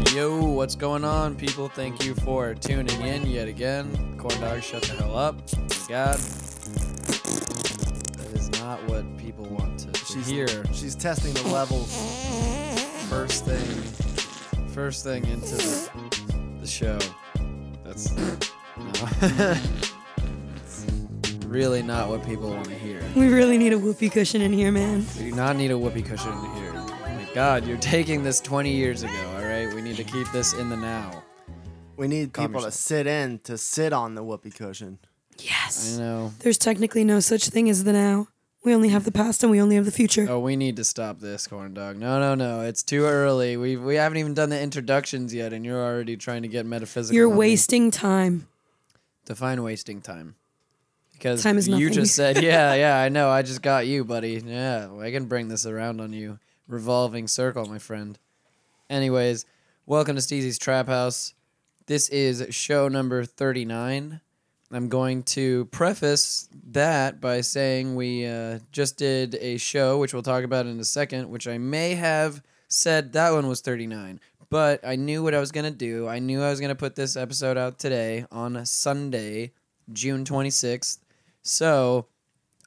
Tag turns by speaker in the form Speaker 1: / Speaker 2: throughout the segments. Speaker 1: What's going on, people? Thank you for tuning in yet again. Corn dog, shut the hell up. God, that is not what people want to, to
Speaker 2: She's-
Speaker 1: hear.
Speaker 2: She's testing the levels.
Speaker 1: First thing, first thing into the, the show. That's no. It's really not what people want to hear.
Speaker 3: We really need a whoopee cushion in here, man.
Speaker 1: We do not need a whoopee cushion here. My God, you're taking this 20 years ago. All right, we need to keep this in the now.
Speaker 2: We need
Speaker 1: Calm
Speaker 2: people to
Speaker 1: yourself.
Speaker 2: sit in to sit on the whoopee cushion.
Speaker 1: I
Speaker 3: Yes.
Speaker 1: know.
Speaker 3: There's technically no such thing as the now. We only have the past and we only have the future.
Speaker 1: Oh, we need to stop this, corn dog. No, no, no. It's too early. We we haven't even done the introductions yet, and you're already trying to get metaphysical.
Speaker 3: You're
Speaker 1: on me.
Speaker 3: wasting time.
Speaker 1: Define wasting time. Because
Speaker 3: Time is
Speaker 1: you
Speaker 3: nothing.
Speaker 1: just said, yeah, yeah, I know. I just got you, buddy. Yeah, I can bring this around on you. Revolving circle, my friend. Anyways, welcome to Steezy's Trap House. This is show number 39. I'm going to preface that by saying we uh, just did a show, which we'll talk about in a second, which I may have said that one was 39. But I knew what I was going to do. I knew I was going to put this episode out today on Sunday, June 26th. So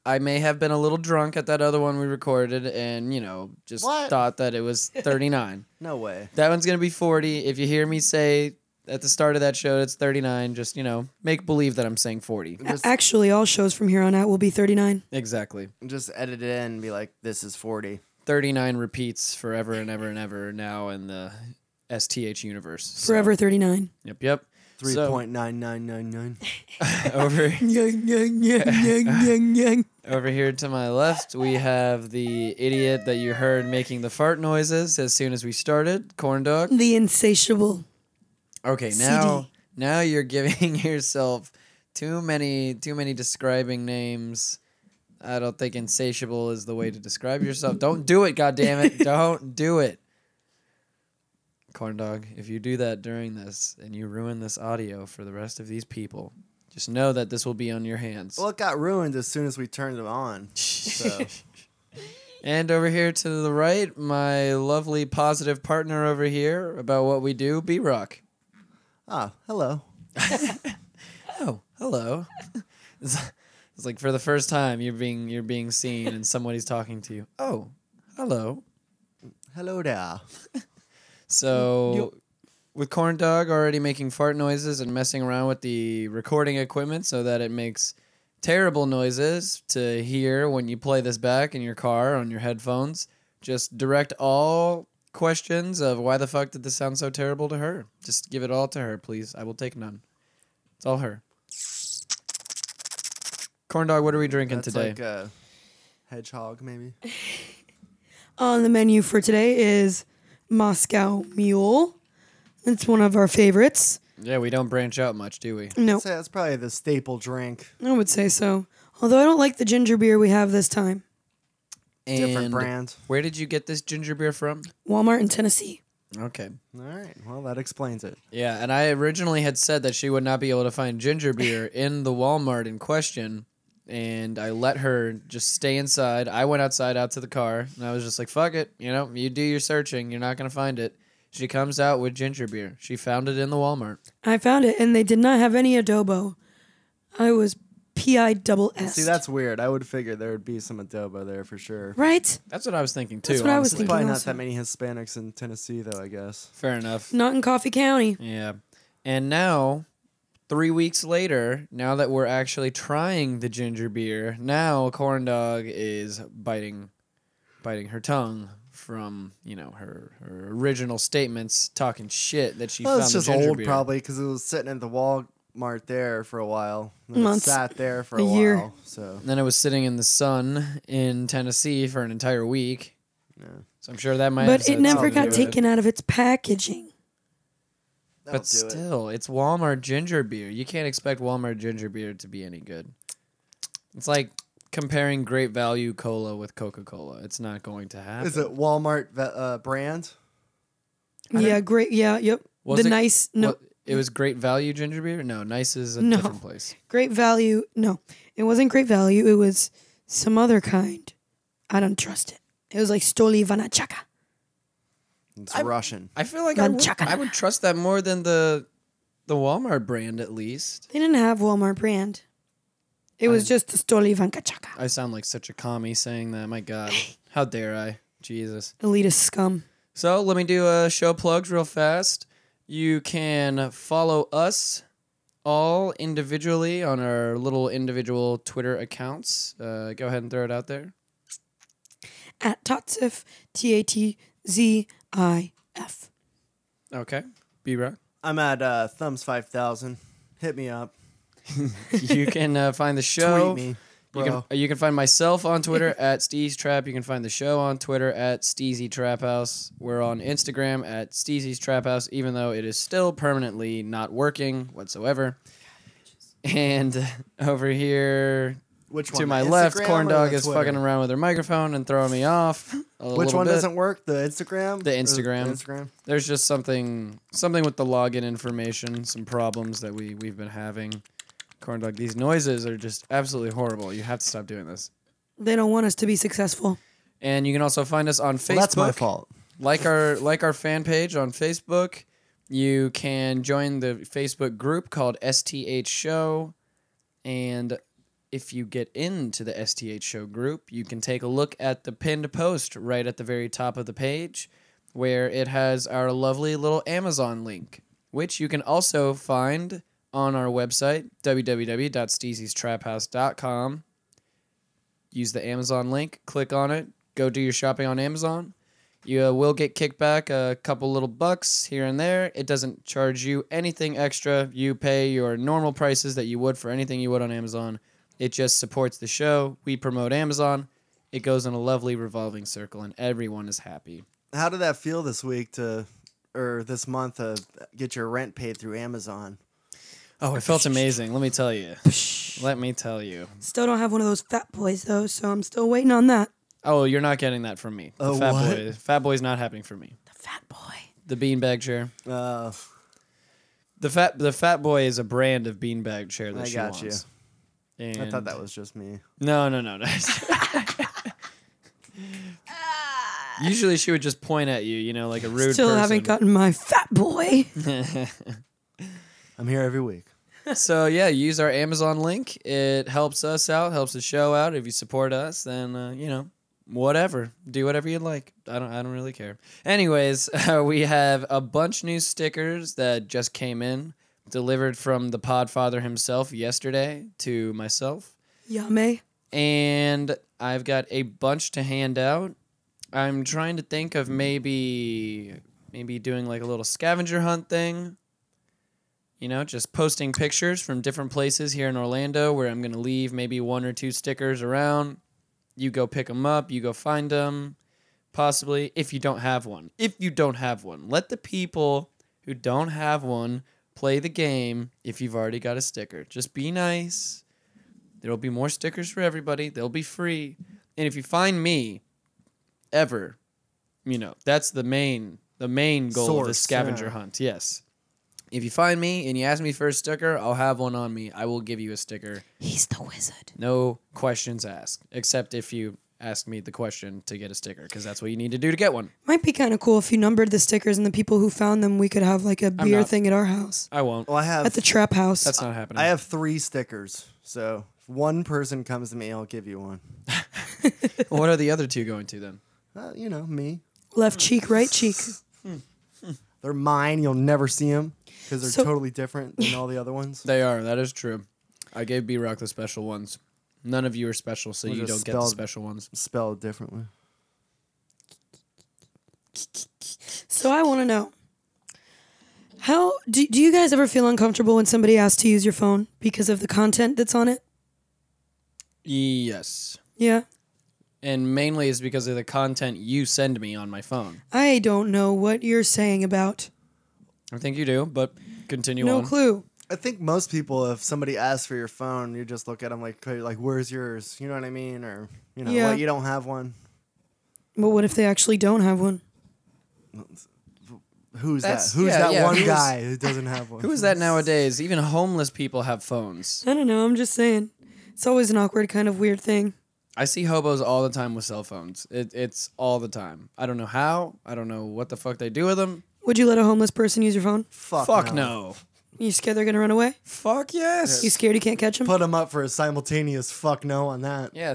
Speaker 1: I may have been a little drunk at that other one we recorded and, you know, just
Speaker 2: What?
Speaker 1: thought that it was 39.
Speaker 2: No way.
Speaker 1: That one's gonna be forty. If you hear me say at the start of that show it's thirty nine, just you know, make believe that I'm saying forty.
Speaker 3: A- Actually, all shows from here on out will be 39.
Speaker 1: Exactly.
Speaker 2: Just edit it in and be like, this is 40.
Speaker 1: Thirty nine repeats forever and ever and ever now in the STH universe. So,
Speaker 3: Forever 39.
Speaker 1: Yep. Yep. So,
Speaker 2: 3.9999.
Speaker 1: over
Speaker 3: Yang, yang, yang, yang, yang, yang.
Speaker 1: over here to my left we have the idiot that you heard making the fart noises as soon as we started, corn dog.
Speaker 3: The insatiable.
Speaker 1: Okay,
Speaker 3: CD.
Speaker 1: now now you're giving yourself too many too many describing names. I don't think insatiable is the way to describe yourself. Don't do it, God damn it! don't do it. Corn dog, if you do that during this and you ruin this audio for the rest of these people, just know that this will be on your hands.
Speaker 2: well, it got ruined as soon as we turned it on. So.
Speaker 1: And over here to the right, my lovely positive partner over here about what we do, B Rock.
Speaker 2: ah, hello.
Speaker 1: oh hello it's, it's like for the first time you're being you're being seen and somebody's talking to you oh hello
Speaker 2: Hello there.
Speaker 1: so with corn dog already making fart noises and messing around with the recording equipment so that it makes terrible noises to hear when you play this back in your car on your headphones just direct all questions of why the fuck did this sound so terrible to her just give it all to her please i will take none it's all her corn dog what are we drinking
Speaker 2: That's
Speaker 1: today
Speaker 2: like a hedgehog, maybe.
Speaker 3: On the menu for today is Moscow Mule. It's one of our favorites.
Speaker 1: yeah we don't branch out much do we
Speaker 3: No,
Speaker 2: So that's probably the staple drink.
Speaker 3: I would say so. Although I don't like the ginger beer we have this time.
Speaker 1: And
Speaker 2: Different brand.
Speaker 1: where did you get this ginger beer from
Speaker 3: Walmart in Tennessee.
Speaker 1: okay
Speaker 2: All right. Well, that explains it.
Speaker 1: Yeah, and I originally had said that she would not be able to find ginger beer in the Walmart in question, and I let her just stay inside. I went outside out to the car, and I was just like, "Fuck it, you know, you do your searching, you're not gonna find it." She comes out with ginger beer. She found it in the Walmart.
Speaker 3: I found it, and they did not have any adobo. I was pi double s.
Speaker 2: See, that's weird. I would figure there would be some adobo there for sure.
Speaker 3: right.
Speaker 1: That's what I was thinking too.
Speaker 3: That's what I was
Speaker 1: honestly.
Speaker 3: thinking.
Speaker 2: Probably not
Speaker 3: also.
Speaker 2: that many Hispanics in Tennessee, though, I guess.
Speaker 1: Fair enough.
Speaker 3: Not in Coffee County.
Speaker 1: Yeah. And now, three weeks later, now that we're actually trying the ginger beer, now corn dog is biting, biting her tongue from you know her her original statements, talking shit that she
Speaker 2: Well,
Speaker 1: found
Speaker 2: it's just
Speaker 1: the ginger
Speaker 2: old,
Speaker 1: beer.
Speaker 2: probably, because it was sitting at the Walmart there for a while. and it
Speaker 3: Months.
Speaker 2: sat there for
Speaker 3: A
Speaker 2: a,
Speaker 3: year.
Speaker 2: while. So
Speaker 1: And then it was sitting in the sun in Tennessee for an entire week. So I'm sure that might. have
Speaker 3: But it
Speaker 1: said
Speaker 3: never
Speaker 1: something
Speaker 3: got
Speaker 1: to
Speaker 3: taken out of its packaging.
Speaker 2: that'll
Speaker 1: But still, it's Walmart ginger beer. You can't expect Walmart ginger beer to be any good. It's like comparing Great Value cola with Coca Cola. It's not going to happen.
Speaker 2: Is it Walmart ve- uh, brand?
Speaker 3: Yeah, great. Yeah, yep.
Speaker 1: Was
Speaker 3: the
Speaker 1: it-
Speaker 3: nice, no,
Speaker 1: What- it was Great Value ginger beer. No, Nice is a
Speaker 3: No.
Speaker 1: different place.
Speaker 3: great value. No, it wasn't great value. It was some other kind. I don't trust it. It was like Stoli Vanachaka.
Speaker 2: It's
Speaker 1: I'm-
Speaker 2: Russian.
Speaker 1: I feel like I would,
Speaker 3: Nunchaka.
Speaker 1: I would trust that more than the the Walmart brand at least.
Speaker 3: They didn't have Walmart brand. It was just Stolivanka Chaka.
Speaker 1: I sound like such a commie saying that. My God, how dare I? Jesus.
Speaker 3: Elitist scum.
Speaker 1: So let me do a show plugs real fast. You can follow us all individually on our little individual Twitter accounts. Uh, go ahead and throw it out there.
Speaker 3: At Tatsif, T A T Z I F.
Speaker 1: Okay, B Rock.
Speaker 2: I'm at uh, Thumbs Five Thousand. Hit me up.
Speaker 1: You can uh, find the show.
Speaker 2: Tweet me.
Speaker 1: You
Speaker 2: Bro.
Speaker 1: can, you can find myself on Twitter at Steez Trap. You can find the show on Twitter at Steezy Trap House. We're on Instagram at Steezy's Trap House, even though it is still permanently not working whatsoever. And over here
Speaker 2: Which one?
Speaker 1: to my
Speaker 2: the
Speaker 1: left,
Speaker 2: Instagram
Speaker 1: corn
Speaker 2: or
Speaker 1: dog
Speaker 2: the
Speaker 1: is
Speaker 2: Twitter?
Speaker 1: fucking around with her microphone and throwing me off. a
Speaker 2: Which
Speaker 1: little
Speaker 2: one
Speaker 1: bit.
Speaker 2: doesn't work? The Instagram.
Speaker 1: The
Speaker 2: Or
Speaker 1: Instagram.
Speaker 2: Instagram.
Speaker 1: There's just something something with the login information, some problems that we we've been having. Corn dog, these noises are just absolutely horrible. You have to stop doing this.
Speaker 3: They don't want us to be successful.
Speaker 1: And you can also find us on Facebook.
Speaker 2: Well, that's my fault.
Speaker 1: Like our like our fan page on Facebook. You can join the Facebook group called STH Show. And if you get into the STH Show group, you can take a look at the pinned post right at the very top of the page where it has our lovely little Amazon link, which you can also find on our website, www.steezystraphouse.com use the Amazon link, click on it, go do your shopping on Amazon. You uh, will get kicked back a couple little bucks here and there. It doesn't charge you anything extra. You pay your normal prices that you would for anything you would on Amazon. It just supports the show. We promote Amazon. It goes in a lovely revolving circle, and everyone is happy.
Speaker 2: How did that feel this week to, or this month to get your rent paid through Amazon?
Speaker 1: Oh, it felt amazing. Let me tell you. Let me tell you.
Speaker 3: Still don't have one of those fat boys though, so I'm still waiting on that.
Speaker 1: Oh, you're not getting that from me. The
Speaker 2: Oh,
Speaker 1: fat
Speaker 2: what?
Speaker 1: boy. Fat boy's not happening for me.
Speaker 3: The fat boy.
Speaker 1: The beanbag chair.
Speaker 2: Uh,
Speaker 1: The fat the fat boy is a brand of beanbag chair that
Speaker 2: I
Speaker 1: she
Speaker 2: got you.
Speaker 1: wants.
Speaker 2: I thought
Speaker 1: And-
Speaker 2: that was just me.
Speaker 1: no, no, no, no. Usually she would just point at you, you know, like a rude.
Speaker 3: Still
Speaker 1: person.
Speaker 3: haven't gotten my fat boy.
Speaker 2: I'm here every week.
Speaker 1: so yeah, use our Amazon link. It helps us out, helps the show out. If you support us, then uh, you know, whatever, do whatever you'd like. I don't, I don't really care. Anyways, uh, we have a bunch new stickers that just came in, delivered from the Podfather himself yesterday to myself.
Speaker 3: Yame.
Speaker 1: and I've got a bunch to hand out. I'm trying to think of maybe maybe doing like a little scavenger hunt thing. You know, just posting pictures from different places here in Orlando where I'm going to leave maybe one or two stickers around. You go pick them up, you go find them, possibly if you don't have one. If you don't have one, let the people who don't have one play the game if you've already got a sticker. Just be nice. There'll be more stickers for everybody. They'll be free. And if you find me ever, you know, that's the main the main goal of the
Speaker 2: Source,
Speaker 1: scavenger
Speaker 2: yeah.
Speaker 1: hunt. Yes. If you find me and you ask me for a sticker, I'll have one on me. I will give you a sticker.
Speaker 3: He's the wizard.
Speaker 1: No questions asked, except if you ask me the question to get a sticker, because that's what you need to do to get one.
Speaker 3: Might be kind of cool if you numbered the stickers and the people who found them. We could have like a beer
Speaker 1: not-
Speaker 3: thing at our house,
Speaker 1: I won't.
Speaker 2: Well, I have
Speaker 3: at the trap house.
Speaker 1: That's not happening.
Speaker 2: I have three stickers. So if one person comes to me, I'll give you one.
Speaker 1: what are the other two going to then?
Speaker 2: Uh, you know me.
Speaker 3: Left cheek, right cheek.
Speaker 2: They're mine. You'll never see them because they're
Speaker 3: So-
Speaker 2: totally different than all the other ones.
Speaker 1: They are. That is true. I gave B Rock the special ones. None of you are special, so
Speaker 2: We're
Speaker 1: you
Speaker 2: just
Speaker 1: don't get the
Speaker 2: spelled-
Speaker 1: special ones.
Speaker 2: Spelled differently.
Speaker 3: So I want to know how do, do you guys ever feel uncomfortable when somebody asks to use your phone because of the content that's on it?
Speaker 1: Yes.
Speaker 3: Yeah.
Speaker 1: And mainly is because of the content you send me on my phone.
Speaker 3: I don't know what you're saying about.
Speaker 1: I think you do, but continue
Speaker 3: no
Speaker 1: on.
Speaker 3: clue.
Speaker 2: I think most people, if somebody asks for your phone, you just look at them like, like, "Where's yours?" You know what I mean? Or you know,
Speaker 3: Yeah.
Speaker 2: like you don't have one.
Speaker 3: But what if they actually don't have one?
Speaker 2: Who's
Speaker 1: That's-
Speaker 2: that? Who's
Speaker 1: yeah,
Speaker 2: that
Speaker 1: yeah,
Speaker 2: one
Speaker 1: who's-
Speaker 2: guy who doesn't have one?
Speaker 1: Who is that nowadays? Even homeless people have phones.
Speaker 3: I don't know. I'm just saying. It's always an awkward kind of weird thing.
Speaker 1: I see hobos all the time with cell phones. It, it's all the time. I don't know how. I don't know what the fuck they do with them.
Speaker 3: Would you let a homeless person use your phone?
Speaker 2: Fuck,
Speaker 1: fuck
Speaker 2: no.
Speaker 1: no.
Speaker 3: You scared they're gonna run away?
Speaker 1: Fuck yes.
Speaker 3: You scared you can't catch them?
Speaker 2: Put him up for a simultaneous fuck no on that.
Speaker 1: Yeah,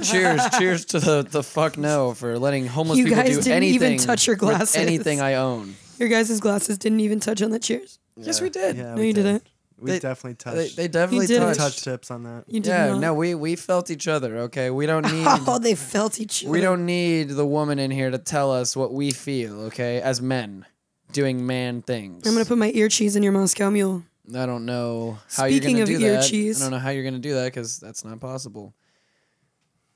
Speaker 1: cheers, cheers to the, the fuck no for letting homeless
Speaker 3: You
Speaker 1: people
Speaker 3: guys
Speaker 1: do
Speaker 3: didn't even
Speaker 1: anything.
Speaker 3: touch your
Speaker 1: with
Speaker 3: glasses.
Speaker 1: Anything I own.
Speaker 3: Your guys' glasses didn't even touch on the cheers.
Speaker 1: Yes, we did.
Speaker 2: Yeah,
Speaker 3: No,
Speaker 2: we
Speaker 3: you
Speaker 2: did.
Speaker 3: didn't.
Speaker 2: We
Speaker 1: They-
Speaker 2: definitely
Speaker 1: They,
Speaker 2: touched.
Speaker 1: they definitely
Speaker 3: did.
Speaker 1: touched.
Speaker 2: touched tips on that.
Speaker 3: You did
Speaker 1: yeah,
Speaker 3: not.
Speaker 1: no, we we felt each other. Okay, we don't need.
Speaker 3: Oh, they felt each other.
Speaker 1: We don't need the woman in here to tell us what we feel, okay? As men doing man things.
Speaker 3: I'm gonna put my ear cheese in your Moscow Mule.
Speaker 1: I don't know how
Speaker 3: Speaking
Speaker 1: you're
Speaker 3: of
Speaker 1: gonna do
Speaker 3: ear
Speaker 1: that.
Speaker 3: cheese-
Speaker 1: I don't know how you're gonna do that because that's not possible.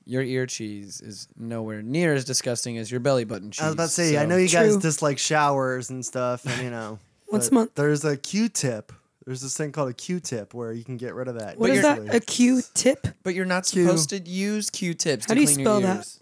Speaker 1: Your ear cheese is nowhere near as disgusting as your belly button cheese.
Speaker 2: I was about to say, I
Speaker 1: so-
Speaker 2: know you guys
Speaker 3: True.
Speaker 2: dislike showers and stuff, and you know.
Speaker 3: Once
Speaker 2: but
Speaker 3: a month.
Speaker 2: There's a Q-tip. There's this thing called a Q-tip where you can get rid of that.
Speaker 3: What is
Speaker 2: easily.
Speaker 3: that? A Q-tip?
Speaker 1: but you're not
Speaker 2: Q.
Speaker 1: supposed to use Q-tips
Speaker 3: How
Speaker 1: to
Speaker 3: do you
Speaker 1: clean
Speaker 3: spell
Speaker 1: your
Speaker 3: that?
Speaker 1: ears.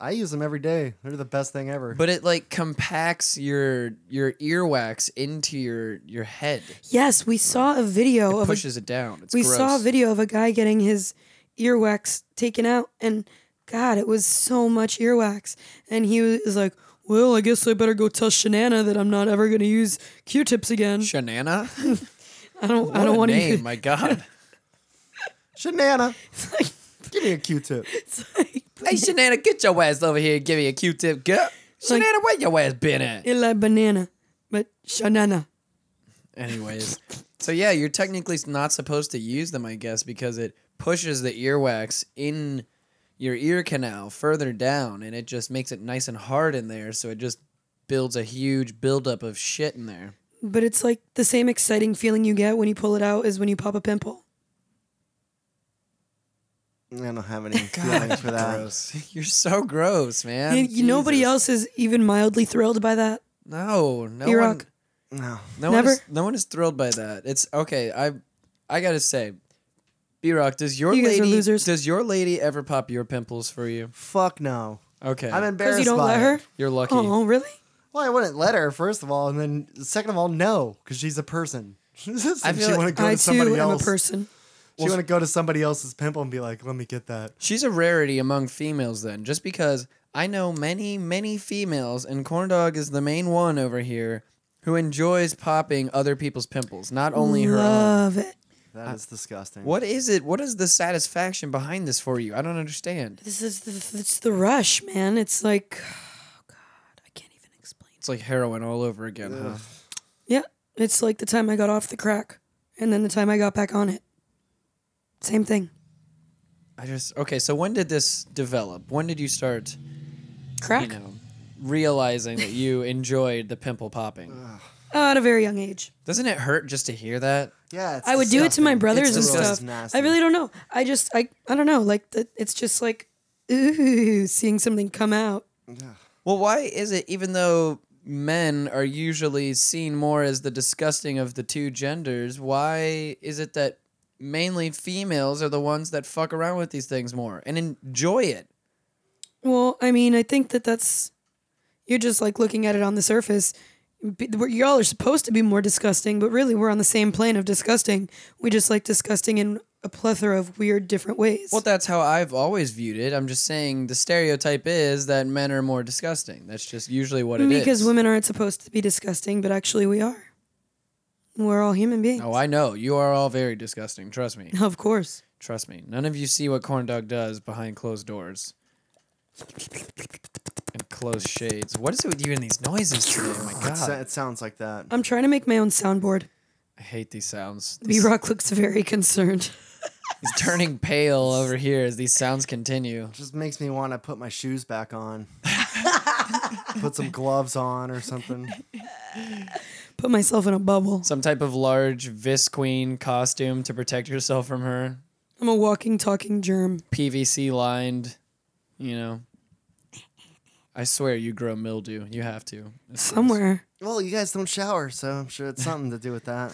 Speaker 2: I use them every day. They're the best thing ever.
Speaker 1: But it like compacts your your earwax into your your head.
Speaker 3: Yes, we saw a video of
Speaker 1: It
Speaker 3: a
Speaker 1: pushes it down. It's
Speaker 3: Oh, we
Speaker 1: gross.
Speaker 3: saw a video of a guy getting his earwax taken out and god it was so much earwax and he was like well i guess i better go tell shanana that i'm not ever going to use q-tips again
Speaker 1: Shanana.
Speaker 3: i don't
Speaker 1: What
Speaker 3: i don't
Speaker 1: a
Speaker 3: want to
Speaker 1: name.
Speaker 3: use
Speaker 1: My God.
Speaker 2: Shanana, give me a Q-tip.
Speaker 1: Hey, Shanana, get your ass over here and give me a Q-tip, girl.
Speaker 3: Like-
Speaker 1: Shanana, where your ass been at?
Speaker 3: Eli banana but shanana
Speaker 1: Anyways, so yeah, you're technically not supposed to use them, I guess, because it pushes the earwax in your ear canal further down, and it just makes it nice and hard in there, so it just builds a huge buildup of shit in there.
Speaker 3: but it's like the same exciting feeling you get when you pull it out is when you pop a pimple
Speaker 2: I don't have any feelings for that.
Speaker 1: You're so gross, man.
Speaker 3: You- you- nobody
Speaker 2: Jesus.
Speaker 3: else is even mildly thrilled by that
Speaker 1: No, no
Speaker 3: Ear
Speaker 1: one.
Speaker 3: rock.
Speaker 2: No.
Speaker 1: No
Speaker 3: Never?
Speaker 1: one is, no one is thrilled by that. It's okay. I I gotta say, B Rock, does your
Speaker 3: You guys are
Speaker 1: lady
Speaker 3: losers.
Speaker 1: does your lady ever pop your pimples for you?
Speaker 2: Fuck no.
Speaker 1: Okay,
Speaker 2: I'm
Speaker 3: because
Speaker 2: embarrassed.
Speaker 3: you don't
Speaker 2: by
Speaker 3: let
Speaker 2: it.
Speaker 3: her
Speaker 1: you're lucky.
Speaker 3: oh really
Speaker 2: Well, I wouldn't let her first of all, and then second of all, no, because she's a person. I
Speaker 1: feel
Speaker 2: she
Speaker 1: like
Speaker 2: want to go
Speaker 3: i
Speaker 2: to
Speaker 3: too
Speaker 2: somebody
Speaker 3: am a
Speaker 2: else.
Speaker 3: person
Speaker 2: She want to go to somebody else's pimple and be like, "Let me get that."
Speaker 1: She's a rarity among females, then, just because I know many, many females, and Corndog is the main one over here who enjoys popping other people's pimples, not only her own.
Speaker 3: love it
Speaker 2: That is disgusting.
Speaker 1: What is it? What is the satisfaction behind this for you? I don't understand.
Speaker 3: This is the, it's the rush, man. It's like, oh God, I can't even explain.
Speaker 1: It's like heroin all over again, huh?
Speaker 3: Yeah, it's like the time I got off the crack, and then the time I got back on it. Same thing.
Speaker 1: I just okay. So when did this develop? When did you start, you
Speaker 3: Crack
Speaker 1: know, realizing that you enjoyed the pimple popping?
Speaker 3: oh, at a very young age.
Speaker 1: Doesn't it hurt just to hear that?
Speaker 2: Yeah, it's
Speaker 3: I would do it to my
Speaker 2: disgusting.
Speaker 3: brothers
Speaker 1: It's
Speaker 3: and
Speaker 1: disgusting.
Speaker 3: stuff.
Speaker 2: It's nasty.
Speaker 3: I really don't know. I just I I don't know. Like the, it's just like ooh, seeing something come out.
Speaker 1: Well, why is it even though men are usually seen more as the disgusting of the two genders, why is it that mainly females are the ones that fuck around with these things more and enjoy it?
Speaker 3: Well, I mean, I think that that's you're just like looking at it on the surface. B- we're- Y'all are supposed to be more disgusting, but really we're on the same plane of disgusting. We just like disgusting in a plethora of weird, different ways.
Speaker 1: Well, that's how I've always viewed it. I'm just saying the stereotype is that men are more disgusting. That's just usually what it is.
Speaker 3: because women aren't supposed to be disgusting, but actually we are. We're all human beings.
Speaker 1: Oh, I know. You are all very disgusting. Trust me.
Speaker 3: of course.
Speaker 1: Trust me. None of you see what Corndog does behind closed doors and closed shades. What is it with you and these noises today? Oh My
Speaker 2: It sa-
Speaker 1: God.
Speaker 2: It sounds like that.
Speaker 3: I'm trying to make my own soundboard.
Speaker 1: I hate these sounds.
Speaker 3: B
Speaker 1: These,
Speaker 3: Rock looks very concerned.
Speaker 1: he's turning pale over here as these sounds continue.
Speaker 2: just makes me want to put my shoes back on. put some gloves on or something.
Speaker 3: Put myself in a bubble.
Speaker 1: Some type of large Vis Queen costume to protect yourself from her.
Speaker 3: I'm a walking, talking germ.
Speaker 1: PVC lined, you know. I swear you grow mildew. You have to. It's-
Speaker 3: Somewhere.
Speaker 2: Well, you guys don't shower, so I'm sure it's something to do with that.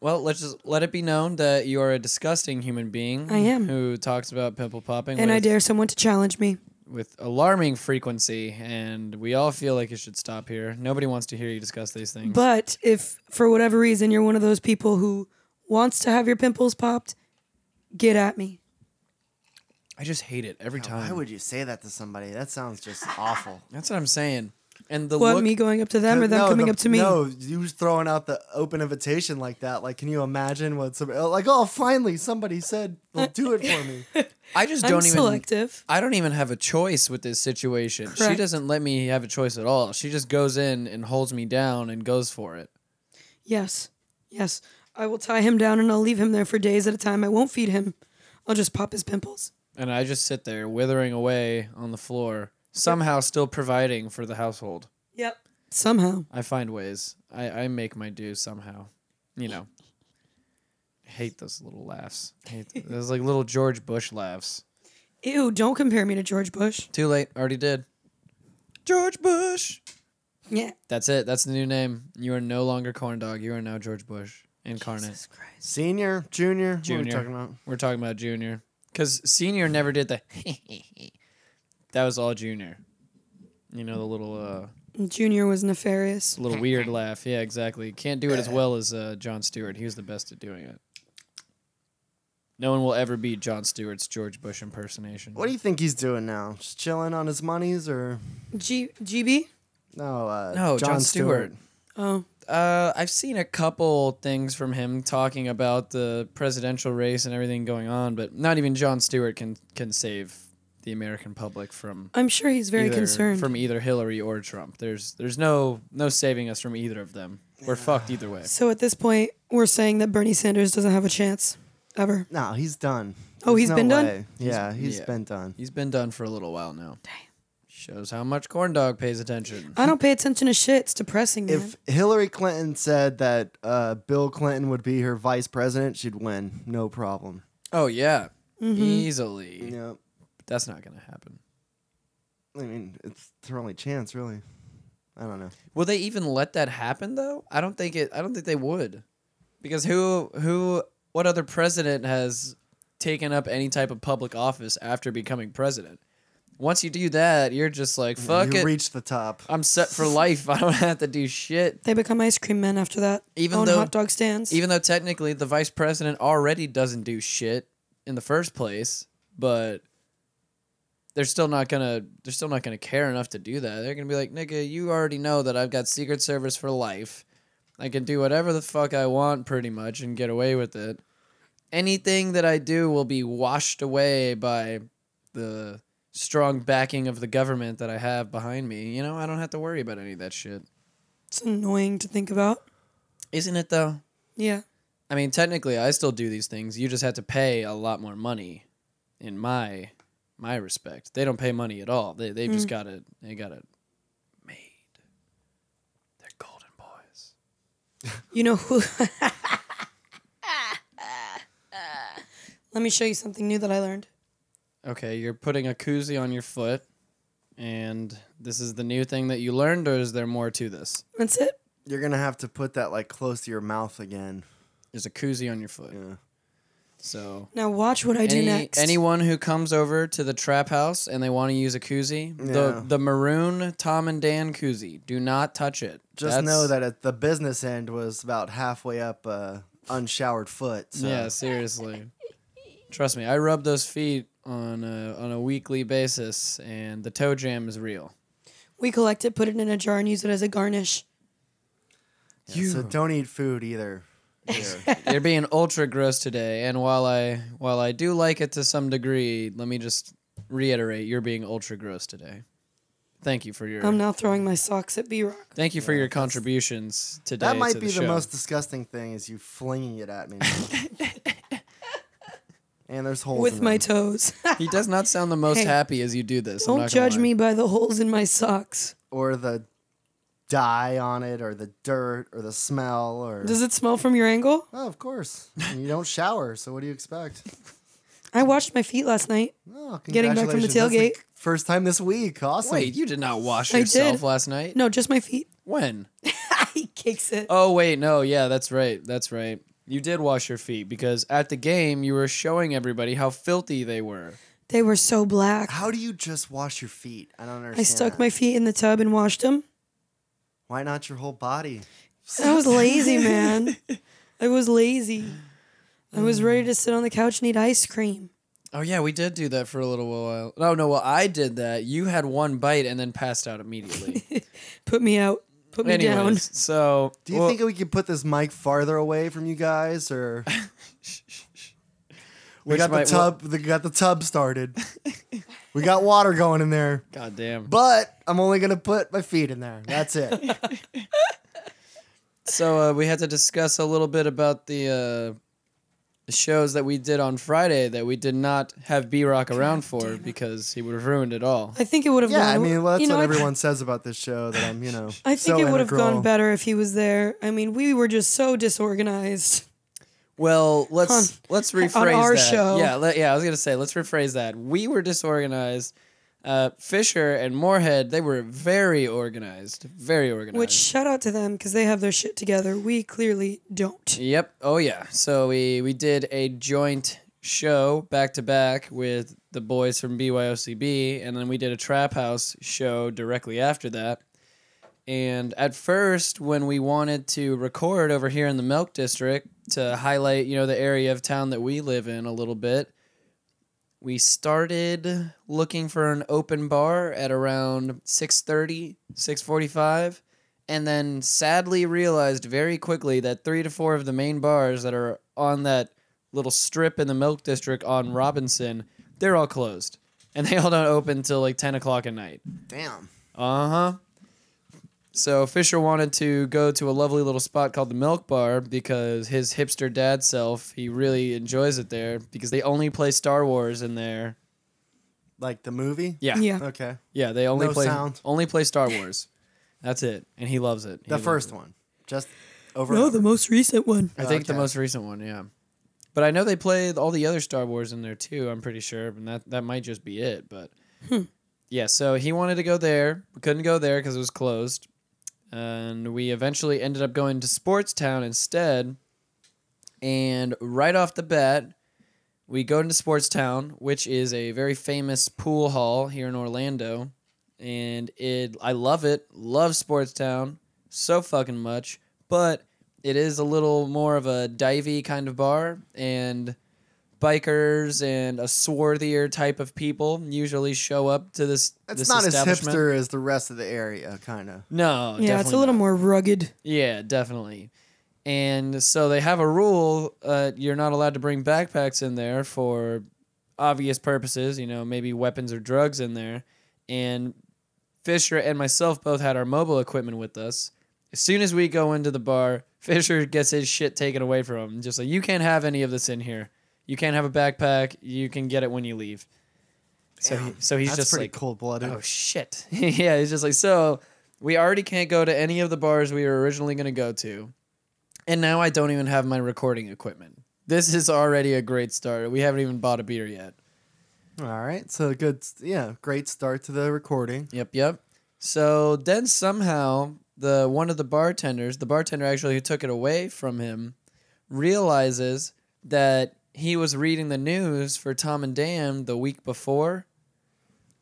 Speaker 1: Well, let's just let it be known that you are a disgusting human being.
Speaker 3: I am.
Speaker 1: Who talks about pimple popping
Speaker 3: And
Speaker 1: with,
Speaker 3: I dare someone to challenge me.
Speaker 1: with alarming frequency, and we all feel like you should stop here. Nobody wants to hear you discuss these things.
Speaker 3: But if for whatever reason you're one of those people who wants to have your pimples popped, get at me.
Speaker 1: I just hate it every
Speaker 2: Now, Why
Speaker 1: time.
Speaker 2: would you say that to somebody? That sounds just awful.
Speaker 1: That's what I'm saying. And the
Speaker 3: What,
Speaker 1: look,
Speaker 3: me going up to them or them
Speaker 2: No,
Speaker 3: coming
Speaker 2: the-
Speaker 3: up to me?
Speaker 2: No, you was throwing out the open invitation like that. Like, can you imagine what somebody like? Oh, finally, somebody said, well, "Do it for me."
Speaker 1: I just
Speaker 3: I'm
Speaker 1: don't even.
Speaker 3: selective.
Speaker 1: I don't even have a choice with this situation. She
Speaker 3: Correct.
Speaker 1: doesn't let me have a choice at all. She just goes in and holds me down and goes for it.
Speaker 3: Yes. Yes. I will tie him down and I'll leave him there for days at a time. I won't feed him. I'll just pop his pimples.
Speaker 1: And I just sit there withering away on the floor, somehow still providing for the household.
Speaker 3: Yep. Somehow.
Speaker 1: I find ways. I, I make my do somehow. You know. Hate those little laughs. Hate those like little George Bush laughs.
Speaker 3: Ew, don't compare me to George Bush.
Speaker 1: Too late. Already did. George Bush.
Speaker 3: Yeah.
Speaker 1: That's it. That's the new name. You are no longer corn dog. You are now George Bush incarnate.
Speaker 3: Jesus Christ.
Speaker 2: Senior, junior, What are we
Speaker 1: Junior.
Speaker 2: talking about?
Speaker 1: We're talking about junior because senior never did the. that was all junior. You know the little uh
Speaker 3: Junior was nefarious.
Speaker 1: little weird laugh. Yeah, exactly. Can't do it as well as uh, John Stewart. He was the best at doing it. No one will ever beat John Stewart's George Bush impersonation.
Speaker 2: What do you think he's doing now? Just chilling on his monies, or
Speaker 3: G- GB?
Speaker 2: no? Uh,
Speaker 1: No, John, Stewart.
Speaker 3: Oh.
Speaker 1: Uh, I've seen a couple things from him talking about the presidential race and everything going on, but not even John Stewart can can save the American public from
Speaker 3: I'm sure he's very
Speaker 1: either-
Speaker 3: concerned.
Speaker 1: from either Hillary or Trump. There's there's no no saving us from either of them. We're fucked either way.
Speaker 3: so at this point, we're saying that Bernie Sanders doesn't have a chance ever.
Speaker 2: No, he's done.
Speaker 3: Oh,
Speaker 2: There's
Speaker 3: he's been done?
Speaker 2: way. Yeah, he's
Speaker 1: yeah.
Speaker 2: been done.
Speaker 1: He's been done for a little while now. Damn. Shows how much corn dog pays attention.
Speaker 3: I don't pay attention to shit. It's depressing, man.
Speaker 2: If Hillary Clinton said that uh, Bill Clinton would be her vice president, she'd win, no problem.
Speaker 1: Oh yeah. Easily.
Speaker 2: Yeah,
Speaker 1: That's not gonna happen.
Speaker 2: I mean, it's their only chance, really. I don't know.
Speaker 1: Will they even let that happen though? I don't think it I don't think they would. Because who who what other president has taken up any type of public office after becoming president? Once you do that, you're just like fuck
Speaker 2: you
Speaker 1: it.
Speaker 2: reached the top.
Speaker 1: I'm set for life. I don't have to do shit.
Speaker 3: they become ice cream men after that.
Speaker 1: Even
Speaker 3: Own
Speaker 1: though-
Speaker 3: hot dog stands.
Speaker 1: Even though technically the vice president already doesn't do shit in the first place, but they're still not gonna they're still not gonna care enough to do that. They're gonna be like, nigga, you already know that I've got Secret Service for life. I can do whatever the fuck I want pretty much and get away with it. Anything that I do will be washed away by the strong backing of the government that I have behind me. You know, I don't have to worry about any of that shit.
Speaker 3: it's annoying to think about.
Speaker 1: Isn't it though?
Speaker 3: Yeah.
Speaker 1: I mean, technically, I still do these things. You just have to pay a lot more money, in my my respect. They don't pay money at all. They they've
Speaker 3: Mm.
Speaker 1: just got it. They got it made. They're golden boys.
Speaker 3: You know who? Let me show you something new that I learned.
Speaker 1: Okay, you're putting a koozie on your foot, and this is the new thing that you learned, or is there more to this?
Speaker 3: That's it.
Speaker 2: You're gonna have to put that like close to your mouth again.
Speaker 1: There's a koozie on your foot.
Speaker 2: Yeah.
Speaker 1: So
Speaker 3: Now watch what I do
Speaker 1: Any-
Speaker 3: next.
Speaker 1: Anyone who comes over to the trap house and they want to use a koozie, the
Speaker 2: Yeah.
Speaker 1: the maroon Tom and Dan koozie, do not touch it.
Speaker 2: Just
Speaker 1: That's-
Speaker 2: know that at the business end was about halfway up uh, unshowered foot. So.
Speaker 1: Yeah, seriously. Trust me, I rub those feet on a, on a weekly basis, and the toe jam is real.
Speaker 3: we collect it, put it in a jar, and use it as a garnish.
Speaker 2: Yeah, So don't eat food either. Here.
Speaker 1: You're being ultra gross today, and while I while I do like it to some degree, let me just reiterate: you're being ultra gross today. Thank you for your
Speaker 3: I'm now throwing my socks at B Rock.
Speaker 1: thank you for your contributions today.
Speaker 2: that might
Speaker 1: to
Speaker 2: be the,
Speaker 1: show.
Speaker 2: most disgusting thing is you flinging it at me. and there's holes
Speaker 3: With
Speaker 2: in
Speaker 3: my
Speaker 2: them.
Speaker 3: toes.
Speaker 1: He does not sound the most
Speaker 3: Hey,
Speaker 1: happy as you do this. I'm
Speaker 3: Don't
Speaker 1: not gonna
Speaker 3: judge
Speaker 1: lie.
Speaker 3: me by the holes in my socks.
Speaker 2: or the dye on it, or the dirt, or the smell, or
Speaker 3: Does it smell from your angle?
Speaker 2: oh, of course. And you don't shower, so what do you expect?
Speaker 3: I washed my feet last night.
Speaker 2: Oh,
Speaker 3: Getting back from the
Speaker 2: congratulations. That's the
Speaker 3: tailgate.
Speaker 2: first time this week. Awesome.
Speaker 1: Wait, you did not wash
Speaker 3: I
Speaker 1: yourself
Speaker 3: did.
Speaker 1: last night.
Speaker 3: No, just my feet.
Speaker 1: When?
Speaker 3: he kicks it.
Speaker 1: Oh wait, no, yeah, that's right. That's right. You did wash your feet because at the game you were showing everybody how filthy they were.
Speaker 3: They were so black.
Speaker 2: How do you just wash your feet? I don't understand.
Speaker 3: I stuck
Speaker 2: that.
Speaker 3: my feet in the tub and washed them.
Speaker 2: Why not your whole body?
Speaker 3: I was lazy, man. I was lazy. I was ready to sit on the couch and eat ice cream.
Speaker 1: Oh yeah, we did do that for a little while. No, no, well I did that. You had one bite and then passed out immediately.
Speaker 3: Put me out. Put me
Speaker 1: Anyways,
Speaker 3: down.
Speaker 1: so
Speaker 2: Do you
Speaker 1: well,
Speaker 2: think we could put this mic farther away from you guys, or we
Speaker 1: Which
Speaker 2: got the
Speaker 1: might- well-
Speaker 2: tub? the, got the tub started. we got water going in there,
Speaker 1: God damn.
Speaker 2: but I'm only gonna put my feet in there. That's it.
Speaker 1: so uh, we had to discuss a little bit about the uh, the shows that we did on Friday that we did not have B Rock around for because he would have ruined it all.
Speaker 3: I think it would have. gone,
Speaker 2: yeah, I mean, well, that's
Speaker 3: you know,
Speaker 2: what
Speaker 3: I-
Speaker 2: everyone says about this show. That I'm, you know,
Speaker 3: I think
Speaker 2: so
Speaker 3: it would have
Speaker 2: integral.
Speaker 3: gone better if he was there. I mean, we were just so disorganized.
Speaker 1: Well, let's
Speaker 3: On-
Speaker 1: let's rephrase
Speaker 3: our
Speaker 1: that.
Speaker 3: show.
Speaker 1: Yeah, le- yeah. I was gonna say let's rephrase that. We were disorganized. Uh, Fisher and Moorhead they were very organized, very organized.
Speaker 3: Which shout out to them because they have their shit together. We clearly don't.
Speaker 1: Yep. Oh yeah. So we we did a joint show back to back with the boys from BYOCB, and then we did a trap house show directly after that. And at first, when we wanted to record over here in the Milk District to highlight, you know, the area of town that we live in a little bit, we started looking for an open bar at around 6.30, 6.45 and then sadly realized very quickly that three to four of the main bars that are on that little strip in the milk district on Robinson, they're all closed. And they all don't open till like 10 o'clock at night.
Speaker 2: Damn.
Speaker 1: Uh huh. So Fisher wanted to go to a lovely little spot called the Milk Bar because his hipster dad self, he really enjoys it there because they only play Star Wars in there.
Speaker 2: Like the movie.
Speaker 1: Yeah.
Speaker 3: Yeah.
Speaker 2: Okay.
Speaker 1: Yeah, they only
Speaker 2: No
Speaker 1: play
Speaker 2: sound.
Speaker 1: only play Star Wars. That's it. And he loves it. He
Speaker 2: The
Speaker 1: loves
Speaker 2: first
Speaker 1: it.
Speaker 2: one. Just over. and
Speaker 3: No,
Speaker 2: over.
Speaker 3: the most recent one.
Speaker 1: I think the
Speaker 2: Okay.
Speaker 1: most recent one, yeah. But I know they play all the other Star Wars in there too. I'm pretty sure, and that that might just be it. But yeah, so he wanted to go there, We couldn't go there because it was closed, and we eventually ended up going to Sports Town instead. And right off the bat, we go into Sports Town, which is a very famous pool hall here in Orlando, and it I love it, love Sports Town so fucking much, but it is a little more of a divey kind of bar and bikers and a swarthier type of people usually show up to this
Speaker 2: It's
Speaker 1: this
Speaker 2: not as
Speaker 1: establishment.
Speaker 2: hipster as the rest of the area, kind of.
Speaker 3: yeah,
Speaker 1: No,
Speaker 3: it's a
Speaker 1: definitely
Speaker 3: little
Speaker 1: not.
Speaker 3: more rugged.
Speaker 1: Yeah, definitely. And so they have a rule uh, you're not allowed to bring backpacks in there for obvious purposes, you know, maybe weapons or drugs in there. And Fisher and myself both had our mobile equipment with us. As soon as we go into the bar, Fisher gets his shit taken away from him. Just like, you can't have any of this in here. You can't have a backpack. You can get it when you leave. So, he, so he's
Speaker 2: That's
Speaker 1: just
Speaker 2: pretty
Speaker 1: like,
Speaker 2: cold blooded.
Speaker 1: Oh shit. yeah, it's just like so we already can't go to any of the bars we were originally going to go to. And now I don't even have my recording equipment. This is already a great start. We haven't even bought a beer yet.
Speaker 2: All right. So good. Yeah. Great start to the recording.
Speaker 1: Yep, yep. So then somehow the one of the bartenders, the bartender actually who took it away from him, realizes that he was reading the news for Tom and Dan the week before.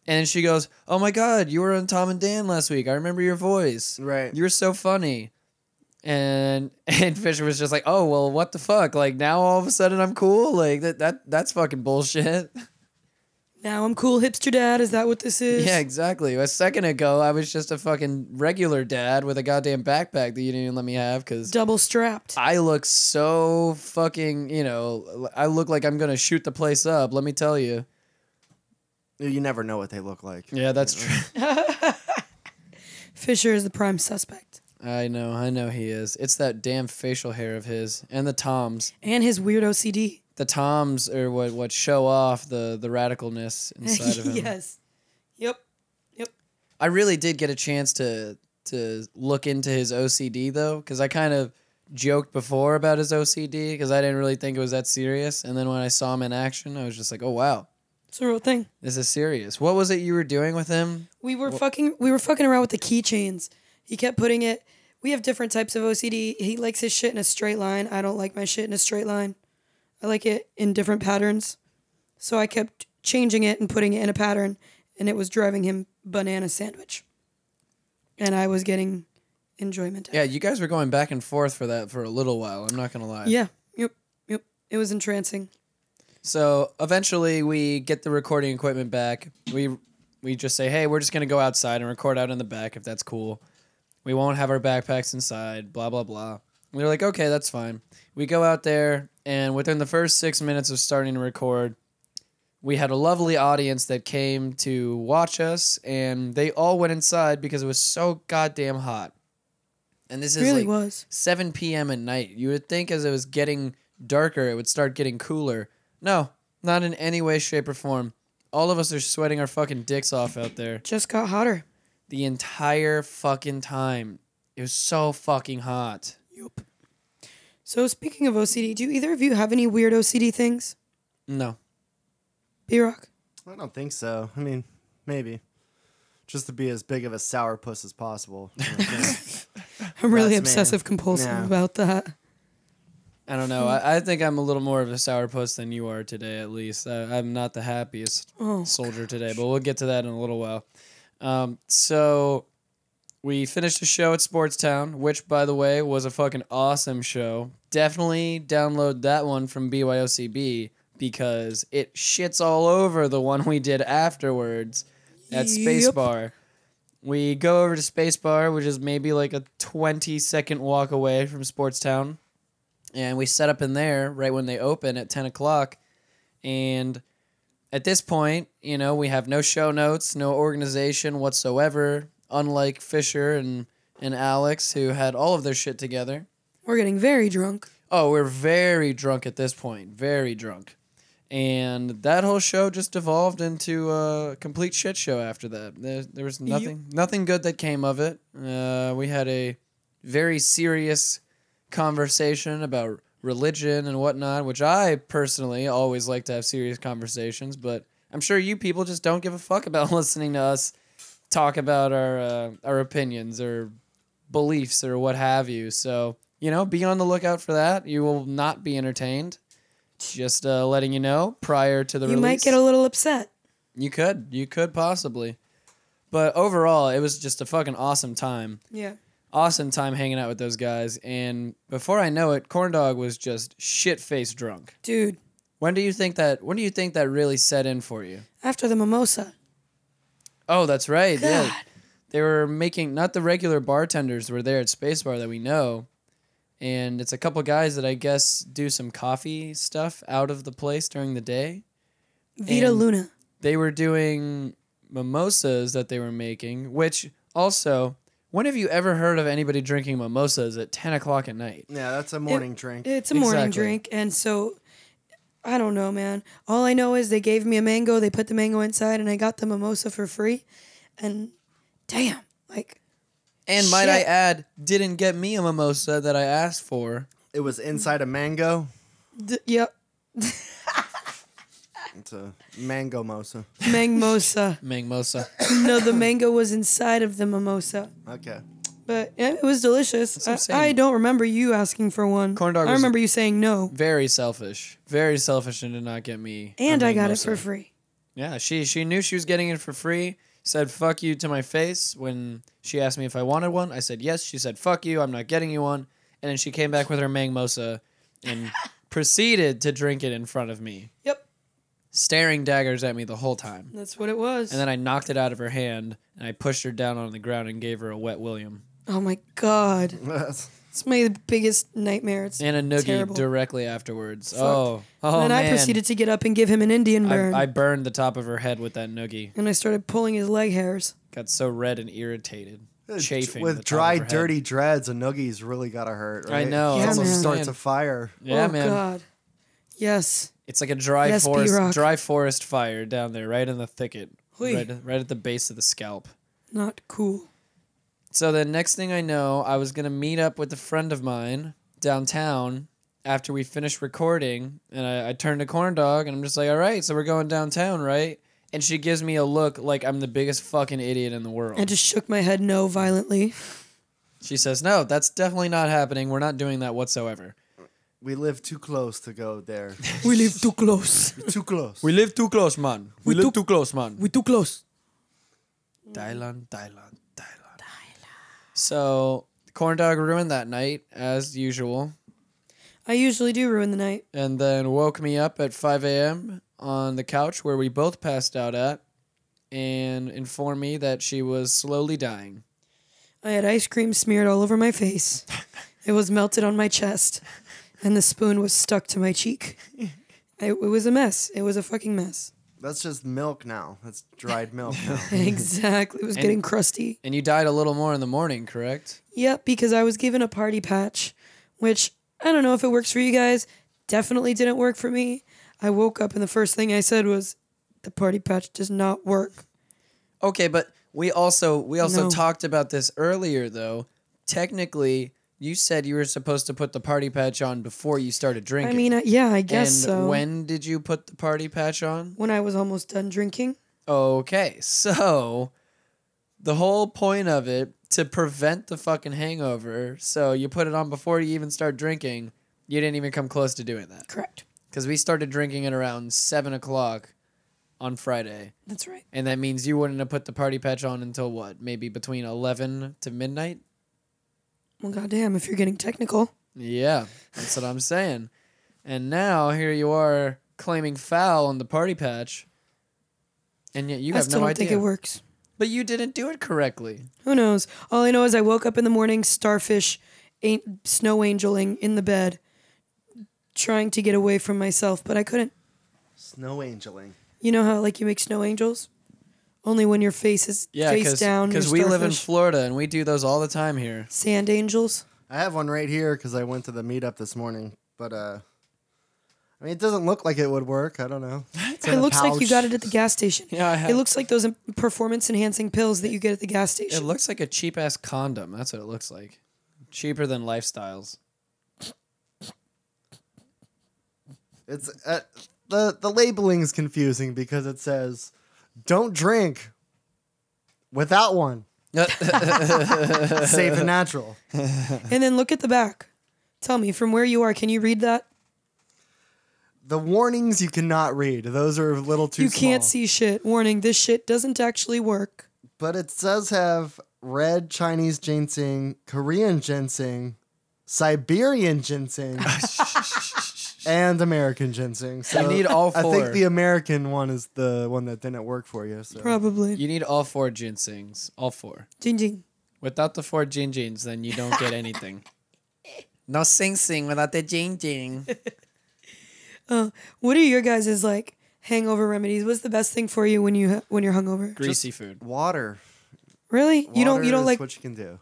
Speaker 1: And she goes, "Oh my god, you were on Tom and Dan last week. I remember your voice.
Speaker 2: Right.
Speaker 1: You're so funny." And and Fisher was just like, "Oh, well, what the fuck? Like now all of a sudden I'm cool? Like that that that's fucking bullshit."
Speaker 3: Now I'm cool hipster dad. Is that what this is?
Speaker 1: Yeah, exactly. A second ago, I was just a fucking regular dad with a goddamn backpack that you didn't even let me have because
Speaker 3: Double strapped.
Speaker 1: I look so fucking, you know, I look like I'm going to shoot the place up, let me tell you.
Speaker 2: You never know what they look like.
Speaker 1: Yeah, that's true.
Speaker 3: Fisher is the prime suspect.
Speaker 1: I know, I know he is. It's that damn facial hair of his and the Toms.
Speaker 3: And his weird OCD.
Speaker 1: The Toms are what, what show off the, the radicalness inside of him.
Speaker 3: yes. Yep.
Speaker 1: I really did get a chance to to look into his OCD though, because I kind of joked before about his OCD because I didn't really think it was that serious. And then when I saw him in action, I was just like, oh wow,
Speaker 3: It's a real thing.
Speaker 1: this is serious. What was it you were doing with him?
Speaker 3: We were fucking we were fucking around with the keychains. He kept putting it we have different types of OCD. He likes his shit in a straight line. I don't like my shit in a straight line. I like it in different patterns. So I kept changing it and putting it in a pattern and it was driving him banana sandwich. And I was getting enjoyment. out
Speaker 1: Yeah, you guys were going back and forth for that for a little while. I'm not gonna lie.
Speaker 3: Yeah. Yep. Yep. It was entrancing.
Speaker 1: So eventually we get the recording equipment back. We we just say, "Hey, we're just going to go outside and record out in the back if that's cool. We won't have our backpacks inside, blah blah blah." And they're like, "Okay, that's fine." We go out there and within the first 6 minutes of starting to record, we had a lovely audience that came to watch us and they all went inside because it was so goddamn hot. And this is
Speaker 3: really
Speaker 1: like,
Speaker 3: was.
Speaker 1: 7 p.m. at night. You would think as it was getting darker, it would start getting cooler. No, not in any way, shape, or form. All of us are sweating our fucking dicks off out there
Speaker 3: Just got hotter.
Speaker 1: the entire fucking time. It was so fucking hot.
Speaker 3: Yup. So speaking of OCD, do either of you have any weird OCD things?
Speaker 1: No.
Speaker 3: B Rock.
Speaker 2: I don't think so. I mean, maybe. Just to be as big of a sourpuss as possible. you know, yeah.
Speaker 3: I'm really
Speaker 2: That's me.
Speaker 3: obsessive compulsive
Speaker 2: Yeah.
Speaker 3: about that.
Speaker 1: I don't know. I, I think I'm a little more of a sourpuss than you are today, at least. I, I'm not the happiest
Speaker 3: Oh,
Speaker 1: soldier today, but we'll get to that in a little while. Um, so we finished a show at Sportstown, which, by the way, was a fucking awesome show. Definitely download that one from BYOCB because it shits all over the one we did afterwards at Space
Speaker 3: Yep.
Speaker 1: Bar. We go over to Space Bar, which is maybe like a 20 second walk away from Sportstown. And we set up in there right when they open at 10 o'clock. And at this point, you know, we have no show notes, no organization whatsoever, unlike Fisher and, and Alex, who had all of their shit together.
Speaker 3: We're getting very drunk.
Speaker 1: Oh, we're very drunk at this point, very drunk. And that whole show just devolved into a complete shit show after that. There, there was nothing nothing good that came of it. Uh, we had a very serious conversation about religion and whatnot, which I personally always like to have serious conversations, but I'm sure you people just don't give a fuck about listening to us talk about our uh, our opinions or beliefs or what have you. So, you know, be on the lookout for that. You will not be entertained. Just uh, letting you know prior to the
Speaker 3: You
Speaker 1: release.
Speaker 3: might get a little upset.
Speaker 1: you could. You could possibly. But overall, it was just a fucking awesome time
Speaker 3: Yeah.
Speaker 1: awesome time hanging out with those guys. And before I know it, Corndog was just shit faced drunk.
Speaker 3: Dude,
Speaker 1: When do you think that? When do you think that really set in for you?
Speaker 3: after the mimosa.
Speaker 1: Oh, that's right. Yeah,
Speaker 3: God.
Speaker 1: they were making not the regular bartenders were there at Space Bar that we know, and it's a couple guys that I guess do some coffee stuff out of the place during the day.
Speaker 3: Vita
Speaker 1: And-
Speaker 3: Luna.
Speaker 1: They were doing mimosas that they were making, which also. When have you ever heard of anybody drinking mimosas at 10 o'clock at night?
Speaker 2: Yeah, that's a morning drink.
Speaker 3: It's a morning
Speaker 1: Exactly.
Speaker 3: drink, and so I don't know, man. All I know is they gave me a mango, they put the mango inside, and I got the mimosa for free. And damn, like
Speaker 1: And might I
Speaker 3: Shit.
Speaker 1: add, didn't get me a mimosa that I asked for.
Speaker 2: It was inside a mango.
Speaker 3: d- yep,
Speaker 2: It's a mango mosa.
Speaker 3: mangmosa.
Speaker 1: Mangmosa.
Speaker 3: no, the mango was inside of the mimosa,
Speaker 2: Okay.
Speaker 3: but yeah, it was delicious.
Speaker 1: what I'm
Speaker 3: I,
Speaker 1: saying.
Speaker 3: I don't remember you asking for one.
Speaker 1: Corn dog
Speaker 3: I
Speaker 1: was-
Speaker 3: remember you saying no,
Speaker 1: Very selfish. Very selfish and did not get me. a
Speaker 3: and I got it
Speaker 1: mangmosa.
Speaker 3: for free.
Speaker 1: Yeah, she she knew she was getting it for free. Said fuck you to my face when she asked me if I wanted one. I said yes. She said fuck you. I'm not getting you one. And then she came back with her mangmosa and proceeded to drink it in front of me,
Speaker 3: Yep,
Speaker 1: staring daggers at me the whole time.
Speaker 3: that's what it was.
Speaker 1: And then I knocked it out of her hand and I pushed her down on the ground and gave her a wet William
Speaker 3: oh my god,
Speaker 2: That's-
Speaker 3: it's my biggest nightmare. It's
Speaker 1: and a noogie
Speaker 3: terrible.
Speaker 1: directly afterwards. Oh, oh
Speaker 3: and then
Speaker 1: man.
Speaker 3: I proceeded to get up and give him an Indian burn.
Speaker 1: I, I burned the top of her head with that noogie.
Speaker 3: and I started pulling his leg hairs.
Speaker 1: Got so red and irritated, chafing the
Speaker 2: With
Speaker 1: top
Speaker 2: dry,
Speaker 1: of her head.
Speaker 2: dirty dreads, a noogie's really gotta hurt. Right?
Speaker 1: know,
Speaker 2: It
Speaker 3: Yeah,
Speaker 2: almost
Speaker 3: man.
Speaker 2: starts
Speaker 1: man.
Speaker 2: a fire.
Speaker 1: Yeah,
Speaker 3: oh,
Speaker 1: man.
Speaker 3: God. Yes.
Speaker 1: It's like a dry
Speaker 3: Yes,
Speaker 1: forest,
Speaker 3: B-Rock.
Speaker 1: dry forest fire down there, right in the thicket,
Speaker 3: Hui.
Speaker 1: right, right at the base of the scalp.
Speaker 3: Not cool.
Speaker 1: So the next thing I know, I was gonna meet up with a friend of mine downtown after we finished recording, and I, I turned to Corn Dog, and I'm just like, "All right, so we're going downtown, right?" And she gives me a look like I'm the biggest fucking idiot in the world.
Speaker 3: I just shook my head no violently.
Speaker 1: She says, No, that's definitely not happening. We're not doing that whatsoever.
Speaker 2: We live too close to go there.
Speaker 3: We live too close.
Speaker 2: too close.
Speaker 1: We live too close, man. We, live too close, man.
Speaker 3: We too close.
Speaker 1: Thailand, Thailand, Thailand. So, corn dog ruined that night, as usual.
Speaker 3: I usually do ruin the night.
Speaker 1: and then woke me up at 5 a.m. on the couch where we both passed out at and informed me that she was slowly dying.
Speaker 3: I had ice cream smeared all over my face. It was melted on my chest, and the spoon was stuck to my cheek. It, it was a mess. It was a fucking mess.
Speaker 2: That's just milk now. That's dried milk now.
Speaker 3: Exactly. It was getting crusty.
Speaker 1: And you died a little more in the morning, correct?
Speaker 3: Yep, because I was given a party patch, which I don't know if it works for you guys. Definitely didn't work for me. I woke up and the first thing I said was, "The party patch does not work."
Speaker 1: Okay, but we also we also
Speaker 3: No.
Speaker 1: talked about this earlier though. Technically, you said you were supposed to put the party patch on before you started
Speaker 3: I
Speaker 1: drinking.
Speaker 3: mean, I, yeah, I
Speaker 1: and
Speaker 3: guess so.
Speaker 1: when did you put the party patch on?
Speaker 3: when I was almost done drinking.
Speaker 1: Okay, so the whole point of it to prevent the fucking hangover. So you put it on before you even start drinking. You didn't even come close to doing that
Speaker 3: Correct.
Speaker 1: because we started drinking at around seven o'clock on Friday,
Speaker 3: That's right.
Speaker 1: and that means you wouldn't have put the party patch on until what? Maybe between eleven to midnight.
Speaker 3: Well, goddamn, if you're getting technical.
Speaker 1: Yeah, that's what I'm saying. And now here you are claiming foul on the party patch, and yet you
Speaker 3: I
Speaker 1: have
Speaker 3: still
Speaker 1: no
Speaker 3: don't
Speaker 1: idea.
Speaker 3: think it works.
Speaker 1: But you didn't do it correctly.
Speaker 3: Who knows? All I know is I woke up in the morning, starfish, ain't snow angeling in the bed, trying to get away from myself, but I couldn't.
Speaker 2: Snow angeling.
Speaker 3: You know how like you make snow angels, only when your face is
Speaker 1: Yeah,
Speaker 3: face
Speaker 1: cause,
Speaker 3: down.
Speaker 1: Because
Speaker 3: Because
Speaker 1: we live in Florida and we do those all the time here.
Speaker 3: sand angels.
Speaker 2: I have one right here because I went to the meetup this morning. But uh, I mean, it doesn't look like it would work. I don't know. It's in
Speaker 3: It
Speaker 2: a
Speaker 3: looks like you
Speaker 2: pouch.
Speaker 3: got it at the gas station.
Speaker 1: Yeah, I have-
Speaker 3: it looks like those performance enhancing pills that you get at the gas
Speaker 1: It
Speaker 3: station.
Speaker 1: looks like a cheap ass condom. That's what it looks like. Cheaper than lifestyles.
Speaker 2: It's uh, the the labeling's confusing because it says, "Don't drink without one. Safe and natural."
Speaker 3: and then look at the back. Tell me from where you are. Can you read that?
Speaker 2: The warnings you cannot read; those are a little too.
Speaker 3: you can't
Speaker 2: small.
Speaker 3: see shit. Warning: This shit doesn't actually work.
Speaker 2: But it does have red Chinese ginseng, Korean ginseng, Siberian ginseng, and American ginseng. So
Speaker 1: You need all
Speaker 2: I
Speaker 1: four.
Speaker 2: think the American one is the one that didn't work for you. So.
Speaker 3: Probably.
Speaker 1: you need all four ginsengs. All four.
Speaker 3: Ding ding.
Speaker 1: Without the four ginjins, then you don't get anything. no sing sing without the jing jing.
Speaker 3: What are your guys' like hangover remedies? What's the best thing for you when you ha- when you're hungover?
Speaker 1: Greasy food.
Speaker 2: Water.
Speaker 3: Really? you don't
Speaker 2: Water
Speaker 3: you don't
Speaker 2: is
Speaker 3: like
Speaker 2: what you can do.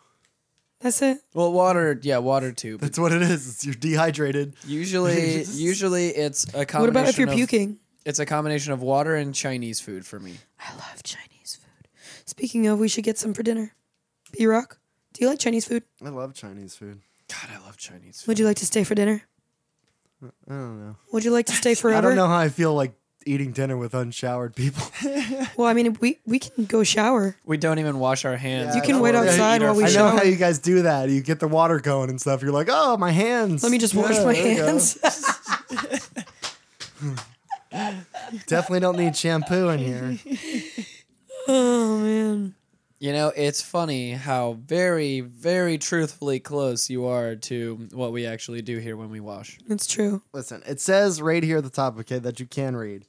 Speaker 3: that's it?
Speaker 1: Well, water. Yeah, water too. But
Speaker 2: That's what it is. It's- You're dehydrated.
Speaker 1: usually, usually it's a combination.
Speaker 3: What about if you're
Speaker 1: of-
Speaker 3: puking?
Speaker 1: It's a combination of water and Chinese food for me.
Speaker 3: I love Chinese food. Speaking of, we should get some for dinner. B Rock, do you like Chinese food?
Speaker 2: I love Chinese food.
Speaker 1: God, I love Chinese food.
Speaker 3: Would you like to stay for dinner?
Speaker 2: I don't know.
Speaker 3: Would you like to stay forever?
Speaker 2: I don't know how I feel like eating dinner with unshowered people.
Speaker 3: Well, I mean, we we can go shower.
Speaker 1: We don't even wash our hands.
Speaker 2: You
Speaker 1: before
Speaker 2: can wait
Speaker 1: we eat
Speaker 3: outside
Speaker 1: our
Speaker 3: while we
Speaker 1: food.
Speaker 2: I
Speaker 3: shower.
Speaker 2: know how you guys do that. You get the water going and stuff. You're like, oh, my hands.
Speaker 3: Let me just
Speaker 2: Yeah,
Speaker 3: wash my
Speaker 2: there you go.
Speaker 3: hands.
Speaker 2: Definitely don't need shampoo in here.
Speaker 3: oh man.
Speaker 1: You know, it's funny how very, very truthfully close you are to what we actually do here when we wash.
Speaker 3: That's true.
Speaker 2: Listen, it says right here at the top, okay, that you can read.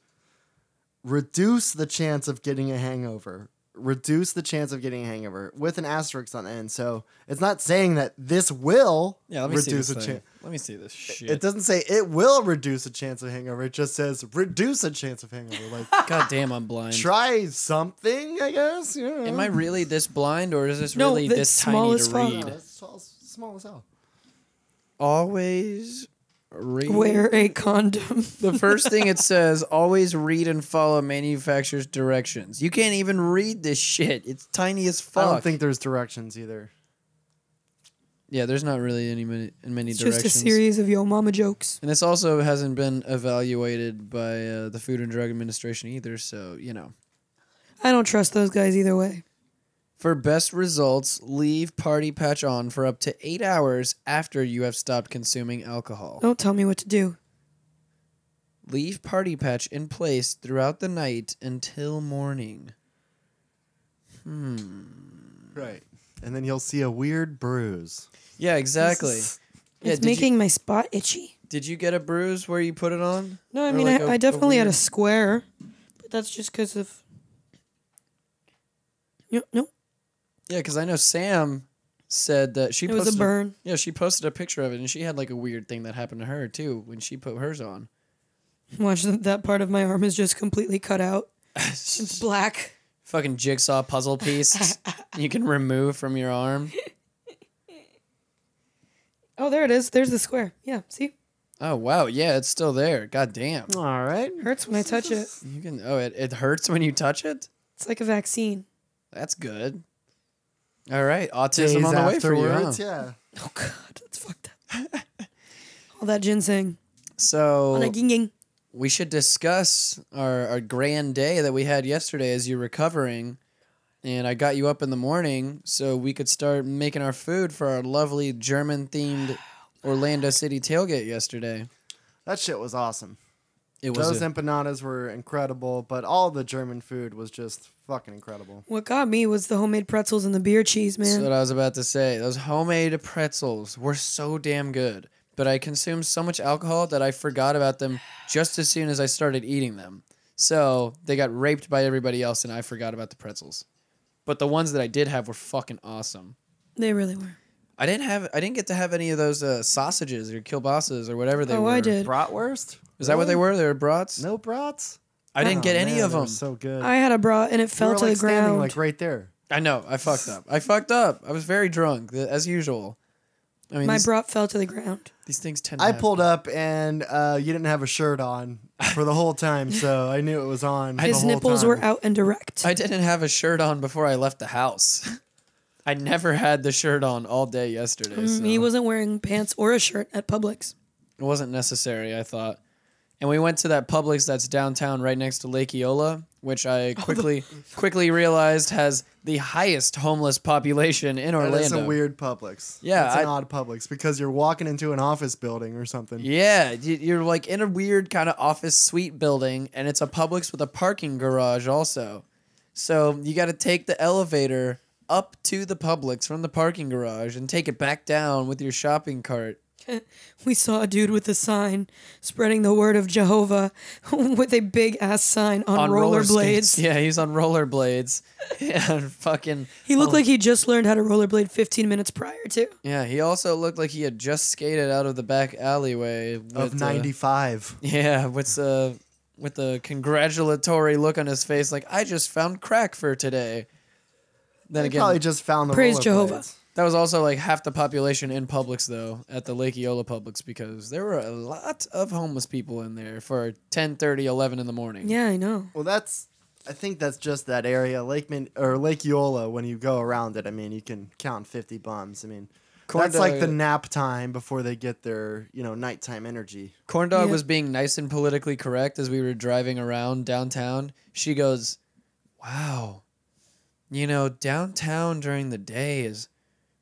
Speaker 2: Reduce the chance of getting a hangover. Reduce the chance of getting a hangover with an asterisk on the end. So it's not saying that this will
Speaker 1: Yeah, let me
Speaker 2: reduce
Speaker 1: see
Speaker 2: a
Speaker 1: this.
Speaker 2: chance.
Speaker 1: Let me see this shit.
Speaker 2: It doesn't say it will reduce a chance of hangover. It just says reduce a chance of hangover. Like
Speaker 1: God damn, I'm blind.
Speaker 2: try something, I guess. Yeah.
Speaker 1: Am I really this blind, or is this
Speaker 3: No,
Speaker 1: really
Speaker 3: that's
Speaker 1: this
Speaker 3: small
Speaker 1: tiny
Speaker 3: as
Speaker 1: to
Speaker 3: fuck.
Speaker 2: No,
Speaker 1: read?
Speaker 2: it's small, small as hell.
Speaker 1: Always read.
Speaker 3: Wear a condom.
Speaker 1: The first thing it says: always read and follow manufacturer's directions. You can't even read this shit. It's tiny as fuck.
Speaker 2: I don't think there's directions either.
Speaker 1: yeah, there's not really any many, many
Speaker 3: It's
Speaker 1: directions.
Speaker 3: just a series of yo mama jokes.
Speaker 1: And this also hasn't been evaluated by uh, the Food and Drug Administration either, so, you know.
Speaker 3: I don't trust those guys either way.
Speaker 1: For best results, leave party patch on for up to eight hours after you have stopped consuming alcohol.
Speaker 3: Don't tell me what to do.
Speaker 1: Leave party patch in place throughout the night until morning. Hmm.
Speaker 2: Right. And then you'll see a weird bruise.
Speaker 1: Yeah, exactly.
Speaker 2: It's
Speaker 1: Yeah,
Speaker 3: It's
Speaker 1: did you-
Speaker 3: making my spot itchy.
Speaker 1: Did you get a bruise where you put it on?
Speaker 3: No, I
Speaker 1: Or
Speaker 3: mean, I
Speaker 1: like a-
Speaker 3: I
Speaker 1: a
Speaker 3: definitely had a
Speaker 1: weird-
Speaker 3: square, but that's just because of. No, no,
Speaker 1: Yeah, because I know Sam said that she
Speaker 3: it was a
Speaker 1: posted-
Speaker 3: burn.
Speaker 1: Yeah, she posted a picture of it, and she had like a weird thing that happened to her too when she put hers on.
Speaker 3: Watch th- that part of my arm is just completely cut out. It's black.
Speaker 1: Fucking jigsaw puzzle piece you can remove from your arm.
Speaker 3: Oh, there it is. There's the square. Yeah, see,
Speaker 1: Oh wow, yeah, it's still there. God damn.
Speaker 2: All right.
Speaker 3: hurts when I touch it.
Speaker 1: You can. Oh, it, it hurts when you touch it.
Speaker 3: It's like a vaccine.
Speaker 1: That's good. All right, autism
Speaker 2: Days
Speaker 1: on the way for you. huh?
Speaker 2: afterwards, yeah.
Speaker 3: Oh God, that's fucked up. All that ginseng. All
Speaker 1: So
Speaker 3: that ging
Speaker 1: we should discuss our, our grand day that we had yesterday as you're recovering. And I got you up in the morning so we could start making our food for our lovely German themed Orlando City tailgate yesterday.
Speaker 2: That shit was awesome.
Speaker 1: It was
Speaker 2: Those
Speaker 1: a,
Speaker 2: empanadas were incredible, but all the German food was just fucking incredible.
Speaker 3: What got me was the homemade pretzels and the beer cheese,
Speaker 1: that's
Speaker 3: man.
Speaker 1: what I was about to say. Those homemade pretzels were so damn good. But I consumed so much alcohol that I forgot about them just as soon as I started eating them. So they got raped by everybody else and I forgot about the pretzels. But the ones that I did have were fucking awesome.
Speaker 3: they really were.
Speaker 1: I didn't have. I didn't get to have any of those uh, sausages or kielbasas or whatever they
Speaker 3: oh,
Speaker 1: were.
Speaker 3: I did.
Speaker 2: Bratwurst?
Speaker 1: Is that what they were? They were brats.
Speaker 2: No brats?
Speaker 1: I didn't get
Speaker 2: Oh,
Speaker 1: any
Speaker 2: man,
Speaker 1: of
Speaker 2: they were
Speaker 1: them.
Speaker 2: So good.
Speaker 3: I had a bra and it
Speaker 2: You
Speaker 3: fell
Speaker 2: were,
Speaker 3: to
Speaker 2: like,
Speaker 3: the
Speaker 2: standing,
Speaker 3: ground.
Speaker 2: like right there.
Speaker 1: I know. I fucked up. I fucked up. I was very drunk th- as usual. I mean,
Speaker 3: My
Speaker 1: these,
Speaker 3: bra fell to the ground.
Speaker 1: these things tend. To
Speaker 2: I
Speaker 1: happen.
Speaker 2: pulled up and uh, you didn't have a shirt on for the whole time, so I knew it was on.
Speaker 3: His nipples were out and erect.
Speaker 1: I didn't have a shirt on before I left the house. I never had the shirt on all day yesterday.
Speaker 3: Mm,
Speaker 1: so
Speaker 3: He wasn't wearing pants or a shirt at Publix.
Speaker 1: it wasn't necessary. I thought. And we went to that Publix that's downtown, right next to Lake Eola, which I quickly quickly realized has the highest homeless population in Orlando.
Speaker 2: That's a weird Publix.
Speaker 1: Yeah,
Speaker 2: That's
Speaker 1: I-
Speaker 2: an odd Publix because you're walking into an office building or something.
Speaker 1: Yeah, y- you're like in a weird kind of office suite building, and it's a Publix with a parking garage also. So you got to take the elevator up to the Publix from the parking garage and take it back down with your shopping cart.
Speaker 3: We saw a dude with a sign spreading the word of Jehovah with a big ass sign on,
Speaker 1: roller
Speaker 3: rollerblades.
Speaker 1: skates. Yeah, he's on rollerblades. and fucking.
Speaker 3: He looked like he just learned how to rollerblade 15 minutes prior to.
Speaker 1: Yeah, he also looked like he had just skated out of the back alleyway with,
Speaker 2: Of
Speaker 1: uh,
Speaker 2: 95.
Speaker 1: yeah, with uh, with a congratulatory look on his face, like I just found crack for today. Then
Speaker 2: They
Speaker 1: again,
Speaker 2: probably just found the
Speaker 3: Praise
Speaker 2: rollerblades.
Speaker 3: Jehovah.
Speaker 1: That was also like half the population in Publix though, at the Lake Eola Publix because there were a lot of homeless people in there for 10, 11 in the morning.
Speaker 3: Yeah, I know.
Speaker 2: Well, that's. I think that's just that area, Lake Min- or Lake Eola. When you go around it, I mean, you can count fifty bums. I mean,
Speaker 1: Corn
Speaker 2: that's like the
Speaker 1: dog-
Speaker 2: nap time before they get their you know nighttime energy.
Speaker 1: Corn Dog
Speaker 3: Yeah.
Speaker 1: was being nice and politically correct as we were driving around downtown. She goes, "Wow. You know, downtown during the day is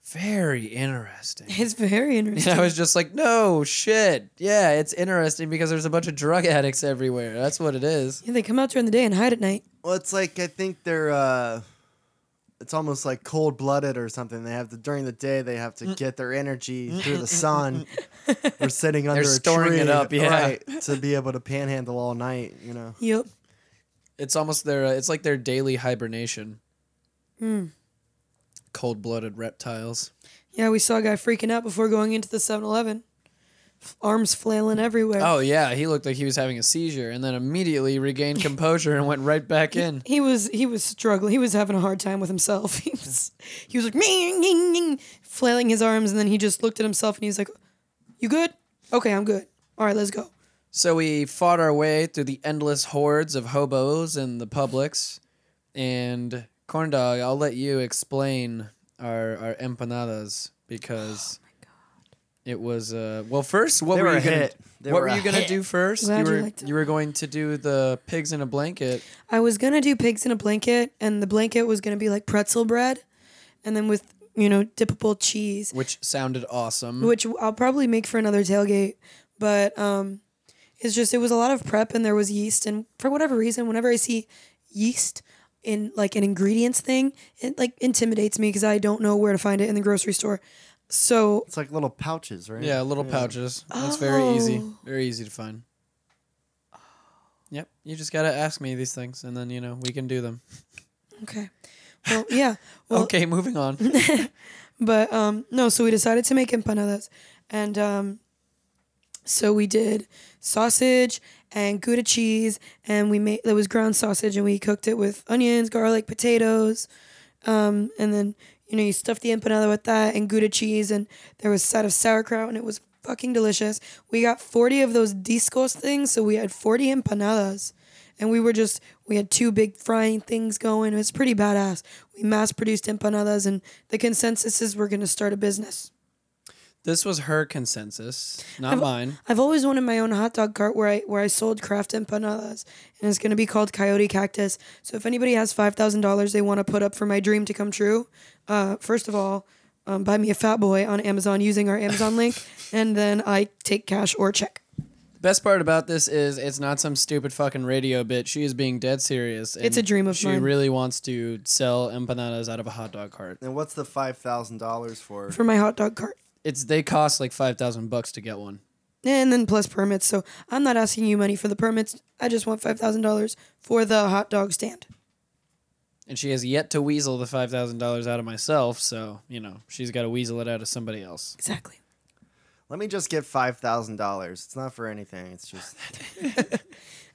Speaker 1: very interesting."
Speaker 3: It's very
Speaker 1: And
Speaker 3: interesting.
Speaker 1: I was just like, "No shit. Yeah, it's interesting because there's a bunch of drug addicts everywhere. That's what it is."
Speaker 3: Yeah, they come out during the day and hide at night.
Speaker 2: Well, it's like I think they're. uh It's almost like cold blooded or something. They have to during the day they have
Speaker 1: Mm.
Speaker 2: to get their energy through the sun or sitting under a
Speaker 1: storing
Speaker 2: tree,
Speaker 1: it up, yeah.
Speaker 2: right, to be able to panhandle all night. You know,
Speaker 3: Yep.
Speaker 1: It's almost their. Uh, it's like their daily hibernation.
Speaker 3: Hmm.
Speaker 1: Cold-blooded reptiles.
Speaker 3: Yeah, we saw a guy freaking out before going into the 7 Eleven. Arms flailing everywhere.
Speaker 1: Oh yeah, he looked like he was having a seizure, and then immediately regained composure and went right back in.
Speaker 3: He was he was struggling. He was having a hard time with himself. He was he was like "Ming, ming, ming," flailing his arms, and then he just looked at himself and he's like, "You good? Okay, I'm good. All right, let's go."
Speaker 1: So we fought our way through the endless hordes of hobos and the Publix. And Corndog, I'll let you explain our our empanadas because
Speaker 3: Oh
Speaker 1: it was uh well first what
Speaker 2: They
Speaker 1: were,
Speaker 2: were
Speaker 1: you
Speaker 2: a
Speaker 1: gonna
Speaker 2: hit. They
Speaker 1: what
Speaker 2: were
Speaker 1: were,
Speaker 2: a
Speaker 1: you gonna
Speaker 2: hit.
Speaker 1: do first?
Speaker 3: Glad
Speaker 1: you
Speaker 3: you
Speaker 1: were
Speaker 3: liked it.
Speaker 1: you were going to do the pigs in a blanket.
Speaker 3: I was gonna do pigs in a blanket, and the blanket was gonna be like pretzel bread, and then with you know dippable cheese,
Speaker 1: which sounded awesome.
Speaker 3: which I'll probably make for another tailgate. But um, it's just it was a lot of prep, and there was yeast, and for whatever reason, whenever I see yeast in like an ingredients thing, it like intimidates me because I don't know where to find it in the grocery store. So
Speaker 2: It's like little pouches, right?
Speaker 1: Yeah, little pouches. That's very easy.
Speaker 3: Oh.
Speaker 1: Very easy to find. Yep. You just gotta ask me these things, and then you know we can do them.
Speaker 3: okay, well yeah, well,
Speaker 1: okay, moving on.
Speaker 3: But um, no, so we decided to make empanadas, and um, so we did sausage and Gouda cheese, and we made there was ground sausage, and we cooked it with onions, garlic, potatoes, um, and then you know you stuff the empanada with that and Gouda cheese, and there was a side of sauerkraut, and it was fucking delicious. We got forty of those discos things, so we had forty empanadas. And we were just, we had two big frying things going. It was pretty badass. We mass produced empanadas, and the consensus is we're going to start a business.
Speaker 1: this was her consensus, not mine.
Speaker 3: I've always wanted my own hot dog cart where I where I sold craft empanadas, and it's gonna be called Coyote Cactus. So if anybody has five thousand dollars they want to put up for my dream to come true, uh, first of all, um, buy me a Fat Boy on Amazon using our Amazon link, and then I take cash or check.
Speaker 1: The best part about this is it's not some stupid fucking radio bit. She is being dead serious. and
Speaker 3: It's a dream of
Speaker 1: she
Speaker 3: mine.
Speaker 1: really wants to sell empanadas out of a hot dog cart.
Speaker 2: And what's the five thousand dollars for?
Speaker 3: For my hot dog cart.
Speaker 1: It's they cost like five thousand bucks to get one.
Speaker 3: And then plus permits. So I'm not asking you money for the permits. I just want five thousand dollars for the hot dog stand.
Speaker 1: And she has yet to weasel the five thousand dollars out of myself, so you know, she's gotta weasel it out of somebody else.
Speaker 3: Exactly.
Speaker 2: Let me just get five thousand dollars. It's not for anything. It's just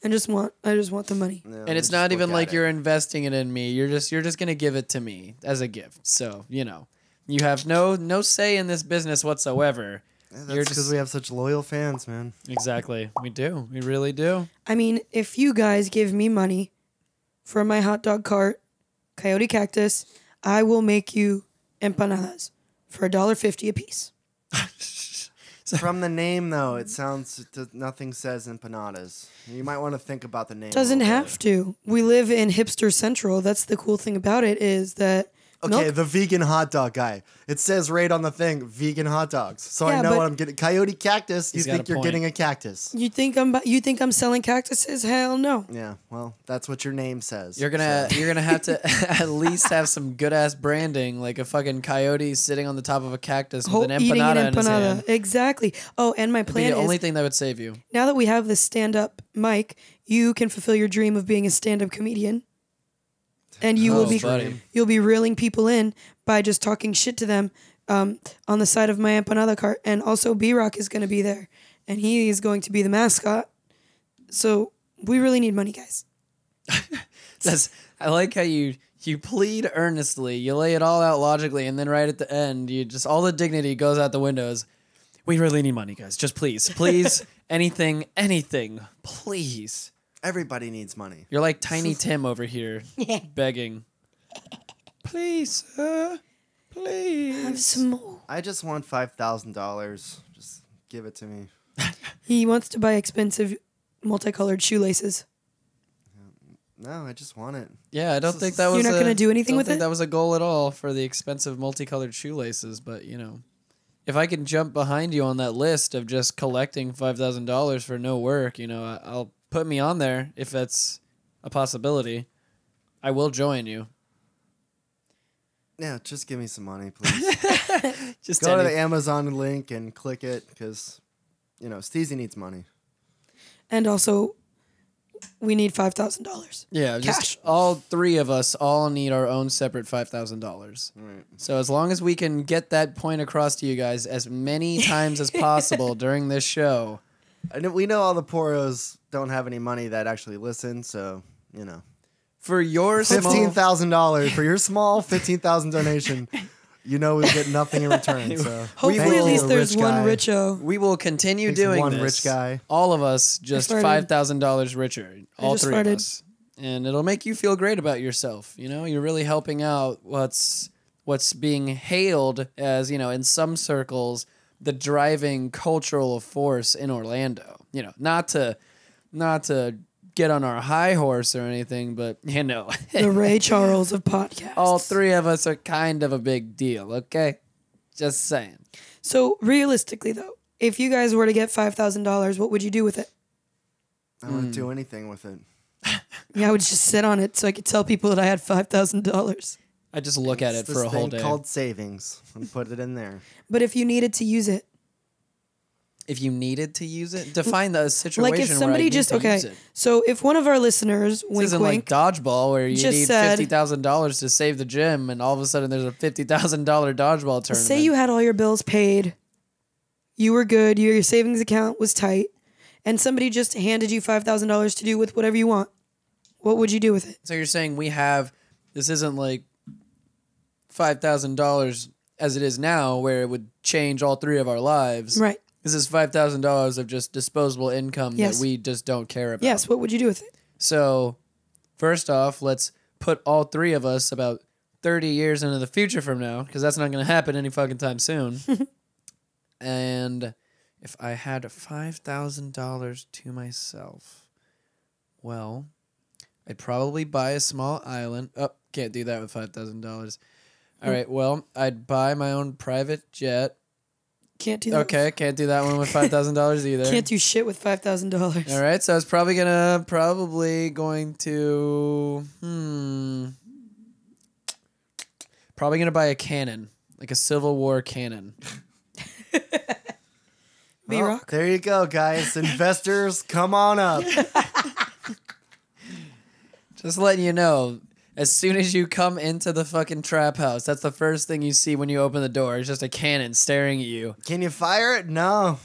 Speaker 3: I just want I just want the money.
Speaker 2: no,
Speaker 1: and it's
Speaker 2: just
Speaker 1: not
Speaker 2: look
Speaker 1: even
Speaker 2: at
Speaker 1: like
Speaker 2: it.
Speaker 1: you're investing it in me. You're just you're just gonna give it to me as a gift. So, you know. You have no no say in this business whatsoever.
Speaker 2: Yeah,
Speaker 1: you're
Speaker 2: That's because
Speaker 1: just-
Speaker 2: we have such loyal fans, man.
Speaker 1: Exactly. We do. We really do.
Speaker 3: I mean, if you guys give me money for my hot dog cart, Coyote Cactus, I will make you empanadas for a dollar fifty a piece.
Speaker 2: From the name, though, it sounds it does- nothing says empanadas. You might want to think about the name. a
Speaker 3: Doesn't
Speaker 2: little
Speaker 3: have
Speaker 2: bit.
Speaker 3: to. We live in hipster central. That's the cool thing about it is that
Speaker 2: Okay,
Speaker 3: milk-
Speaker 2: the vegan hot dog guy. It says right on the thing, vegan hot dogs. So
Speaker 3: Yeah,
Speaker 2: I know
Speaker 3: but-
Speaker 2: what I'm getting. Coyote cactus. You
Speaker 1: He's got a
Speaker 2: think you're
Speaker 1: point.
Speaker 2: getting a cactus?
Speaker 3: you think I'm bu- you think I'm selling cactuses? Hell no.
Speaker 2: Yeah. Well, that's what your name says.
Speaker 1: You're gonna you're gonna have to at least have some good ass branding, like a fucking coyote sitting on the top of a cactus
Speaker 3: Whole-
Speaker 1: with an
Speaker 3: eating
Speaker 1: empanada,
Speaker 3: an
Speaker 1: in his hand.
Speaker 3: empanada. Exactly. Oh, and my
Speaker 1: Be
Speaker 3: plan
Speaker 1: the
Speaker 3: is
Speaker 1: only thing that would save you.
Speaker 3: now that we have this stand up mic, you can fulfill your dream of being a stand up comedian. And you will
Speaker 1: Oh,
Speaker 3: be
Speaker 1: buddy.
Speaker 3: you'll be reeling people in by just talking shit to them um, on the side of my empanada cart. And also B Rock is gonna be there. And he is going to be the mascot. So we really need money, guys.
Speaker 1: That's I like how you you plead earnestly, you lay it all out logically, and then right at the end, you just all the dignity goes out the windows. We really need money, guys. Just please, please, anything, anything, please.
Speaker 2: Everybody needs money.
Speaker 1: You're like Tiny Tim over here, begging. Please, sir. Please.
Speaker 3: Have some more.
Speaker 2: I just want five thousand dollars. Just give it to me.
Speaker 3: He wants to buy expensive multicolored shoelaces.
Speaker 2: No, I just want it.
Speaker 1: Yeah, I don't think that was.
Speaker 3: You're not
Speaker 1: a-
Speaker 3: gonna do anything
Speaker 1: don't
Speaker 3: with
Speaker 1: think
Speaker 3: it?
Speaker 1: That was a goal at all for the expensive multicolored shoelaces, but you know, if I can jump behind you on that list of just collecting five thousand dollars for no work, you know, I- I'll put me on there if that's a possibility. I will join you.
Speaker 2: Yeah, just give me some money, please.
Speaker 1: Just
Speaker 2: Go to
Speaker 1: any-
Speaker 2: the Amazon link and click it because, you know, Steezy needs money.
Speaker 3: And also we need five thousand dollars.
Speaker 1: yeah, just
Speaker 3: Cash.
Speaker 1: all three of us all need our own separate five thousand dollars. So as long as we can get that point across to you guys as many times as possible during this show.
Speaker 2: I know, we know all the poros don't have any money that actually listen, so you know,
Speaker 1: For your
Speaker 2: fifteen
Speaker 1: small-
Speaker 2: thousand dollars for your small fifteen thousand donation. You know we get nothing in return. So
Speaker 3: Hopefully
Speaker 2: Thank
Speaker 3: at
Speaker 1: will-
Speaker 3: least
Speaker 2: you,
Speaker 3: there's
Speaker 2: rich
Speaker 3: one
Speaker 2: guy.
Speaker 3: richo.
Speaker 1: We will continue
Speaker 2: Takes
Speaker 1: doing
Speaker 2: one
Speaker 1: this.
Speaker 2: rich guy.
Speaker 1: All of us just
Speaker 3: farted.
Speaker 1: five thousand dollars richer. All
Speaker 3: just
Speaker 1: three
Speaker 3: farted.
Speaker 1: of us, and it'll make you feel great about yourself. You know, you're really helping out what's what's being hailed as you know in some circles the driving cultural force in Orlando. You know, not to not to get on our high horse or anything, but you know,
Speaker 3: The Ray Charles of podcasts.
Speaker 1: all three of us are kind of a big deal. Okay, just saying.
Speaker 3: So realistically, though, if you guys were to get five thousand dollars, what would you do with it?
Speaker 2: I wouldn't do anything with it.
Speaker 3: Yeah, I would just sit on it so I could tell people that I had five thousand dollars.
Speaker 1: I just look at it
Speaker 2: It's
Speaker 1: for
Speaker 2: this
Speaker 1: a whole
Speaker 2: thing
Speaker 1: day.
Speaker 2: Called savings and put it in there.
Speaker 3: But if you needed to use it,
Speaker 1: if you needed to use it, define the situation.
Speaker 3: like if
Speaker 1: where I
Speaker 3: somebody
Speaker 1: need
Speaker 3: just
Speaker 1: to
Speaker 3: okay,
Speaker 1: use it.
Speaker 3: so if one of our listeners,
Speaker 1: This
Speaker 3: wink
Speaker 1: isn't like
Speaker 3: wink,
Speaker 1: dodgeball where you
Speaker 3: just
Speaker 1: need
Speaker 3: said-
Speaker 1: fifty thousand dollars to save the gym, and all of a sudden there's a fifty thousand dollar dodgeball tournament.
Speaker 3: say you had all your bills paid, you were good, your, your savings account was tight, and somebody just handed you five thousand dollars to do with whatever you want. What would you do with it?
Speaker 1: So you're saying we have this isn't like five thousand dollars as it is now, where it would change all three of our lives.
Speaker 3: Right.
Speaker 1: This is five thousand dollars of just disposable income
Speaker 3: Yes.
Speaker 1: that we just don't care about.
Speaker 3: Yes. What would you do with it?
Speaker 1: So first off, let's put all three of us about thirty years into the future from now, because that's not going to happen any fucking time soon. and if I had five thousand dollars to myself, well, I'd probably buy a small island. Oh, can't do that with five thousand dollars. All right, well, I'd buy my own private jet.
Speaker 3: Can't do that.
Speaker 1: Okay, can't do that one with five thousand dollars either.
Speaker 3: Can't do shit with five thousand dollars.
Speaker 1: All right, so I was probably gonna probably going to hmm probably gonna buy a cannon, like a Civil War cannon.
Speaker 3: B
Speaker 2: Well,
Speaker 3: Rock.
Speaker 2: there you go, guys. Investors, come on up.
Speaker 1: Just letting you know, as soon as you come into the fucking trap house, that's the first thing you see when you open the door. It's just a cannon staring at you.
Speaker 2: Can you fire it? No.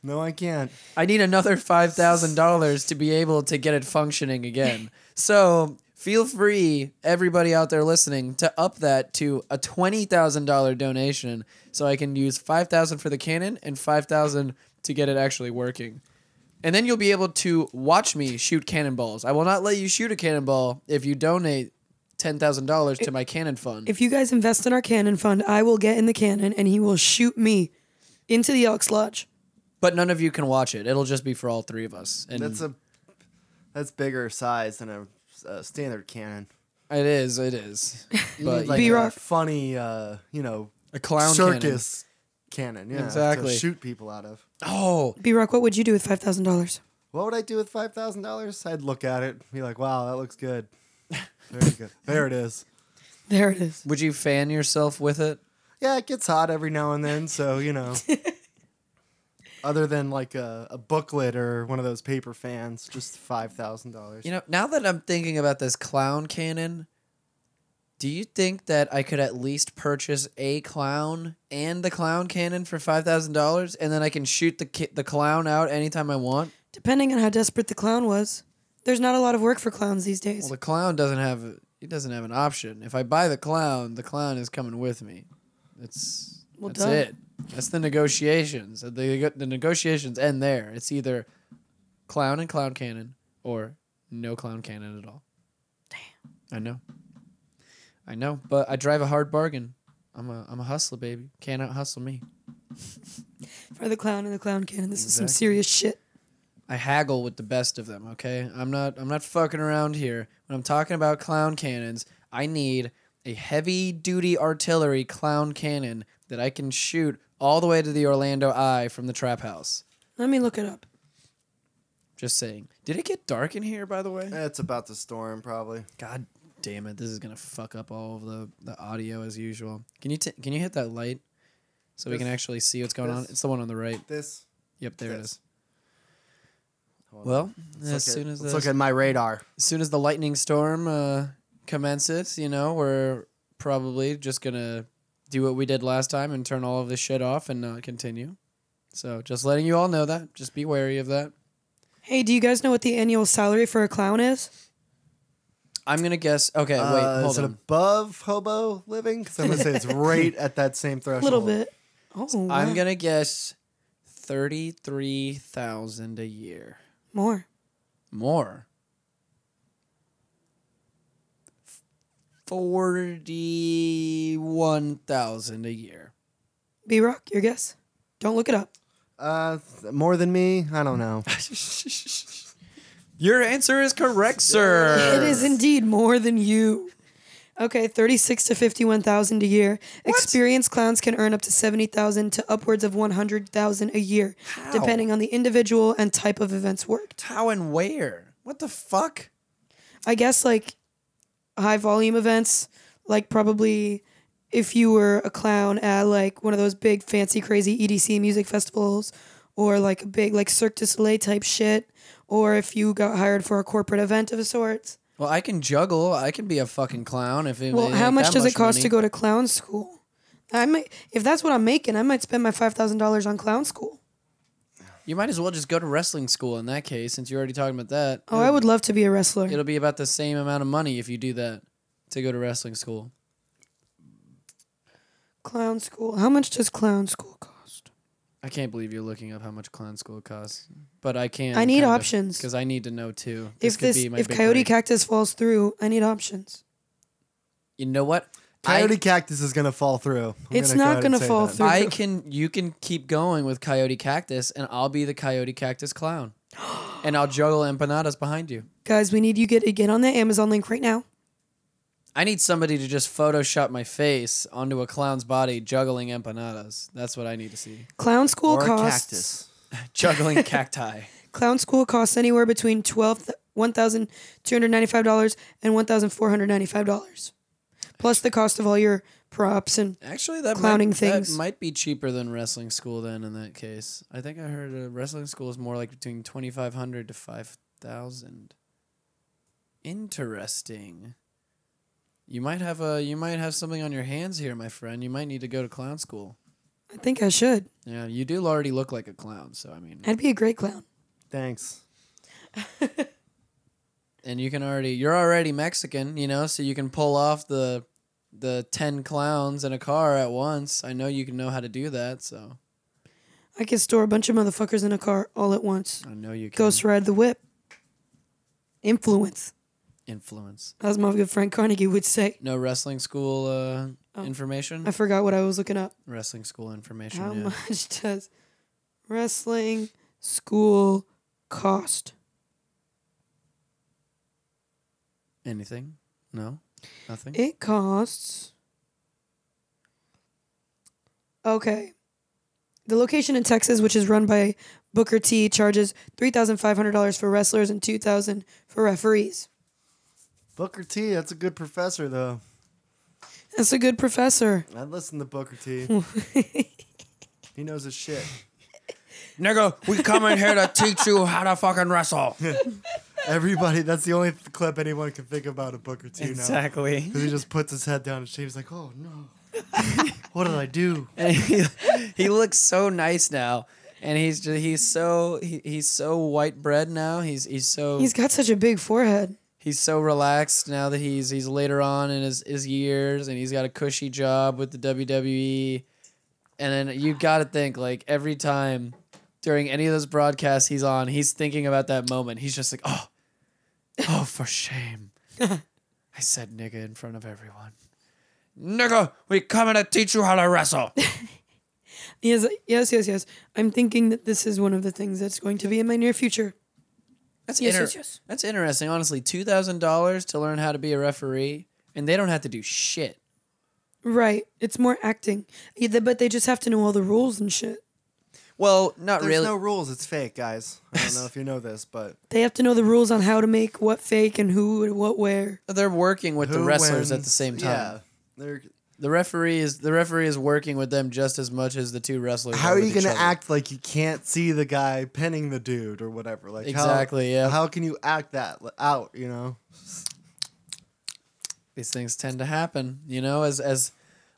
Speaker 2: No, I can't.
Speaker 1: I need another five thousand dollars to be able to get it functioning again. So feel free, everybody out there listening, to up that to a twenty thousand dollar donation, so I can use five thousand for the cannon and five thousand to get it actually working. And then you'll be able to watch me shoot cannonballs. I will not let you shoot a cannonball if you donate ten thousand dollars to my cannon fund.
Speaker 3: If you guys invest in our cannon fund, I will get in the cannon and he will shoot me into the Elks Lodge.
Speaker 1: but none of you can watch it. It'll just be for all three of us. And
Speaker 2: That's a that's bigger size than a, a standard cannon.
Speaker 1: it is. It is.
Speaker 2: You
Speaker 1: But
Speaker 2: need like
Speaker 3: B-Rock.
Speaker 2: a funny, uh, you know,
Speaker 1: A clown cannon.
Speaker 2: circus cannon. yeah,
Speaker 1: Exactly.
Speaker 2: To shoot people out of.
Speaker 1: Oh,
Speaker 3: B Rock, what would you do with five thousand dollars?
Speaker 2: What would I do with five thousand dollars? I'd look at it, and be like, "Wow, that looks good." Very good. There it is.
Speaker 3: There it is.
Speaker 1: Would you fan yourself with it?
Speaker 2: Yeah, it gets hot every now and then, so you know. Other than like a, a booklet or one of those paper fans, just five thousand dollars.
Speaker 1: You know, now that I'm thinking about this clown cannon, do you think that I could at least purchase a clown and the clown cannon for five thousand dollars, and then I can shoot the ki- the clown out anytime I want?
Speaker 3: Depending on how desperate the clown was, there's not a lot of work for clowns these
Speaker 1: Well,
Speaker 3: days.
Speaker 1: the clown doesn't have he doesn't have an option. If I buy the clown, the clown is coming with me. That's
Speaker 3: Well,
Speaker 1: that's
Speaker 3: duh.
Speaker 1: it. That's the negotiations. The neg- the negotiations end there. It's either clown and clown cannon or no clown cannon at all. Damn. I know. I know, but I drive a hard bargain. I'm a I'm a hustler, baby. Can't out hustle me.
Speaker 3: For the clown and the clown cannon, this is some
Speaker 1: Exactly.
Speaker 3: serious shit.
Speaker 1: I haggle with the best of them, okay? I'm not I'm not fucking around here. When I'm talking about clown cannons, I need a heavy duty artillery clown cannon that I can shoot all the way to the Orlando Eye from the trap house.
Speaker 3: Let me look it up.
Speaker 1: Just saying. Did it get dark in here by the way?
Speaker 2: It's about to storm, probably.
Speaker 1: God damn it. This is going to fuck up all of the the audio as usual. Can you t- can you hit that light so we
Speaker 2: This-
Speaker 1: can actually see what's going on?
Speaker 2: this-
Speaker 1: It's the one on the right.
Speaker 2: This.
Speaker 1: Yep, there it
Speaker 2: this.
Speaker 1: is.
Speaker 2: Hold on.
Speaker 1: Well,
Speaker 2: Let's
Speaker 1: as
Speaker 2: look at-
Speaker 1: soon as this
Speaker 2: let's look at my radar.
Speaker 1: as soon as the lightning storm uh, commences, you know, we're probably just gonna do what we did last time and turn all of this shit off and not continue. So just letting you all know that. Just be wary of that.
Speaker 3: Hey, do you guys know what the annual salary for a clown is?
Speaker 1: I'm gonna guess. Okay, wait,
Speaker 2: Uh,
Speaker 1: hold
Speaker 2: is it
Speaker 1: on.
Speaker 2: above hobo living? Because I'm gonna say it's right at that same
Speaker 3: A
Speaker 2: threshold.
Speaker 3: little bit. Oh,
Speaker 1: I'm
Speaker 3: wow.
Speaker 1: gonna guess thirty-three thousand a year
Speaker 3: more.
Speaker 1: more. Forty-one thousand a year.
Speaker 3: B Rock, your guess? Don't look it up.
Speaker 2: Uh, th- more than me? I don't know.
Speaker 1: Your answer is correct, sir.
Speaker 3: It is indeed more than you. Okay, thirty-six to fifty-one thousand a year. Experienced clowns can earn up to seventy thousand to upwards of one hundred thousand a year, depending on the individual and type of events worked.
Speaker 1: How and where? What the fuck?
Speaker 3: I guess like high volume events, like probably if you were a clown at like one of those big fancy crazy EDC music festivals or like a big like Cirque du Soleil type shit or if you got hired for a corporate event of sorts.
Speaker 1: Well, I can juggle. I can be a fucking clown if it.
Speaker 3: Well,
Speaker 1: ain't
Speaker 3: how much
Speaker 1: that
Speaker 3: does it cost to
Speaker 1: money.
Speaker 3: go to clown school? I might if that's what I'm making, I might spend my $5,000 on clown school.
Speaker 1: You might as well just go to wrestling school in that case, since you're already talking about that.
Speaker 3: Oh, I would love to be a wrestler.
Speaker 1: It'll be about the same amount of money if you do that to go to wrestling school.
Speaker 3: Clown school. How much does clown school cost?
Speaker 1: I can't believe you're looking up how much clown school costs, but I can.
Speaker 3: I need options.
Speaker 1: because I need to know too.
Speaker 3: if this
Speaker 1: could be my
Speaker 3: if
Speaker 1: big
Speaker 3: Coyote
Speaker 1: break.
Speaker 3: Cactus falls through, I need options.
Speaker 1: you know what? I-
Speaker 2: Coyote cactus is gonna fall through. I'm
Speaker 3: It's
Speaker 2: go
Speaker 3: not
Speaker 2: ahead and
Speaker 3: gonna
Speaker 2: say
Speaker 3: fall
Speaker 2: that.
Speaker 3: through.
Speaker 1: I can you can keep going with Coyote Cactus and I'll be the Coyote Cactus clown. and I'll juggle empanadas behind you.
Speaker 3: Guys, we need you get get on the Amazon link right now.
Speaker 1: I need somebody to just photoshop my face onto a clown's body juggling empanadas. That's what I need to see.
Speaker 3: Clown school
Speaker 2: Or a
Speaker 3: costs
Speaker 2: cactus.
Speaker 1: Juggling cacti.
Speaker 3: clown school costs anywhere between twelve one thousand two hundred ninety five dollars and one thousand four hundred ninety five dollars, plus the cost of all your props and
Speaker 1: Actually, that
Speaker 3: Clowning
Speaker 1: might,
Speaker 3: things.
Speaker 1: that might be cheaper than wrestling school. Then in that case, I think I heard uh, wrestling school is more like between twenty five hundred to five thousand. Interesting. You might have a you might have something on your hands here, my friend. You might need to go to clown school.
Speaker 3: I think I should.
Speaker 1: Yeah, you do already look like a clown, so I mean,
Speaker 3: I'd be a great clown.
Speaker 2: Thanks.
Speaker 1: and you can already you're already Mexican, you know, so you can pull off the the ten clowns in a car at once. I know you can know how to do that, so
Speaker 3: I could store a bunch of motherfuckers in a car all at once.
Speaker 1: I know you can
Speaker 3: Ghost ride the whip. Influence,
Speaker 1: influence.
Speaker 3: as my good friend Carnegie would say.
Speaker 1: No wrestling school uh,
Speaker 3: Oh.
Speaker 1: information.
Speaker 3: I forgot what I was looking up.
Speaker 1: wrestling school information.
Speaker 3: How
Speaker 1: Yeah.
Speaker 3: much does wrestling school cost?
Speaker 1: Anything? No. Nothing.
Speaker 3: It costs. Okay. The location in Texas, which is run by Booker T, charges $3,500 for wrestlers and 2000 for referees.
Speaker 2: Booker T. That's a good professor, though.
Speaker 3: That's a good professor.
Speaker 2: I'd listen to Booker T. he knows his shit.
Speaker 1: Nigga, we come in here to teach you how to fucking wrestle.
Speaker 2: Everybody, that's the only clip anyone can think about of Booker T. Now.
Speaker 1: exactly.
Speaker 2: Because he just puts his head down and shaves like, oh no, what did I do?
Speaker 1: And he, he looks so nice now, and he's just, he's so he, he's so white bread now. He's he's so
Speaker 3: He's
Speaker 1: he's,
Speaker 3: got such a big forehead.
Speaker 1: so relaxed now that he's he's later on in his his years, and he's got a cushy job with the WWE. And then you gotta think like every time during any of those broadcasts he's on, he's thinking about that moment. He's just like, oh, oh, for shame. I said nigga in front of everyone. Nigga, we coming to teach you how to wrestle.
Speaker 3: Yes, yes, yes, yes. I'm thinking that this is one of the things that's going to be in my near future.
Speaker 1: That's
Speaker 3: Yes,
Speaker 1: inter-
Speaker 3: yes, yes.
Speaker 1: That's interesting. Honestly, two thousand dollars to learn how to be a referee, and they don't have to do shit.
Speaker 3: Right. It's more acting. Yeah, they- but they just have to know all the rules and shit.
Speaker 1: Well, not
Speaker 2: There's
Speaker 1: really.
Speaker 2: no rules. It's fake, guys. I don't know if you know this, but
Speaker 3: They have to know the rules on how to make what fake and who and what where.
Speaker 1: They're working with the
Speaker 2: who
Speaker 1: wrestlers at
Speaker 2: wins-
Speaker 1: the same time.
Speaker 2: Yeah. They're,
Speaker 1: The referee is the referee is working with them just as much as the two wrestlers.
Speaker 2: how are
Speaker 1: with
Speaker 2: you
Speaker 1: each
Speaker 2: gonna
Speaker 1: other.
Speaker 2: act like you can't see the guy pinning the dude or whatever? Like how-
Speaker 1: Exactly, yeah.
Speaker 2: How can you act that li- out? You know.
Speaker 1: These things tend to happen, you know. As as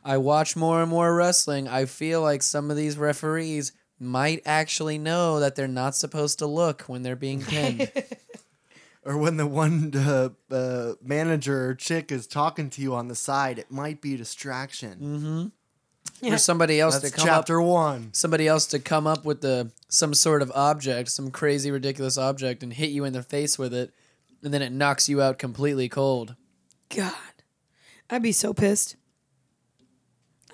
Speaker 1: I watch more and more wrestling, I feel like some of these referees might actually know that they're not supposed to look when they're being pinned.
Speaker 2: Or when the one uh, uh, manager or chick is talking to you on the side, it might be distraction.
Speaker 1: For somebody else
Speaker 2: That's
Speaker 1: to Mm-hmm. come up
Speaker 2: chapter one.
Speaker 1: somebody else to come up with the some sort of object, some crazy ridiculous object and hit you in the face with it and then it knocks you out completely cold.
Speaker 3: God, I'd be so pissed.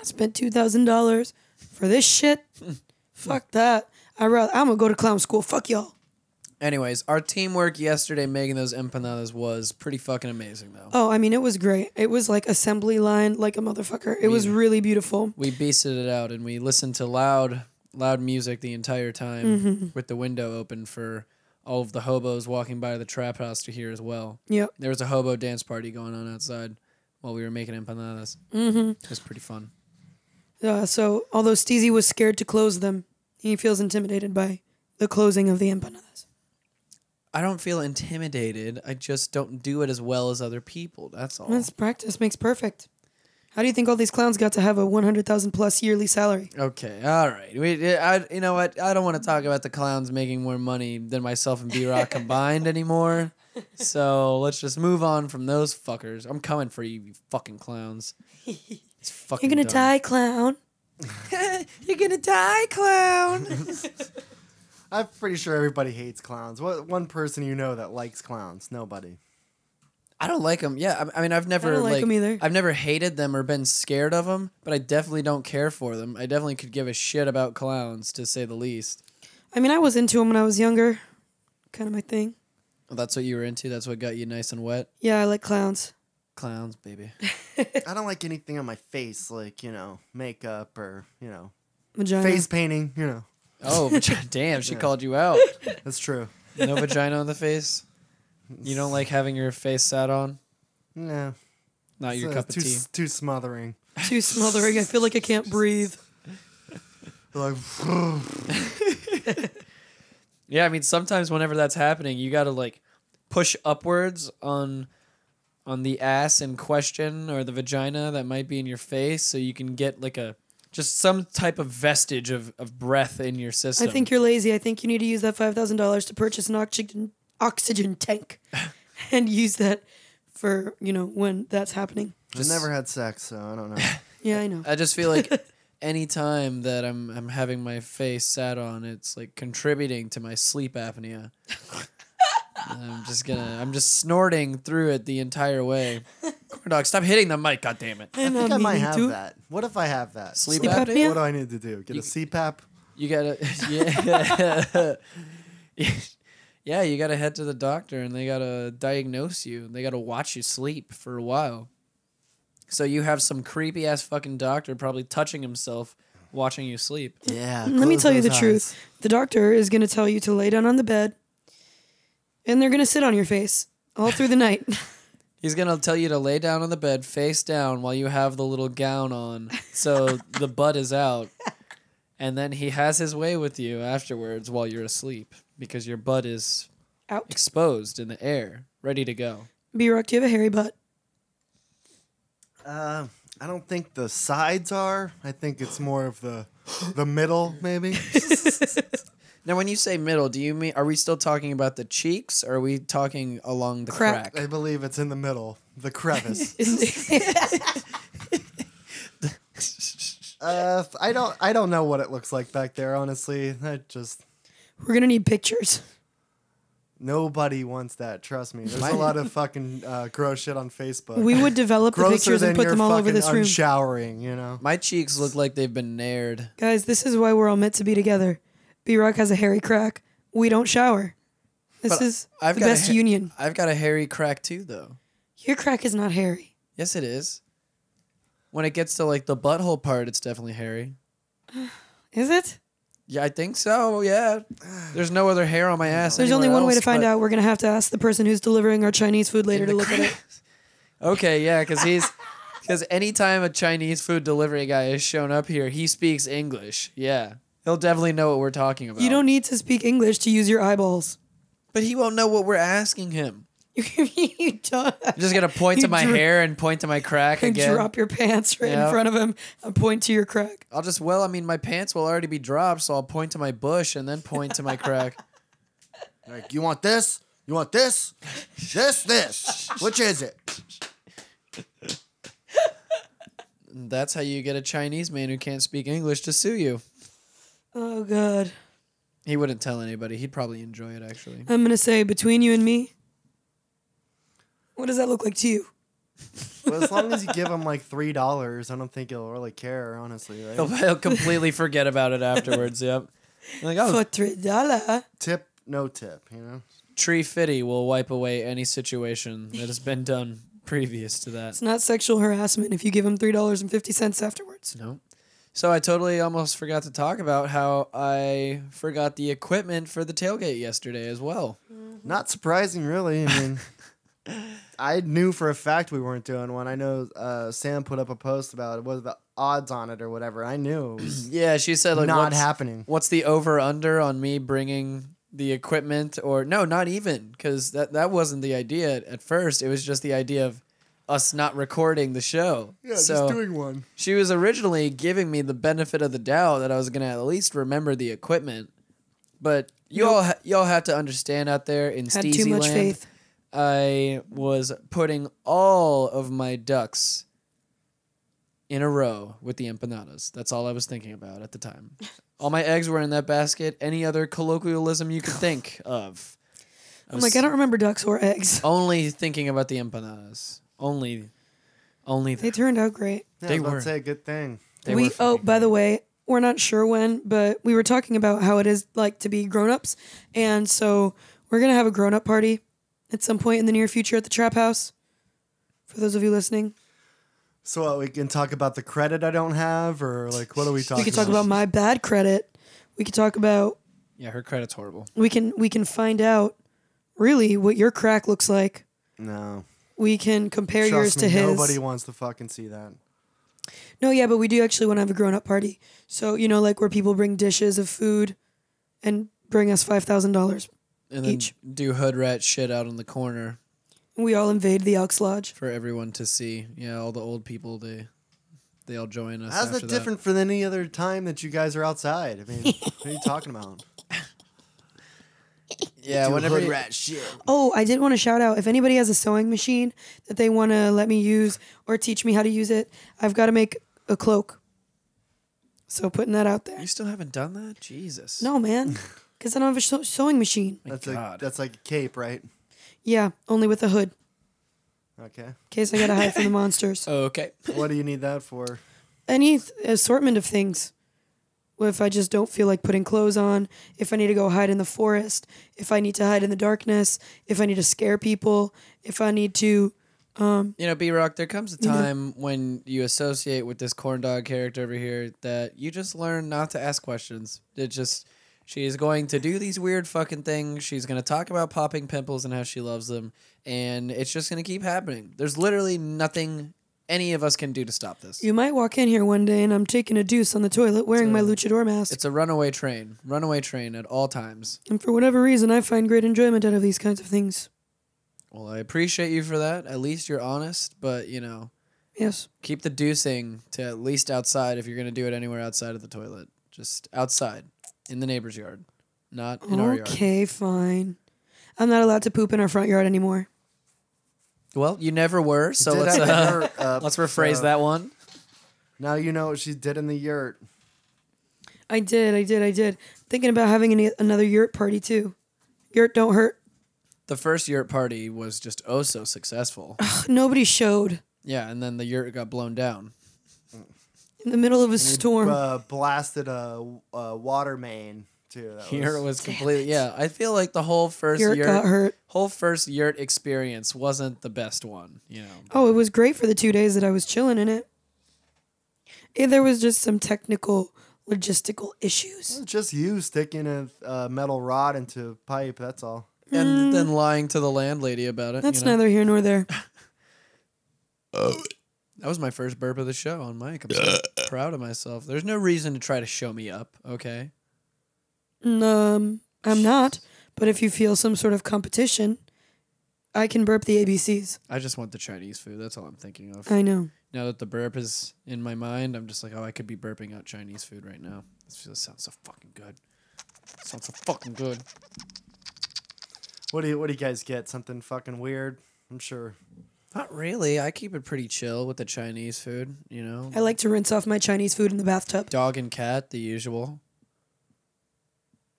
Speaker 3: I spent two thousand dollars for this shit. Fuck that. I rather I'm gonna go to clown school. Fuck y'all.
Speaker 1: Anyways, our teamwork yesterday making those empanadas was pretty fucking amazing though.
Speaker 3: Oh, I mean, it was great. It was like assembly line, like a motherfucker. It was really beautiful.
Speaker 1: We beasted it out and we listened to loud loud music the entire time with the window open for all of the hobos walking by the trap house to hear as well.
Speaker 3: Yep.
Speaker 1: There was a hobo dance party going on outside. while we were making empanadas. It was pretty fun.
Speaker 3: Uh, so, although Steezy was scared to close them, he feels intimidated by the closing of the empanadas.
Speaker 1: I don't feel intimidated. I just don't do it as well as other people. That's all.
Speaker 3: That's practice makes perfect. How do you think all these clowns got to have a 100,000 plus yearly salary?
Speaker 1: Okay, all right. We, I, you know what? I don't want to talk about the clowns making more money than myself and B Rock combined anymore. So let's just move on from those fuckers. I'm coming for you, you fucking clowns. It's fucking
Speaker 3: You're gonna
Speaker 1: dumb.
Speaker 3: die, clown.
Speaker 1: You're gonna die, clown.
Speaker 2: I'm pretty sure everybody hates clowns. What one person you know that likes clowns? Nobody.
Speaker 1: I don't like them. Yeah, I, I mean, I've never
Speaker 3: like 'em either.
Speaker 1: I've never hated them or been scared of them, but I definitely don't care for them. I definitely could give a shit about clowns, to say the least.
Speaker 3: I mean, I was into him when I was younger. Kind of my thing.
Speaker 1: That's what you were into. That's what got you nice and wet.
Speaker 3: Yeah, I like clowns.
Speaker 1: Clowns, baby.
Speaker 2: I don't like anything on my face, like you know, makeup or you know,
Speaker 3: Vagina.
Speaker 2: face painting. You know,
Speaker 1: Oh, vagi- damn! She called you out.
Speaker 2: that's true.
Speaker 1: No vagina on the face. You don't like having your face sat on.
Speaker 2: Yeah,
Speaker 1: Not your
Speaker 2: so
Speaker 1: cup of
Speaker 2: uh, too
Speaker 1: tea.
Speaker 2: s- too smothering.
Speaker 3: Too smothering. I feel like I can't breathe.
Speaker 2: Like,
Speaker 1: Yeah, I mean sometimes whenever that's happening, you gotta like push upwards on on the ass in question or the vagina that might be in your face so you can get like a just some type of vestige of, of breath in your system.
Speaker 3: I think you're lazy. I think you need to use that $5,000 to purchase an oxygen, oxygen tank and use that for, you know, when that's happening.
Speaker 2: I never had sex, so I don't know.
Speaker 3: Yeah, I know.
Speaker 1: I just feel like any time that I'm I'm having my face sat on, it's like contributing to my sleep apnea. I'm just gonna I'm just snorting through it the entire way. Corn dog, stop hitting the mic, god damn it.
Speaker 2: I think
Speaker 3: not
Speaker 2: I might
Speaker 3: meaning
Speaker 2: have
Speaker 3: to.
Speaker 2: that. What if I have that?
Speaker 1: Sleep,
Speaker 3: Sleep
Speaker 1: apnea?
Speaker 3: apnea?
Speaker 2: What do I need to do? Get a CPAP?
Speaker 1: You gotta, yeah, yeah. You gotta head to the doctor, and they gotta diagnose you. They gotta watch you sleep for a while. So you have some creepy ass fucking doctor probably touching himself, watching you sleep.
Speaker 2: Yeah.
Speaker 3: Mm, Let me
Speaker 2: close
Speaker 3: tell you the
Speaker 2: those eyes.
Speaker 3: truth. The doctor is going to tell you to lay down on the bed and they're going to sit on your face all through the night.
Speaker 1: He's gonna tell you to lay down on the bed, face down, while you have the little gown on, so the butt is out. And then he has his way with you afterwards while you're asleep because your butt is
Speaker 3: Out.
Speaker 1: exposed in the air, ready to go.
Speaker 3: B Rock, do you have a hairy butt?
Speaker 2: Uh, I don't think the sides are. I think it's more of the the middle, maybe.
Speaker 1: Now, when you say middle, do you mean are we still talking about the cheeks? Or are we talking along the crack?
Speaker 3: Crack.
Speaker 2: I believe it's in the middle, the crevice. uh, I don't. I don't know what it looks like back there. Honestly, I just
Speaker 3: We're going to need pictures.
Speaker 2: nobody wants that. Trust me. There's a lot of fucking uh, gross shit on Facebook.
Speaker 3: We would develop the
Speaker 2: Grosser
Speaker 3: pictures
Speaker 2: than
Speaker 3: and put
Speaker 2: your
Speaker 3: them all over
Speaker 2: fucking
Speaker 3: this room.
Speaker 2: unshowering. You know.
Speaker 1: My cheeks look like they've been nared.
Speaker 3: Guys, this is why we're all meant to be together. B Rock has a hairy crack. We don't shower. This
Speaker 1: But
Speaker 3: is
Speaker 1: I've
Speaker 3: the
Speaker 1: got a
Speaker 3: best
Speaker 1: ha-
Speaker 3: union.
Speaker 1: I've got a hairy crack too, though.
Speaker 3: Your crack is not hairy.
Speaker 1: Yes, it is. When it gets to like the butthole part, it's definitely hairy.
Speaker 3: Is it?
Speaker 1: Yeah, I think so. Yeah, there's no other hair on my ass.
Speaker 3: There's only
Speaker 1: anywhere
Speaker 3: one way to
Speaker 1: else,
Speaker 3: find
Speaker 1: but
Speaker 3: out. We're going to have to ask the person who's delivering our Chinese food later
Speaker 1: in
Speaker 3: to
Speaker 1: the
Speaker 3: look at
Speaker 1: cra-
Speaker 3: it.
Speaker 1: okay, yeah, because he's because anytime a Chinese food delivery guy has shown up here, he speaks English. Yeah, he'll definitely know what we're talking about.
Speaker 3: You don't need to speak English to use your eyeballs.
Speaker 1: but he won't know what we're asking him.
Speaker 3: you don't.
Speaker 1: I'm just gonna point
Speaker 3: You
Speaker 1: to my
Speaker 3: dro-
Speaker 1: hair and point to my crack
Speaker 3: and
Speaker 1: again.
Speaker 3: drop your pants right
Speaker 1: Yeah.
Speaker 3: in front of him and point to your crack.
Speaker 1: I'll just well, I mean, my pants will already be dropped, so I'll point to my bush and then point to my crack.
Speaker 2: Like, you want this? You want this? This? This? Which is it?
Speaker 1: And that's how you get a Chinese man who can't speak English to sue you.
Speaker 3: Oh god.
Speaker 1: He wouldn't tell anybody. He'd probably enjoy it actually.
Speaker 3: I'm gonna say between you and me. What does that look like to you?
Speaker 2: Well, as long as you give him like three dollars, I don't think he'll really care, honestly, right?
Speaker 1: He'll, he'll completely forget about it afterwards. Yep. Like oh,
Speaker 3: For three dollar.
Speaker 2: tip, no tip, you know.
Speaker 1: tree fitty will wipe away any situation that has been done previous to that.
Speaker 3: It's not sexual harassment if you give him three dollars and fifty cents afterwards.
Speaker 1: No. So I totally almost forgot to talk about how I forgot the equipment for the tailgate yesterday as well.
Speaker 2: Not surprising, really. I mean, I knew for a fact we weren't doing one. I know uh, Sam put up a post about it. What are the odds on it or whatever? I knew it was
Speaker 1: Yeah, she said like
Speaker 2: not
Speaker 1: what's,
Speaker 2: happening.
Speaker 1: what's the over under on me bringing the equipment or no, not even because that that wasn't the idea at, at first. It was just the idea of us not recording the show. so
Speaker 2: one.
Speaker 1: she was originally giving me the benefit of the doubt that I was gonna at least remember the equipment, but y'all ha- y'all have to understand out there in
Speaker 3: Had
Speaker 1: Steezy
Speaker 3: too much
Speaker 1: land,
Speaker 3: faith.
Speaker 1: I was putting all of my ducks in a row with the empanadas. That's all I was thinking about at the time. All my eggs were in that basket. Any other colloquialism you could think of?
Speaker 3: I'm like, I don't remember ducks or eggs.
Speaker 1: Only thinking about the empanadas. Only, only
Speaker 3: They
Speaker 1: that.
Speaker 3: turned out great.
Speaker 2: Yeah,
Speaker 1: They
Speaker 2: I was about
Speaker 1: were.
Speaker 2: to say a good thing.
Speaker 1: They
Speaker 3: we
Speaker 1: were
Speaker 3: oh,
Speaker 1: fucking
Speaker 3: by the way, we're not sure when, but we were talking about how it is like to be grown-ups, and so we're gonna have a grown-up party at some point in the near future at the Trap House. For those of you listening,
Speaker 2: So what, we can talk about the credit I don't have, or like what are we
Speaker 3: we
Speaker 2: talking?
Speaker 3: could talk about my bad credit. We could talk about
Speaker 1: Yeah, her credit's horrible.
Speaker 3: we can we can find out really what your crack looks like.
Speaker 2: no.
Speaker 3: We can compare yours
Speaker 2: Trust
Speaker 3: to
Speaker 2: me,
Speaker 3: his.
Speaker 2: nobody wants to fucking see that.
Speaker 3: No, yeah, but we do actually want to have a grown up party. So, you know, like where people bring dishes of food and bring us $5,000.
Speaker 1: And then
Speaker 3: Each.
Speaker 1: do hood rat shit out on the corner
Speaker 3: And we all invade the Elks Lodge.
Speaker 1: for everyone to see. Yeah, all the old people they they all join us.
Speaker 2: How's
Speaker 1: after
Speaker 2: that different from any other time that you guys are outside? I mean, what are you talking about?
Speaker 1: Yeah,
Speaker 2: Do
Speaker 1: whenever
Speaker 2: hood
Speaker 1: you-
Speaker 2: rat shit.
Speaker 3: Oh, I did want to shout out if anybody has a sewing machine that they want to let me use or teach me how to use it, I've got to make a cloak. So, putting that out there.
Speaker 1: you still haven't done that. Jesus.
Speaker 3: No, man, because I don't have a sew- sewing machine.
Speaker 1: My
Speaker 2: That's
Speaker 1: God.
Speaker 2: like that's like a cape, right?
Speaker 3: Yeah, only with a hood
Speaker 2: Okay.
Speaker 3: in case I got to hide from the monsters.
Speaker 1: Okay.
Speaker 2: What do you need that for?
Speaker 3: any th- assortment of things. Well, If I just don't feel like putting clothes on, if I need to go hide in the forest, if I need to hide in the darkness, if I need to scare people, if I need to,
Speaker 1: You know, B Rock, there comes a time when you associate with this corn dog character over here that you just learn not to ask questions. It just she's going to do these weird fucking things. She's gonna talk about popping pimples and how she loves them, and it's just gonna keep happening. There's literally nothing any of us can do to stop this.
Speaker 3: you might walk in here one day and I'm taking a deuce on the toilet wearing my luchador mask.
Speaker 1: It's a runaway train. Runaway train at all times.
Speaker 3: and for whatever reason, I find great enjoyment out of these kinds of things.
Speaker 1: Well, I appreciate you for that. At least you're honest, but you know,
Speaker 3: Yes.
Speaker 1: keep the deucing to at least outside if you're going to do it anywhere outside of the toilet. Just outside in the neighbor's yard, not in our yard.
Speaker 3: okay, fine. I'm not allowed to poop in our front yard anymore.
Speaker 1: Well, you never were, so
Speaker 2: Did
Speaker 1: let's
Speaker 2: I
Speaker 1: uh,
Speaker 2: her up,
Speaker 1: let's rephrase
Speaker 2: so
Speaker 1: that one.
Speaker 2: Now you know what she did in the yurt.
Speaker 3: I did, I did, I did. Thinking about having any, another yurt party too. Yurt don't hurt.
Speaker 1: The first yurt party was just oh so successful.
Speaker 3: Nobody showed
Speaker 1: yeah, and then the yurt got blown down.
Speaker 3: in the middle of a storm.
Speaker 2: Uh, blasted a, a water main too. That
Speaker 1: Yurt
Speaker 2: was-
Speaker 1: was completely yeah. I feel like the whole first
Speaker 3: Yurt
Speaker 1: yurt,
Speaker 3: got hurt.
Speaker 1: whole first yurt experience wasn't the best one. You know,
Speaker 3: Oh, it was great for the two days that I was chilling in it. Yeah, there was just some technical, logistical issues.
Speaker 2: just you sticking a uh, metal rod into a pipe. That's all.
Speaker 1: and then lying to the landlady about it.
Speaker 3: Mm. That's
Speaker 1: you know?
Speaker 3: neither here nor there.
Speaker 1: That was my first burp of the show on mic. I'm so proud of myself. There's no reason to try to show me up, okay?
Speaker 3: Mm, Um, I'm not. But if you feel some sort of competition, I can burp the ABCs.
Speaker 1: I just want the Chinese food. That's all I'm thinking of.
Speaker 3: I know.
Speaker 1: now that the burp is in my mind, I'm just like, oh, I could be burping out Chinese food right now. This feels, sounds so fucking good. Sounds so fucking good.
Speaker 2: What do you What do you guys get? Something fucking weird. I'm sure.
Speaker 1: Not really. I keep it pretty chill with the Chinese food, you know?
Speaker 3: I like to rinse off my Chinese food in the bathtub.
Speaker 1: Dog and cat, the usual.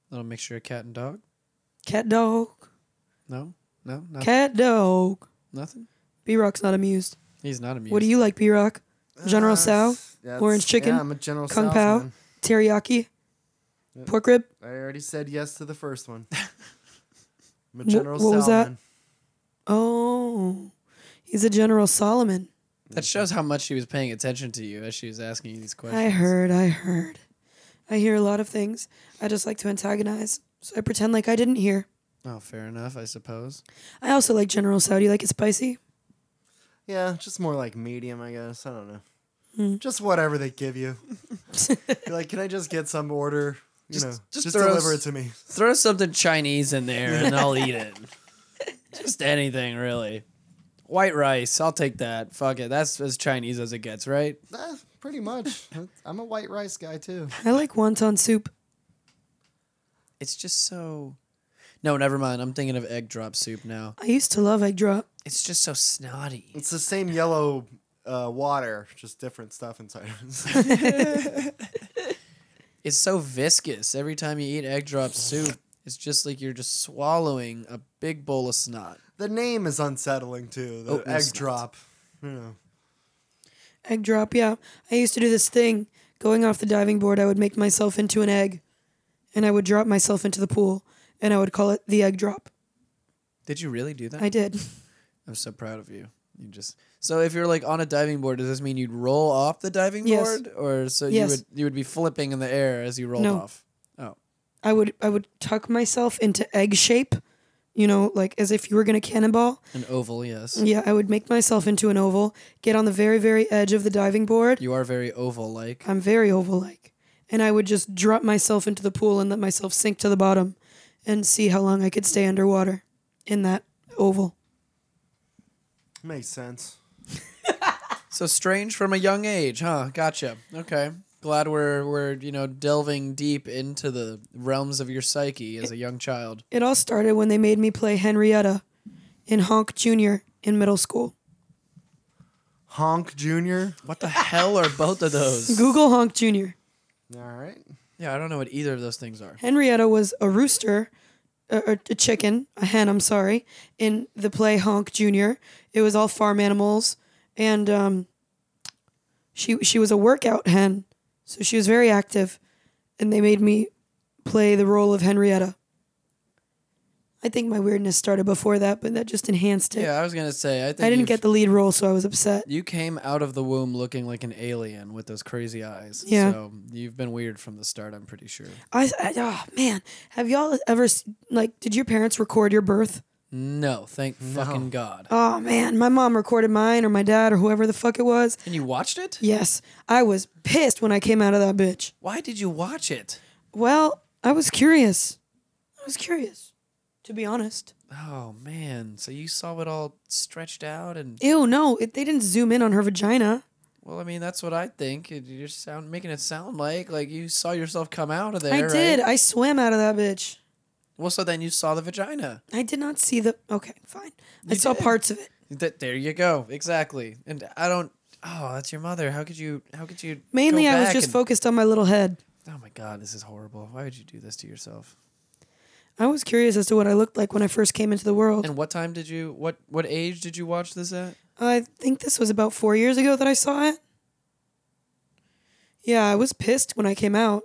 Speaker 1: Little mixture of cat and dog.
Speaker 3: Cat dog.
Speaker 1: No? No? no
Speaker 3: Cat dog.
Speaker 1: Nothing?
Speaker 3: B Rock's not amused.
Speaker 1: He's not amused.
Speaker 3: What do you like, B Rock? General Tso,
Speaker 2: That's-
Speaker 3: orange chicken,
Speaker 2: Uh, Yeah, I'm a General
Speaker 3: Kung
Speaker 2: Tso
Speaker 3: Pao,
Speaker 2: fan.
Speaker 3: teriyaki, pork rib.
Speaker 2: I already said yes to the first one. I'm a
Speaker 3: Wh-
Speaker 2: General
Speaker 3: what was that?
Speaker 2: Salmon.
Speaker 3: Oh, he's a General Solomon.
Speaker 1: That shows how much she was paying attention to you as she was asking you these questions.
Speaker 3: I heard, I heard. I hear a lot of things. I just like to antagonize, so I pretend like I didn't hear.
Speaker 1: Oh, fair enough, I suppose.
Speaker 3: I also like General Saudi. Like it spicy.
Speaker 2: Yeah, just more like medium, I guess. I don't know.
Speaker 3: Hmm.
Speaker 2: Just whatever they give you. You're like, can I just get some order? You
Speaker 1: Just-
Speaker 2: know,
Speaker 1: just
Speaker 2: just,
Speaker 1: throw
Speaker 2: deliver
Speaker 1: s-
Speaker 2: it to me.
Speaker 1: Throw something Chinese in there and I'll eat it. Just anything, really. White rice, I'll take that. Fuck it. That's as Chinese as it gets, right?
Speaker 2: Eh, pretty much. I'm a white rice guy too.
Speaker 3: I like wonton soup.
Speaker 1: It's just so. No, never mind. I'm thinking of egg drop soup now.
Speaker 3: I used to love egg drop.
Speaker 1: It's just so snotty.
Speaker 2: It's the same yellow uh, water, just different stuff inside.
Speaker 1: It's so viscous. Every time you eat egg drop soup, it's just like you're just swallowing a big bowl of snot.
Speaker 2: the name is unsettling too. The
Speaker 1: Oh, no,
Speaker 2: egg
Speaker 1: it's not.
Speaker 2: drop. You know.
Speaker 3: Egg drop, yeah. I used to do this thing. Going off the diving board, I would make myself into an egg and I would drop myself into the pool and I would call it the egg drop.
Speaker 1: Did you really do that?
Speaker 3: I did.
Speaker 1: I'm so proud of you. You just so if you're like on a diving board, does this mean you'd roll off the diving
Speaker 3: Yes.
Speaker 1: board, or so
Speaker 3: Yes.
Speaker 1: you would you would be flipping in the air as you rolled
Speaker 3: No.
Speaker 1: off? Oh,
Speaker 3: I would I would tuck myself into egg shape, you know, like as if you were going to cannonball.
Speaker 1: an oval, yes.
Speaker 3: Yeah, I would make myself into an oval, get on the very very edge of the diving board.
Speaker 1: You are very oval like.
Speaker 3: I'm very oval like. And I would just drop myself into the pool and let myself sink to the bottom and see how long I could stay underwater in that oval.
Speaker 2: Makes sense.
Speaker 1: So strange from a young age, huh? Gotcha. Okay. Glad we're we're you know delving deep into the realms of your psyche as a young child.
Speaker 3: It all started when they made me play Henrietta in Honk Jr. in middle school.
Speaker 2: Honk Junior.
Speaker 1: What the hell are both of those?
Speaker 3: Google Honk Jr.
Speaker 2: All right.
Speaker 1: Yeah, I don't know what either of those things are.
Speaker 3: Henrietta was a rooster, uh, or a chicken, a hen, I'm sorry, in the play Honk Jr. It was all farm animals. And um, she, she was a workout hen. So she was very active. And they made me play the role of Henrietta. I think my weirdness started before that, but that just enhanced it.
Speaker 1: Yeah, I was gonna say I think
Speaker 3: I didn't
Speaker 1: you've-
Speaker 3: get the lead role, so I was upset.
Speaker 1: You came out of the womb looking like an alien with those crazy eyes.
Speaker 3: Yeah.
Speaker 1: So you've been weird from the start, I'm pretty sure.
Speaker 3: I, I oh man, have y'all ever s- like did your parents record your birth?
Speaker 1: No, thank fucking God.
Speaker 3: Oh man, my mom recorded mine or my dad or whoever the fuck it was.
Speaker 1: And you watched it?
Speaker 3: Yes, I was pissed when I came out of that bitch.
Speaker 1: Why did you watch it?
Speaker 3: Well, I was curious. I was curious, to be honest.
Speaker 1: Oh man. So you saw it all stretched out and
Speaker 3: Ew, no, it, they didn't zoom in on her vagina.
Speaker 1: well, I mean, that's what I think. It- You're sound making it sound like like you saw yourself come out of there.
Speaker 3: I
Speaker 1: right?
Speaker 3: did. I swam out of that bitch.
Speaker 1: Well, so then you saw the vagina.
Speaker 3: I did not see the. Okay, fine. I
Speaker 1: You
Speaker 3: saw
Speaker 1: did.
Speaker 3: parts of it.
Speaker 1: Th- there you go. Exactly. And I don't. Oh, that's your mother. How could you? How could you? go
Speaker 3: Mainly, I was
Speaker 1: back
Speaker 3: just
Speaker 1: and-
Speaker 3: focused on my little head.
Speaker 1: Oh my God, this is horrible. Why would you do this to yourself?
Speaker 3: I was curious as to what I looked like when I first came into the world.
Speaker 1: And what time did you what what age did you watch this at?
Speaker 3: Uh, I think this was about four years ago that I saw it. Yeah, I was pissed when I came out.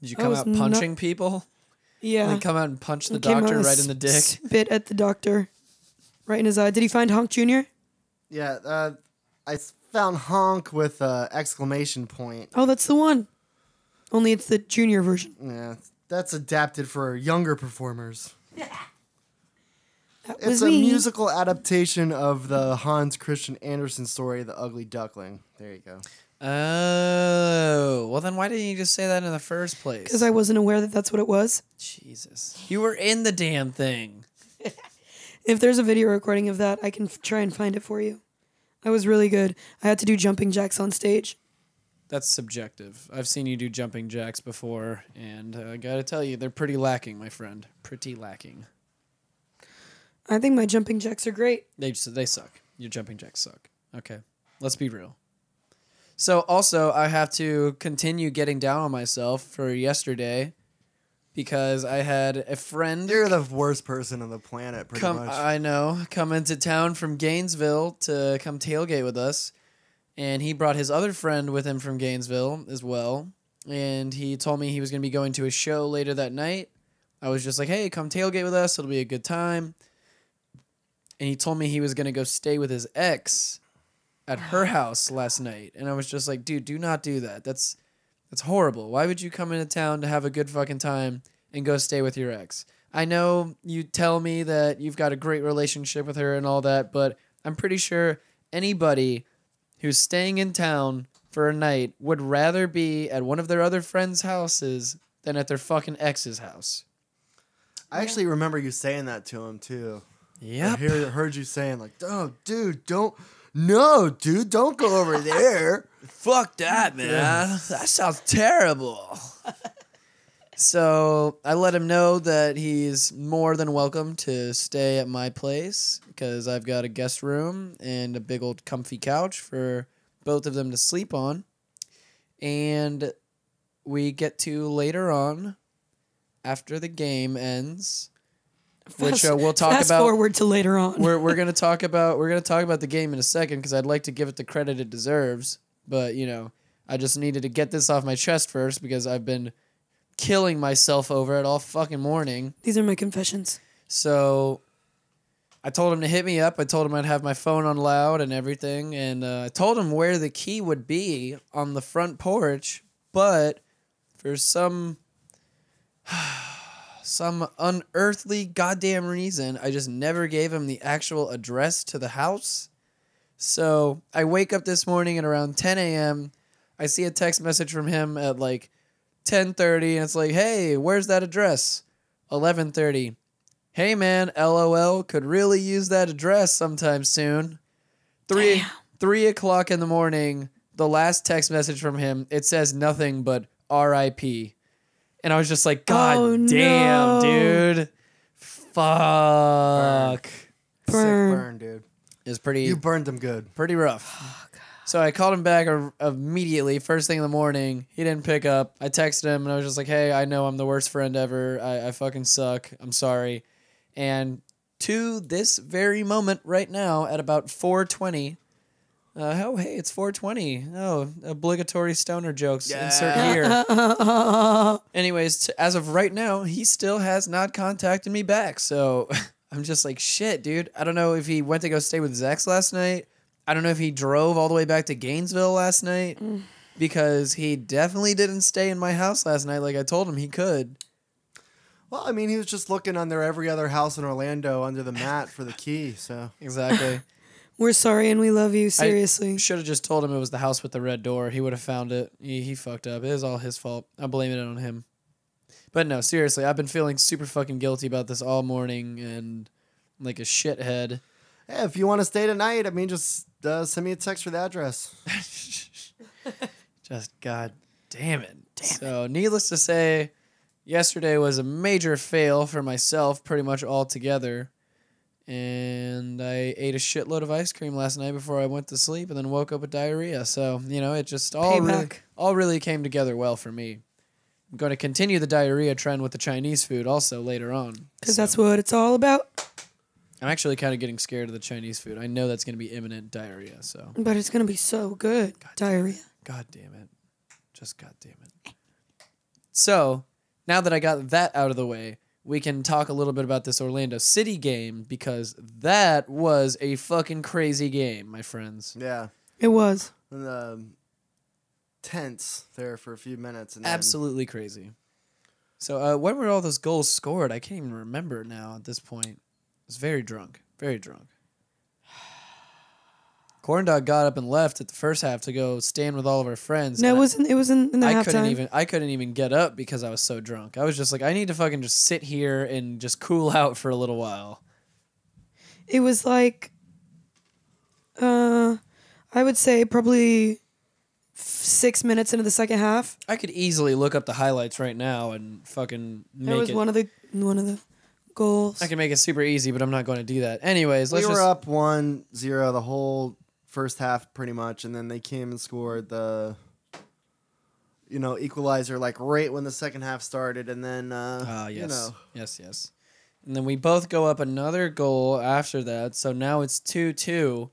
Speaker 1: Did you
Speaker 3: I
Speaker 1: come
Speaker 3: was
Speaker 1: out
Speaker 3: not-
Speaker 1: punching people?
Speaker 3: Yeah.
Speaker 1: Like come out and punch the
Speaker 3: I came out
Speaker 1: doctor
Speaker 3: and
Speaker 1: right in the
Speaker 3: sp-
Speaker 1: dick.
Speaker 3: Spit at the doctor, right in his eye. Did he find Honk Jr.?
Speaker 2: Yeah. Uh, I s- found honk with uh, exclamation point.
Speaker 3: Oh, that's the one. Only it's the junior version.
Speaker 2: Yeah, that's adapted for younger performers.
Speaker 3: That was
Speaker 2: It's a
Speaker 3: me.
Speaker 2: musical adaptation of the Hans Christian Andersen story, The Ugly Duckling. There you go.
Speaker 1: Oh. Well then why didn't you just say that in the first place?
Speaker 3: Because I wasn't aware that that's what it was.
Speaker 1: Jesus. You were in the damn thing.
Speaker 3: If there's a video recording of that, I can f- try and find it for you. I was really good. I had to do jumping jacks on stage.
Speaker 1: That's subjective. I've seen you do jumping jacks before and uh, I got to tell you they're pretty lacking, my friend. Pretty lacking.
Speaker 3: I think my jumping jacks are great.
Speaker 1: They just, they suck. Your jumping jacks suck. Okay, let's be real. So also, I have to continue getting down on myself for yesterday because I had a friend
Speaker 2: You're the worst person on the planet, pretty
Speaker 1: come.
Speaker 2: much.
Speaker 1: I know come into town from Gainesville to come tailgate with us, and he brought his other friend with him from Gainesville as well. And he told me he was going to be going to a show later that night. I was just like, "Hey, come tailgate with us. It'll be a good time." and he told me he was gonna go stay with his ex at her house last night and i was just like dude do not do that that's that's horrible why would you come into town to have a good fucking time and go stay with your ex i know you tell me that you've got a great relationship with her and all that but i'm pretty sure anybody who's staying in town for a night would rather be at one of their other friends' houses than at their fucking ex's house.
Speaker 2: I actually remember you saying that to him too. I
Speaker 1: Yep.
Speaker 2: hear, heard you saying like, "Oh, dude, don't, no, dude, don't go over there."
Speaker 1: Fuck that, man. That sounds terrible. so I let him know that he's more than welcome to stay at my place because I've got a guest room and a big old comfy couch for both of them to sleep on. And we get to later on after the game ends, which uh, we'll talk
Speaker 3: Fast
Speaker 1: about
Speaker 3: forward to later on.
Speaker 1: we're we're gonna talk about we're gonna talk about the game in a second because I'd like to give it the credit it deserves, but you know I just needed to get this off my chest first because I've been killing myself over it all fucking morning.
Speaker 3: These are my confessions.
Speaker 1: So I told him to hit me up. I told him I'd have my phone on loud and everything, and uh, I told him where the key would be on the front porch, but for some some unearthly goddamn reason, I just never gave him the actual address to the house. So I wake up this morning at around 10 a.m. I see a text message from him at like 10:30, and it's like, "Hey, where's that address?" 11:30. Hey man, LOL could really use that address sometime soon. Three three o'clock in the morning. The last text message from him it says nothing but R.I.P. And I was just like, God
Speaker 3: Oh, no.
Speaker 1: damn, dude, fuck.
Speaker 3: Burn.
Speaker 2: Sick burn, dude.
Speaker 1: It's pretty
Speaker 2: You burned them good.
Speaker 1: pretty rough. So I called him back ir- immediately, first thing in the morning. He didn't pick up. I texted him and I was just like, hey, I know I'm the worst friend ever. I, I fucking suck. I'm sorry. And to this very moment right now at about 420, uh, oh, hey, it's 420. Oh, obligatory stoner jokes. Insert
Speaker 2: Yeah.
Speaker 1: here. Anyways, t- as of right now, he still has not contacted me back. So I'm just like, shit, dude. I don't know if he went to go stay with Zex last night. I don't know if he drove all the way back to Gainesville last night because he definitely didn't stay in my house last night like I told him he could.
Speaker 2: Well, I mean, he was just looking under every other house in Orlando under the mat for the key. So
Speaker 1: Exactly.
Speaker 3: We're sorry and we love you. Seriously.
Speaker 1: Should have just told him it was the house with the red door. He would have found it. He, he fucked up. It was all his fault. I'm blaming it on him. But no, seriously, I've been feeling super fucking guilty about this all morning and like a shithead.
Speaker 2: hey, if you want to stay tonight, I mean, just uh, send me a text for the address.
Speaker 1: Just god damn it. so needless to say, yesterday was a major fail for myself pretty much altogether. And I ate a shitload of ice cream last night before I went to sleep and then woke up with diarrhea. So, you know, it just all really,
Speaker 3: Payback.
Speaker 1: all really came together well for me. I'm going to continue the diarrhea trend with the Chinese food also later on.
Speaker 3: Because that's what it's all about.
Speaker 1: I'm actually kind of getting scared of the Chinese food. I know that's going to be imminent diarrhea, so
Speaker 3: But it's going to be so good. Diarrhea.
Speaker 1: God damn it. Just God damn it. So, now that I got that out of the way, we can talk a little bit about this Orlando City game because that was a fucking crazy game, my friends.
Speaker 2: Yeah,
Speaker 3: It was.
Speaker 2: and, um, tense there for a few minutes. And then-
Speaker 1: Absolutely crazy. So, uh, when were all those goals scored? I can't even remember now at this point. I was very drunk. Very drunk. Corndog got up and left at the first half to go stand with all of our friends.
Speaker 3: No,
Speaker 1: and
Speaker 3: it
Speaker 1: I-
Speaker 3: wasn't. It was in, in the
Speaker 1: I
Speaker 3: halftime.
Speaker 1: couldn't even I couldn't even get up because I was so drunk. I was just like, I need to fucking just sit here and just cool out for a little while.
Speaker 3: It was like, uh, I would say probably f- six minutes into the second half.
Speaker 1: I could easily look up the highlights right now and fucking make
Speaker 3: That was
Speaker 1: it.
Speaker 3: one of the one of the goals.
Speaker 1: I can make it super easy, but I'm not going to do that. Anyways,
Speaker 2: We
Speaker 1: let's
Speaker 2: were
Speaker 1: just
Speaker 2: up one zero the whole first half, pretty much, and then they came and scored the, you know, equalizer like right when the second half started, and then uh,
Speaker 1: Ah, yes.
Speaker 2: you know,
Speaker 1: Yes, yes. And then we both go up another goal after that. So now it's 2 2.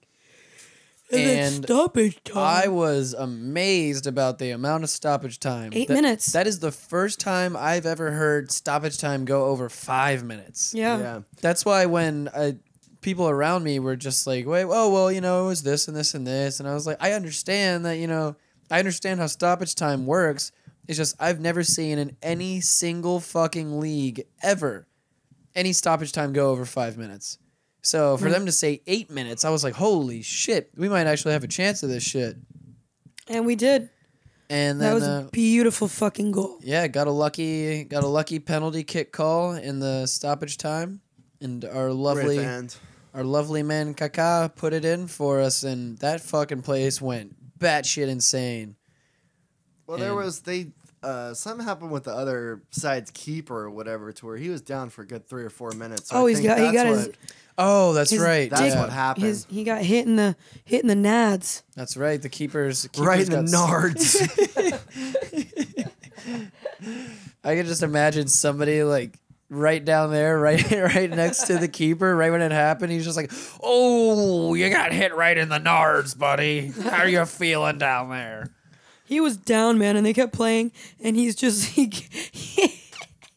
Speaker 1: And
Speaker 3: stoppage
Speaker 1: I was amazed about the amount of stoppage time.
Speaker 3: Eight
Speaker 1: That-
Speaker 3: minutes.
Speaker 1: That is the first time I've ever heard stoppage time go over five minutes.
Speaker 3: yeah.
Speaker 2: yeah.
Speaker 1: That's why when I, people around me were just like, wait, oh, well, you know, it was this and this and this. And I was like, I understand that, you know, I understand how stoppage time works. It's just, I've never seen in any single fucking league ever any stoppage time go over five minutes. So
Speaker 3: Mm.
Speaker 1: for them to say eight minutes, I was like, holy shit, we might actually have a chance of this shit.
Speaker 3: And we did.
Speaker 1: And
Speaker 3: that
Speaker 1: then
Speaker 3: was
Speaker 1: uh,
Speaker 3: a beautiful fucking goal.
Speaker 1: yeah, got a lucky got a lucky penalty kick call in the stoppage time, and our lovely
Speaker 2: end.
Speaker 1: our lovely man Kaka put it in for us, and that fucking place went batshit insane.
Speaker 2: Well, there
Speaker 1: And-
Speaker 2: was they uh, something happened with the other side's keeper or whatever to where he was down for a good three or four minutes. So
Speaker 3: Oh,
Speaker 2: I
Speaker 3: he's
Speaker 2: think
Speaker 3: got- he
Speaker 2: that's
Speaker 3: got his-
Speaker 2: what-
Speaker 1: Oh, that's
Speaker 3: His
Speaker 1: right.
Speaker 2: That's
Speaker 1: yeah.
Speaker 2: what happened.
Speaker 3: His, he got hit in the hit in the nads.
Speaker 1: That's right. The keepers, keepers
Speaker 2: right in the
Speaker 1: got s-
Speaker 2: nards.
Speaker 1: I could just imagine somebody like right down there, right right next to the keeper, right when it happened. He's just like, "Oh, you got hit right in the nards, buddy. How are you feeling down there?"
Speaker 3: He was down, man, and they kept playing, and he's just he,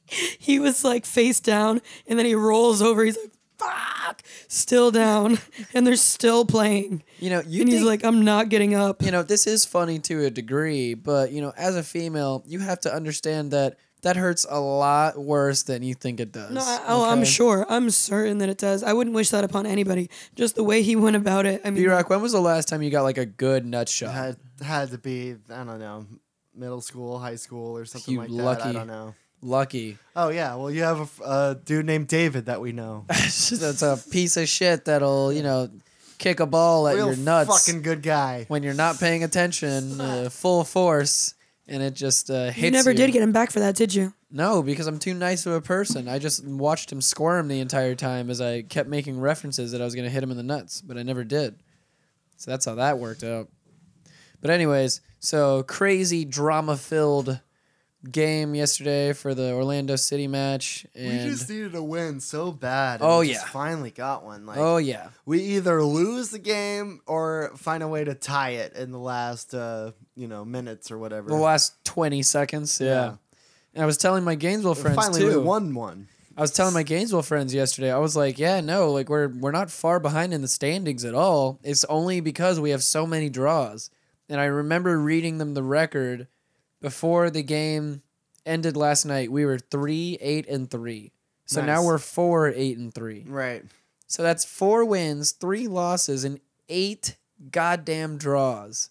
Speaker 3: he, was like face down, and then he rolls over. He's like, "Fuck!" Still down, and they're still playing.
Speaker 1: You know, you
Speaker 3: And he's
Speaker 1: think-
Speaker 3: like, "I'm not getting up."
Speaker 1: you know, this is funny to a degree, but you know, as a female, you have to understand that that hurts a lot worse than you think it does.
Speaker 3: No, I, oh, I'm
Speaker 1: okay?
Speaker 3: sure. I'm certain that it does. I wouldn't wish that upon anybody. Just the way he went about it. I mean,
Speaker 1: B-Rock, when was the last time you got like a good nut shot?
Speaker 2: had had to be I don't know middle school, high school, or something
Speaker 1: You
Speaker 2: like that.
Speaker 1: lucky-
Speaker 2: I don't know.
Speaker 1: Lucky.
Speaker 2: Oh yeah, well you have a f- a dude named David that we know.
Speaker 1: That's a piece of shit that'll, you know, kick a ball at
Speaker 2: Real
Speaker 1: your nuts
Speaker 2: fucking good guy.
Speaker 1: when you're not paying attention, uh, full force, and it just uh, hits
Speaker 3: you never did get him back for that, did you?
Speaker 1: No, because I'm too nice of a person. I just watched him squirm the entire time as I kept making references that I was going to hit him in the nuts, but I never did. So that's how that worked out. But anyways, so crazy drama-filled game yesterday for the Orlando City match and
Speaker 2: we just needed a win so bad. and
Speaker 1: Oh,
Speaker 2: we just
Speaker 1: yeah.
Speaker 2: finally got one. Like
Speaker 1: Oh yeah.
Speaker 2: we either lose the game or find a way to tie it in the last uh, you know minutes or whatever.
Speaker 1: The last 20 seconds, yeah.
Speaker 2: Yeah.
Speaker 1: And I was telling my Gainesville
Speaker 2: And
Speaker 1: friends
Speaker 2: finally,
Speaker 1: too.
Speaker 2: we won one.
Speaker 1: I was telling my Gainesville friends yesterday. I was like, "Yeah, no, like we're we're not far behind in the standings at all. It's only because we have so many draws." And I remember reading them the record before the game ended last night. We were three eight and three. So now
Speaker 2: Nice.
Speaker 1: we're four eight and three.
Speaker 2: Right.
Speaker 1: So that's four wins, three losses, and eight goddamn draws.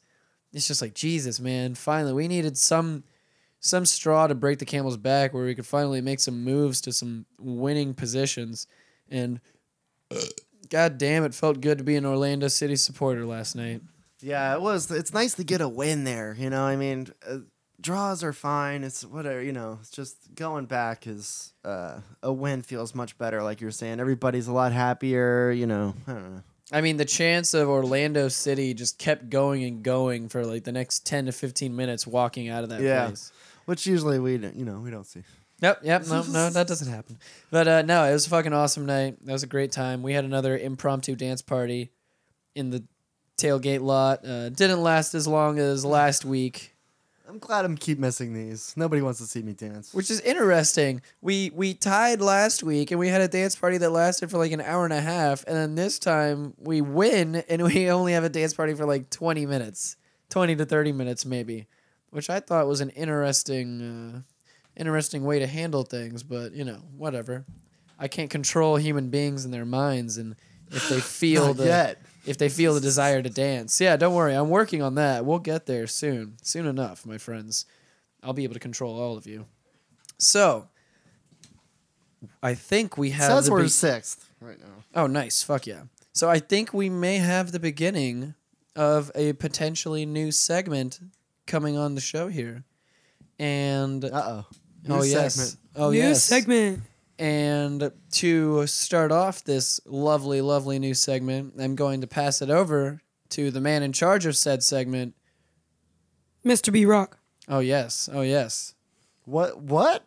Speaker 1: It's just like Jesus, man. Finally, we needed some some straw to break the camel's back where we could finally make some moves to some winning positions. And god damn, it felt good to be an Orlando City supporter last night.
Speaker 2: Yeah, it was. It's nice to get a win there. You know, I mean, uh, draws are fine. It's whatever. You know, it's just going back is uh, a win feels much better. Like you're saying, everybody's a lot happier. You know, I don't know.
Speaker 1: I mean, the chance of Orlando City just kept going and going for like the next 10 to 15 minutes walking out of that
Speaker 2: Yeah.
Speaker 1: place.
Speaker 2: Which usually we don't. You know, we don't see.
Speaker 1: Yep, yep, no, no, that doesn't happen. But uh, no, it was a fucking awesome night. That was a great time. We had another impromptu dance party in the tailgate lot. Uh, didn't last as long as last week,
Speaker 2: I'm glad I'm keep missing these. Nobody wants to see me dance.
Speaker 1: which is interesting. We we tied last week, and we had a dance party that lasted for like an hour and a half, and then this time we win, and we only have a dance party for like twenty minutes, twenty to thirty minutes maybe, which I thought was an interesting. Uh, interesting way to handle things, but you know, whatever. I can't control human beings and their minds and if they feel
Speaker 2: Not
Speaker 1: the
Speaker 2: yet.
Speaker 1: if they feel the desire to dance. Yeah, don't worry. I'm working on that. We'll get there soon. Soon enough, my friends. I'll be able to control all of you. So, I think we have
Speaker 2: Says
Speaker 1: the
Speaker 2: we're
Speaker 1: be-
Speaker 2: sixth right now.
Speaker 1: Oh, nice. Fuck yeah. So I think we may have the beginning of a potentially new segment coming on the show here. And
Speaker 2: Uh oh.
Speaker 1: oh yes. Oh
Speaker 3: New
Speaker 1: yes.
Speaker 3: segment.
Speaker 1: And to start off this lovely, lovely new segment, I'm going to pass it over to the man in charge of said segment.
Speaker 3: Mr. B Rock.
Speaker 1: Oh, yes. Oh, yes.
Speaker 2: What? What?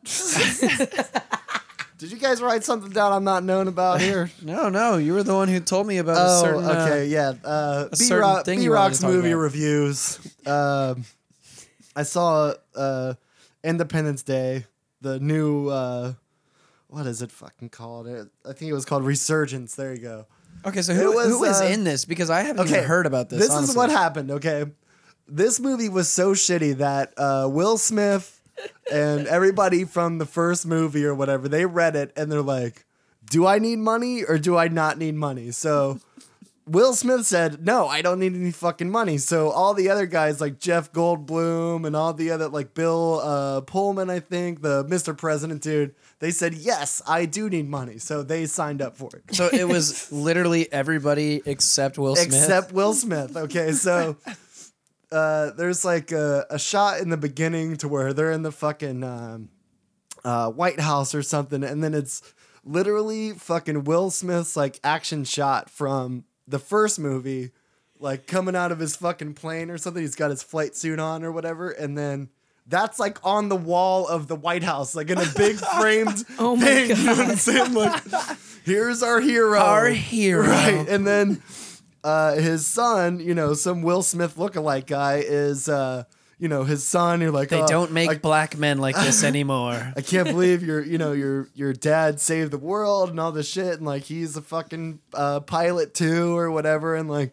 Speaker 2: Did you guys write something down I'm not known about here?
Speaker 1: No, no. You were the one who told me about a
Speaker 2: Oh,
Speaker 1: certain. uh,
Speaker 2: okay, yeah. Uh, B
Speaker 1: certain
Speaker 2: Rock,
Speaker 1: thing
Speaker 2: B
Speaker 1: you wanted to
Speaker 2: Rock's
Speaker 1: talk
Speaker 2: movie
Speaker 1: about.
Speaker 2: reviews. Um, I saw uh, Independence Day, the new uh, what is it fucking called? It, I think it was called Resurgence. There you go.
Speaker 1: okay, so who,
Speaker 2: It was,
Speaker 1: who is
Speaker 2: uh,
Speaker 1: in this? Because I haven't even heard about this.
Speaker 2: This is
Speaker 1: honestly.
Speaker 2: what happened. Okay, this movie was so shitty that uh, Will Smith and everybody from the first movie or whatever they read it and they're like, do I need money or do I not need money? So Will Smith said, no, I don't need any fucking money. So all the other guys like Jeff Goldblum and all the other, like Bill uh, Pullman, I think, the Mr. President dude, they said, yes, I do need money. So they signed up for it.
Speaker 1: So it was literally everybody except Will Smith.
Speaker 2: Except Will Smith. Okay, so uh, there's like a, a shot in the beginning to where they're in the fucking um, uh, White House or something, and then it's literally fucking Will Smith's like action shot from the first movie, like coming out of his fucking plane or something. He's got his flight suit on or whatever, and then. That's like on the wall of the White House, like in a big framed
Speaker 3: Oh my
Speaker 2: thing. You know what I'm
Speaker 3: God.
Speaker 2: saying? Like, here's our hero.
Speaker 1: Our hero.
Speaker 2: Right. And then uh, his son, you know, some Will Smith lookalike guy is, uh, you know, his son. You're like,
Speaker 1: They
Speaker 2: "Oh,
Speaker 1: don't make
Speaker 2: I,
Speaker 1: black men like this anymore.
Speaker 2: I can't believe your, you know, your your dad saved the world and all this shit, and like he's a fucking uh, pilot too or whatever, and like,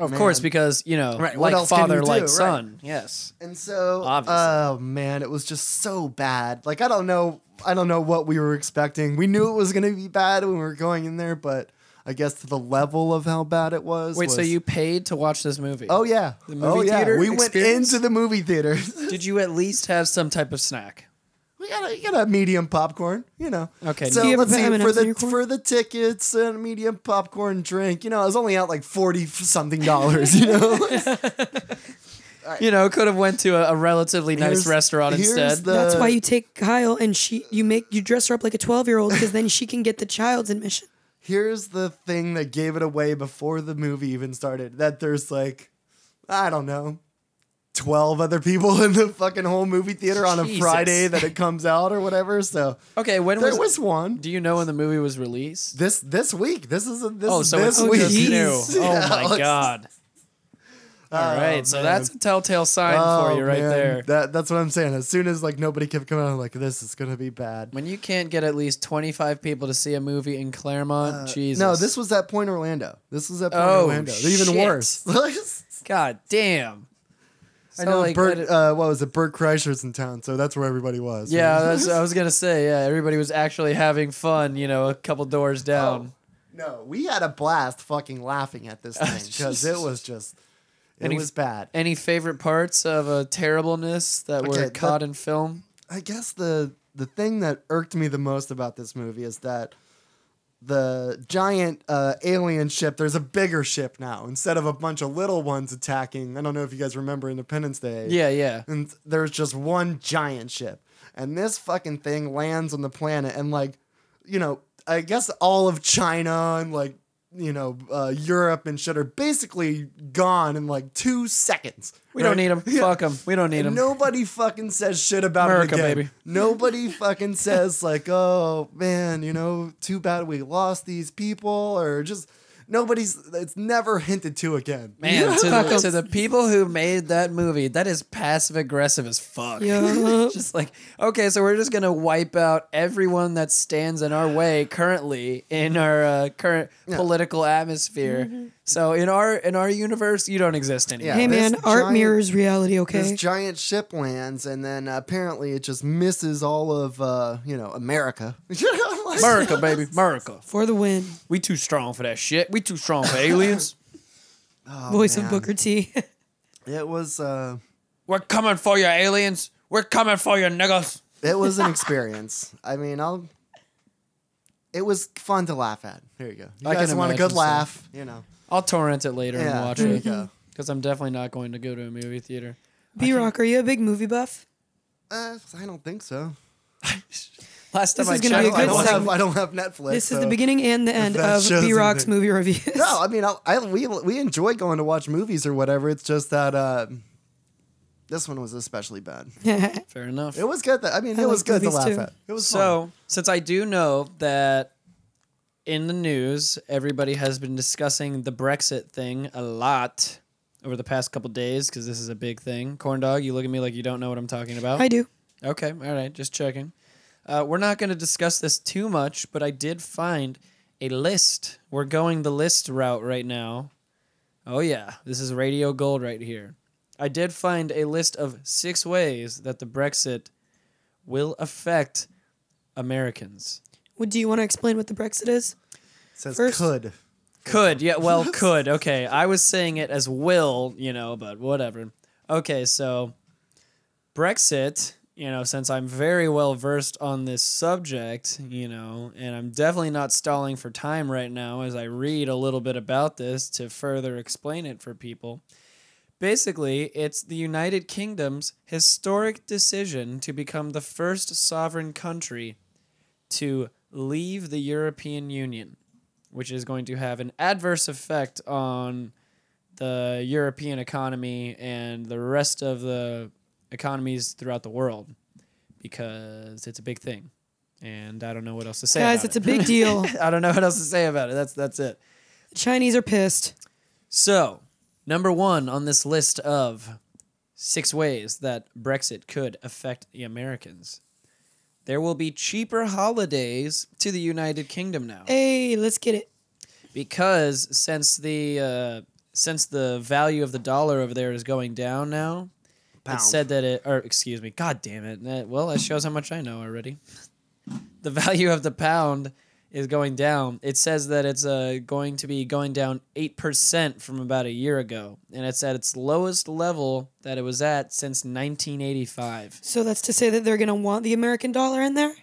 Speaker 1: Of course, because you know,
Speaker 2: Right, what
Speaker 1: like
Speaker 2: else can
Speaker 1: father,
Speaker 2: you do,
Speaker 1: like
Speaker 2: right?
Speaker 1: son. Yes.
Speaker 2: And so,
Speaker 1: Obviously.
Speaker 2: oh man, it was just so bad. Like I don't know, I don't know what we were expecting. We knew it was gonna be bad when we were going in there, but I guess to the level of how bad it was.
Speaker 1: Wait, so
Speaker 2: was-
Speaker 1: you paid to watch this movie?
Speaker 2: Oh yeah.
Speaker 1: The movie
Speaker 2: oh, yeah.
Speaker 1: theater
Speaker 2: We
Speaker 1: experience?
Speaker 2: went into the movie theater.
Speaker 1: Did you at least have some type of snack?
Speaker 2: we got a, you got a medium popcorn, you know.
Speaker 1: Okay.
Speaker 2: So
Speaker 3: Do you ever
Speaker 2: let's
Speaker 3: put
Speaker 2: see
Speaker 3: M&Ms
Speaker 2: for
Speaker 3: in
Speaker 2: the
Speaker 3: your corn?
Speaker 2: for the tickets and medium popcorn drink. You know, I was only out like forty something dollars. You know,
Speaker 1: You know, could have went to a, a relatively nice
Speaker 2: Here's-
Speaker 1: restaurant
Speaker 2: here's
Speaker 1: instead.
Speaker 2: the-
Speaker 3: That's
Speaker 2: Uh,
Speaker 3: why you take Kyle and she you make you dress her up like a 12-year-old cuz then she can get the child's admission.
Speaker 2: here's the thing that gave it away before the movie even started that there's like i don't know 12 other people in the fucking whole movie theater on a
Speaker 1: Jesus.
Speaker 2: friday that it comes out or whatever so
Speaker 1: okay, when
Speaker 2: there
Speaker 1: was,
Speaker 2: was one
Speaker 1: Do you know when the movie was released?
Speaker 2: this this week this is a, this
Speaker 1: Oh,
Speaker 2: is
Speaker 1: so
Speaker 2: this
Speaker 1: it's
Speaker 2: week
Speaker 1: just
Speaker 3: Jeez.
Speaker 1: new.
Speaker 2: Yeah,
Speaker 1: Oh my
Speaker 2: it's-
Speaker 1: god. All
Speaker 2: Oh,
Speaker 1: right, so
Speaker 2: man.
Speaker 1: that's a telltale sign
Speaker 2: Oh,
Speaker 1: for you right
Speaker 2: man.
Speaker 1: there.
Speaker 2: That, that's what I'm saying. As soon as like nobody kept coming out, I'm like, this is gonna be bad.
Speaker 1: When you can't get at least 25 people to see a movie in Claremont, Jesus.
Speaker 2: Uh, No, this was at Point Orlando. This was at Point
Speaker 1: Oh,
Speaker 2: Orlando. Even
Speaker 1: shit.
Speaker 2: worse.
Speaker 1: God damn. So,
Speaker 2: I know
Speaker 1: like,
Speaker 2: Bert.
Speaker 1: I d-
Speaker 2: uh, what was it? Bert Kreischer's in town, so that's where everybody was.
Speaker 1: yeah, that's, I was gonna say. Yeah, everybody was actually having fun. You know, a couple doors down.
Speaker 2: No, we had a blast fucking laughing at
Speaker 1: Oh,
Speaker 2: this thing because it was just, it
Speaker 1: Any-
Speaker 2: was bad.
Speaker 1: Any favorite parts of a terribleness that
Speaker 2: Okay,
Speaker 1: were
Speaker 2: that-
Speaker 1: caught in film?
Speaker 2: I guess the the thing that irked me the most about this movie is that the giant uh, alien ship. There's a bigger ship now instead of a bunch of little ones attacking. I don't know if you guys remember Independence Day.
Speaker 1: Yeah, yeah.
Speaker 2: and there's just one giant ship. And this fucking thing lands on the planet, and like, you know, I guess all of China and like, you know, uh, Europe and shit are basically gone in like two seconds.
Speaker 1: We
Speaker 2: right?
Speaker 1: don't need them. Fuck them. We don't need
Speaker 2: And
Speaker 1: them.
Speaker 2: nobody fucking says shit about
Speaker 1: America,
Speaker 2: it again.
Speaker 1: baby.
Speaker 2: Nobody fucking says like, "Oh man, you know, too bad we lost these people," or just nobody's. It's never hinted to again.
Speaker 1: Man, to
Speaker 3: Fuck
Speaker 1: the,
Speaker 3: 'em.
Speaker 1: to the people who made that movie, that is passive aggressive as fuck.
Speaker 3: Yeah.
Speaker 1: just like, okay, so we're just gonna wipe out everyone that stands in our way currently in
Speaker 2: Mm-hmm.
Speaker 1: our uh, current political atmosphere. So in our in our universe, you don't exist anymore.
Speaker 2: Yeah,
Speaker 3: hey
Speaker 2: this
Speaker 3: man, art
Speaker 2: giant-
Speaker 3: mirrors reality, okay?
Speaker 2: This giant ship lands, and then apparently it just misses all of uh, you know America.
Speaker 1: America, baby, America.
Speaker 3: For the win.
Speaker 1: We too strong for that shit. We too strong for aliens.
Speaker 3: Voice
Speaker 2: Oh, man.
Speaker 3: of Booker T.
Speaker 2: It was uh,
Speaker 1: We're coming for you, aliens. We're coming for you, niggas.
Speaker 2: it was an experience. I mean, I'll. It was fun to laugh at. Here you go. You
Speaker 1: I can
Speaker 2: guys want a
Speaker 1: imagine
Speaker 2: good
Speaker 1: so.
Speaker 2: laugh? You know.
Speaker 1: I'll torrent it later
Speaker 2: Yeah,
Speaker 1: and watch
Speaker 2: there you
Speaker 1: it
Speaker 2: go.
Speaker 1: because I'm definitely not going to go to a movie theater.
Speaker 3: B-Rock, are you a big movie buff?
Speaker 2: Uh, I don't think so.
Speaker 1: Last time
Speaker 3: This
Speaker 1: I
Speaker 3: is
Speaker 1: checked,
Speaker 3: gonna be a
Speaker 2: I
Speaker 3: good
Speaker 2: don't
Speaker 1: was-
Speaker 2: have. I don't have Netflix.
Speaker 3: This is
Speaker 2: so-
Speaker 3: the beginning and the end
Speaker 2: that
Speaker 3: of
Speaker 2: shows
Speaker 3: B-Rock's
Speaker 2: anything.
Speaker 3: movie reviews.
Speaker 2: No, I mean, I, I we we enjoy going to watch movies or whatever. It's just that uh, this one was especially bad.
Speaker 1: Fair enough.
Speaker 2: It was good. That, I mean,
Speaker 3: I
Speaker 2: it was
Speaker 3: like
Speaker 2: good to
Speaker 3: movies,
Speaker 2: laugh
Speaker 3: too.
Speaker 2: at. It was fun.
Speaker 1: So, since I do know that in the news, everybody has been discussing the Brexit thing a lot over the past couple days because this is a big thing. Corn dog, you look at me like you don't know what I'm talking about.
Speaker 3: I do.
Speaker 1: Okay, all right, just checking. Uh, we're not going to discuss this too much, but I did find a list. We're going the list route right now. Oh, yeah, this is Radio Gold right here. I did find a list of six ways that the Brexit will affect Americans.
Speaker 3: Would do you want to explain what the Brexit is?
Speaker 2: says
Speaker 3: First-
Speaker 2: could.
Speaker 1: Could, yeah, well, could. Okay, I was saying it as will, you know, but whatever. Okay, so Brexit, you know, since I'm very well versed on this subject, you know, and I'm definitely not stalling for time right now as I read a little bit about this to further explain it for people. Basically, it's the United Kingdom's historic decision to become the first sovereign country to leave the European Union which is going to have an adverse effect on the European economy and the rest of the economies throughout the world because it's a big thing. And I don't know what else to say.
Speaker 3: Guys,
Speaker 1: about
Speaker 3: it's
Speaker 1: it.
Speaker 3: a big deal.
Speaker 1: I don't know what else to say about it. That's that's it.
Speaker 3: The Chinese are pissed.
Speaker 1: So, number one on this list of six ways that Brexit could affect the Americans. There will be cheaper holidays to the United Kingdom now.
Speaker 3: Hey, let's get it.
Speaker 1: because since the uh, since the value of the dollar over there is going down now,
Speaker 2: Pound.
Speaker 1: it said that it or excuse me, god damn it. eh, Well, that shows how much I know already. The value of the pound is going down. It says that it's uh, going to be going down 8% from about a year ago, and it's at its lowest level that it was at since 1985.
Speaker 3: So that's to say that they're gonna want the American dollar in there.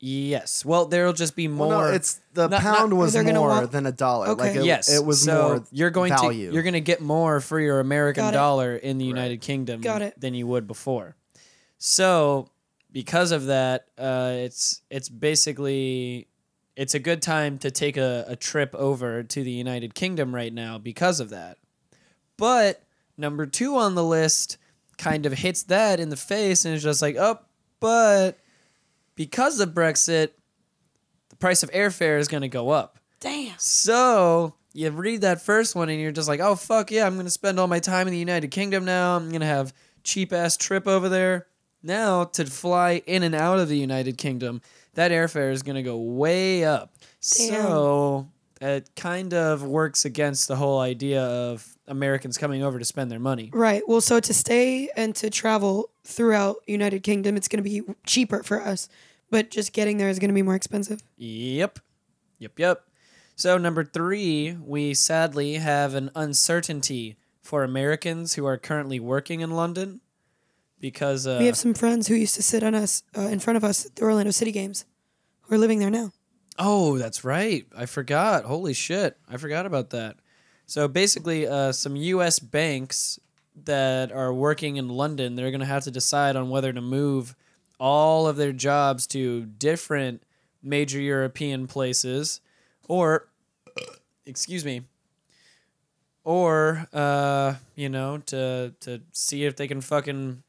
Speaker 1: Yes. Well, there'll just be more
Speaker 2: Well, no, it's the
Speaker 1: Not-
Speaker 2: pound
Speaker 1: not-
Speaker 2: was
Speaker 3: They're gonna
Speaker 2: more
Speaker 3: want-
Speaker 2: than a dollar.
Speaker 3: Okay.
Speaker 2: Like it,
Speaker 1: yes,
Speaker 2: it was
Speaker 1: so
Speaker 2: more.
Speaker 1: You're going
Speaker 2: value.
Speaker 1: to you're going to get more for your American
Speaker 3: Got it.
Speaker 1: dollar in the United Kingdom
Speaker 3: Got it.
Speaker 1: than you would before. So because of that, uh, it's it's basically it's a good time to take a, a trip over to the United Kingdom right now because of that. But number two on the list kind of hits that in the face and is just like, oh, but because of Brexit, the price of airfare is going to go up.
Speaker 3: Damn.
Speaker 1: So you read that first one and you're just like, oh fuck yeah, I'm gonna spend all my time in the United Kingdom now. I'm gonna have cheap ass trip over there. Now to fly in and out of the United Kingdom, that airfare is gonna go way up. So it kind of works against the whole idea of Americans coming over to spend their money.
Speaker 3: Right. Well, so to stay and to travel throughout United Kingdom, it's gonna be cheaper for us, but just getting there is gonna be more expensive.
Speaker 1: Yep. Yep, yep. So, number three, we sadly have an uncertainty for Americans who are currently working in London because uh,
Speaker 3: We have some friends who used to sit on us uh, in front of us at the Orlando City games, who are living there now.
Speaker 1: Oh, that's right. I forgot. Holy shit. I forgot about that. So basically, uh, some U.S. banks that are working in London, they're going to have to decide on whether to move all of their jobs to different major European places or, excuse me, or, uh, you know, to, to see if they can fucking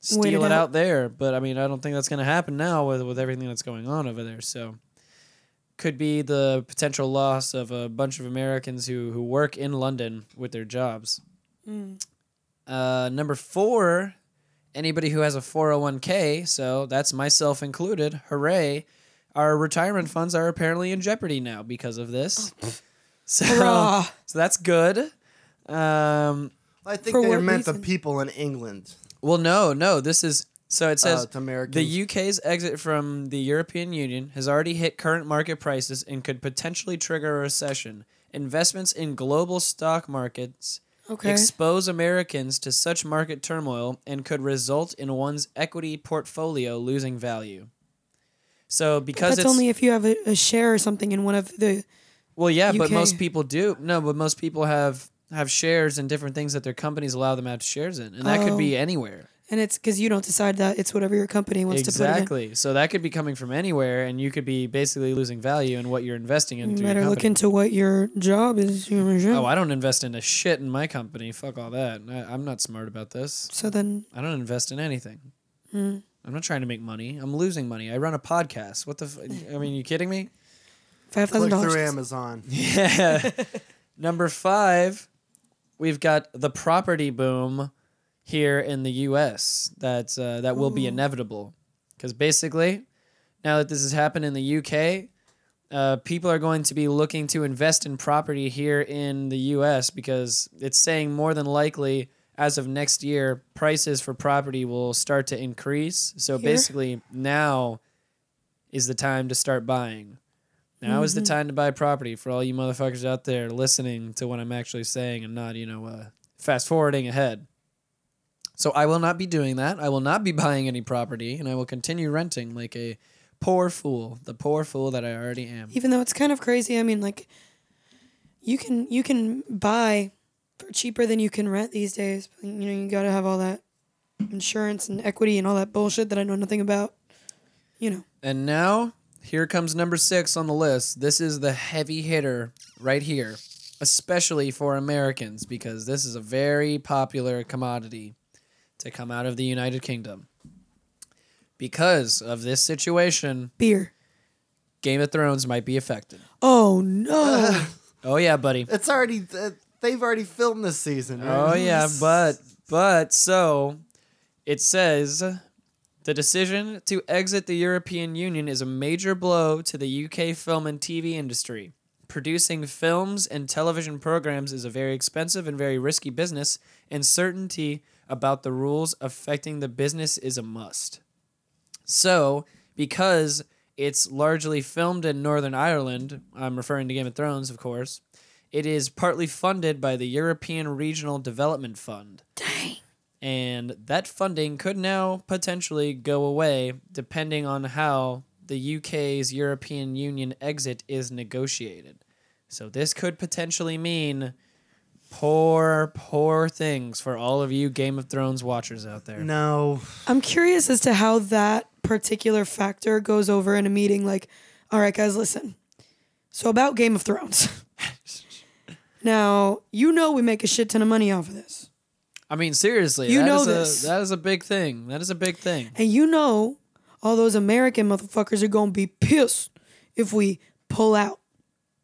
Speaker 1: steal
Speaker 3: Wait it
Speaker 1: it
Speaker 3: out.
Speaker 1: out there. But I mean, I don't think that's going to happen now with, with everything that's going on over there. So could be the potential loss of a bunch of Americans who, who work in London with their jobs. Uh, number four, anybody who has a 401k, so that's myself included, hooray, our retirement funds are apparently in jeopardy now because of this. so,
Speaker 3: Hurrah.
Speaker 1: so that's good. Um,
Speaker 2: I think
Speaker 3: For
Speaker 2: they
Speaker 3: what
Speaker 2: meant
Speaker 3: reason?
Speaker 2: the people in England.
Speaker 1: well, no, no, this is. So it
Speaker 2: Uh,
Speaker 1: says
Speaker 2: it's Americans.
Speaker 1: the UK's exit from the European Union has already hit current market prices and could potentially trigger a recession. Investments in global stock markets
Speaker 3: Okay.
Speaker 1: expose Americans to such market turmoil and could result in one's equity portfolio losing value. So because
Speaker 3: That's
Speaker 1: it's
Speaker 3: only if you have a, a share or something in one of the.
Speaker 1: well, yeah, but
Speaker 3: UK.
Speaker 1: most people do. No, but most people have have shares and different things that their companies allow them to have shares in, and that could
Speaker 3: Oh.
Speaker 1: be anywhere.
Speaker 3: And it's because you don't decide that. It's whatever your company wants to put it
Speaker 1: Exactly. So that could be coming from anywhere, and you could be basically losing value in what you're investing in.
Speaker 3: in. You
Speaker 1: through your
Speaker 3: better look
Speaker 1: company.
Speaker 3: into what your job is. you know,
Speaker 1: Oh, I don't invest in a shit in my company. Fuck all that. I, I'm not smart about this.
Speaker 3: So then,
Speaker 1: I don't invest in anything. I'm not trying to make money. I'm losing money. I run a podcast. What the? F- I mean, you kidding me?
Speaker 3: five thousand
Speaker 2: Click through
Speaker 3: dollars.
Speaker 2: Amazon.
Speaker 1: Yeah. Number five, we've got the property boom here in the U.S. That uh, that will be inevitable, because basically, now that this has happened in the U.K., uh, people are going to be looking to invest in property here in the U.S. because it's saying more than likely. As of next year, prices for property will start to increase. So
Speaker 3: Here?
Speaker 1: basically, now is the time to start buying. Now is the time to buy property for all you motherfuckers out there listening to what I'm actually saying and not, you know, uh, fast forwarding ahead. So I will not be doing that. I will not be buying any property and I will continue renting like a poor fool, the poor fool that I already am.
Speaker 3: even though it's kind of crazy. I mean, like you can you can buy for cheaper than you can rent these days. But, you know, you got to have all that insurance and equity and all that bullshit that I know nothing about. You know,
Speaker 1: And now, here comes number six on the list. This is the heavy hitter right here, especially for Americans, because this is a very popular commodity to come out of the United Kingdom. Because of this situation,
Speaker 3: beer.
Speaker 1: Game of Thrones might be affected.
Speaker 3: Oh no!
Speaker 1: Oh, yeah, buddy.
Speaker 2: It's already uh, they've already filmed this season.
Speaker 1: Oh
Speaker 2: right?
Speaker 1: yeah, but but so it says the decision to exit the European Union is a major blow to the UK film and TV industry. Producing films and television programs is a very expensive and very risky business, and certainty about the rules affecting the business is a must. So, because it's largely filmed in Northern Ireland, I'm referring to Game of Thrones, of course, it is partly funded by the European Regional Development Fund.
Speaker 3: Dang.
Speaker 1: And that funding could now potentially go away depending on how the UK's European Union exit is negotiated. So this could potentially mean poor, poor things for all of you Game of Thrones watchers out there.
Speaker 2: no,
Speaker 3: I'm curious as to how that particular factor goes over in a meeting. Like, all right, guys, listen. So about Game of Thrones. now you know we make a shit ton of money off of this.
Speaker 1: I mean, seriously,
Speaker 3: You
Speaker 1: that
Speaker 3: know
Speaker 1: is a-
Speaker 3: this.
Speaker 1: that is a big thing. That is a big thing.
Speaker 3: And you know, all those American motherfuckers are gonna be pissed if we pull out.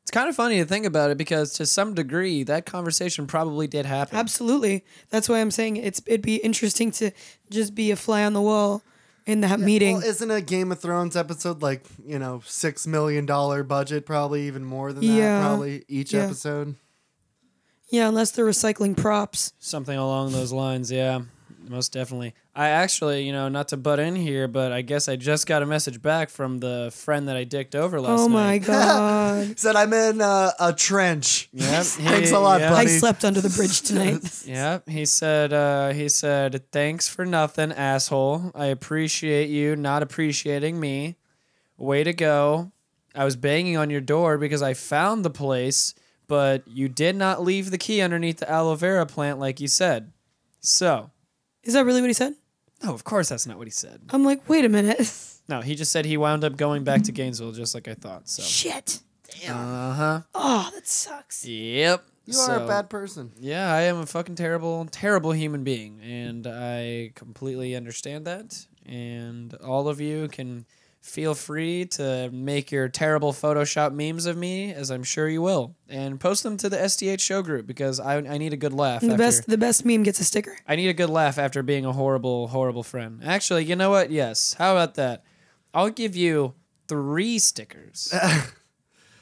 Speaker 1: It's kind of funny to think about it because to some degree that conversation probably did happen.
Speaker 3: Absolutely. That's why I'm saying it's it'd be interesting to just be a fly on the wall in that meeting.
Speaker 2: well, isn't a Game of Thrones episode like you know six million dollar budget? Probably even more than that.
Speaker 3: Yeah.
Speaker 2: Probably each
Speaker 3: Yeah.
Speaker 2: episode.
Speaker 3: yeah, unless they're recycling props.
Speaker 1: Something along those lines, yeah. Most definitely. I actually, you know, not to butt in here, but I guess I just got a message back from the friend that I dicked over last
Speaker 3: oh my
Speaker 1: night.
Speaker 3: god.
Speaker 2: Said I'm in uh, a trench.
Speaker 1: Yep,
Speaker 2: Thanks a lot,
Speaker 1: yep,
Speaker 2: buddy.
Speaker 3: I slept under the bridge tonight.
Speaker 1: Yep. He said uh he said, Thanks for nothing, asshole. I appreciate you not appreciating me. Way to go. I was banging on your door because I found the place, but you did not leave the key underneath the aloe vera plant like you said. So
Speaker 3: Is that really what he said?
Speaker 1: no, of course that's not what he said.
Speaker 3: I'm like, wait a minute.
Speaker 1: No, he just said he wound up going back to Gainesville just like I thought. So.
Speaker 3: Shit.
Speaker 1: Uh huh.
Speaker 3: Oh, that sucks.
Speaker 1: Yep.
Speaker 2: Uh-huh. You are a bad person.
Speaker 1: Yeah, I am a fucking terrible, terrible human being, and I completely understand that. And all of you can feel free to make your terrible Photoshop memes of me, as I'm sure you will, and post them to the SDH show group because I, I need a good laugh.
Speaker 3: The
Speaker 1: after.
Speaker 3: best the best meme gets a sticker.
Speaker 1: I need a good laugh after being a horrible, horrible friend. Actually, you know what? Yes. How about that? I'll give you three stickers. yeah.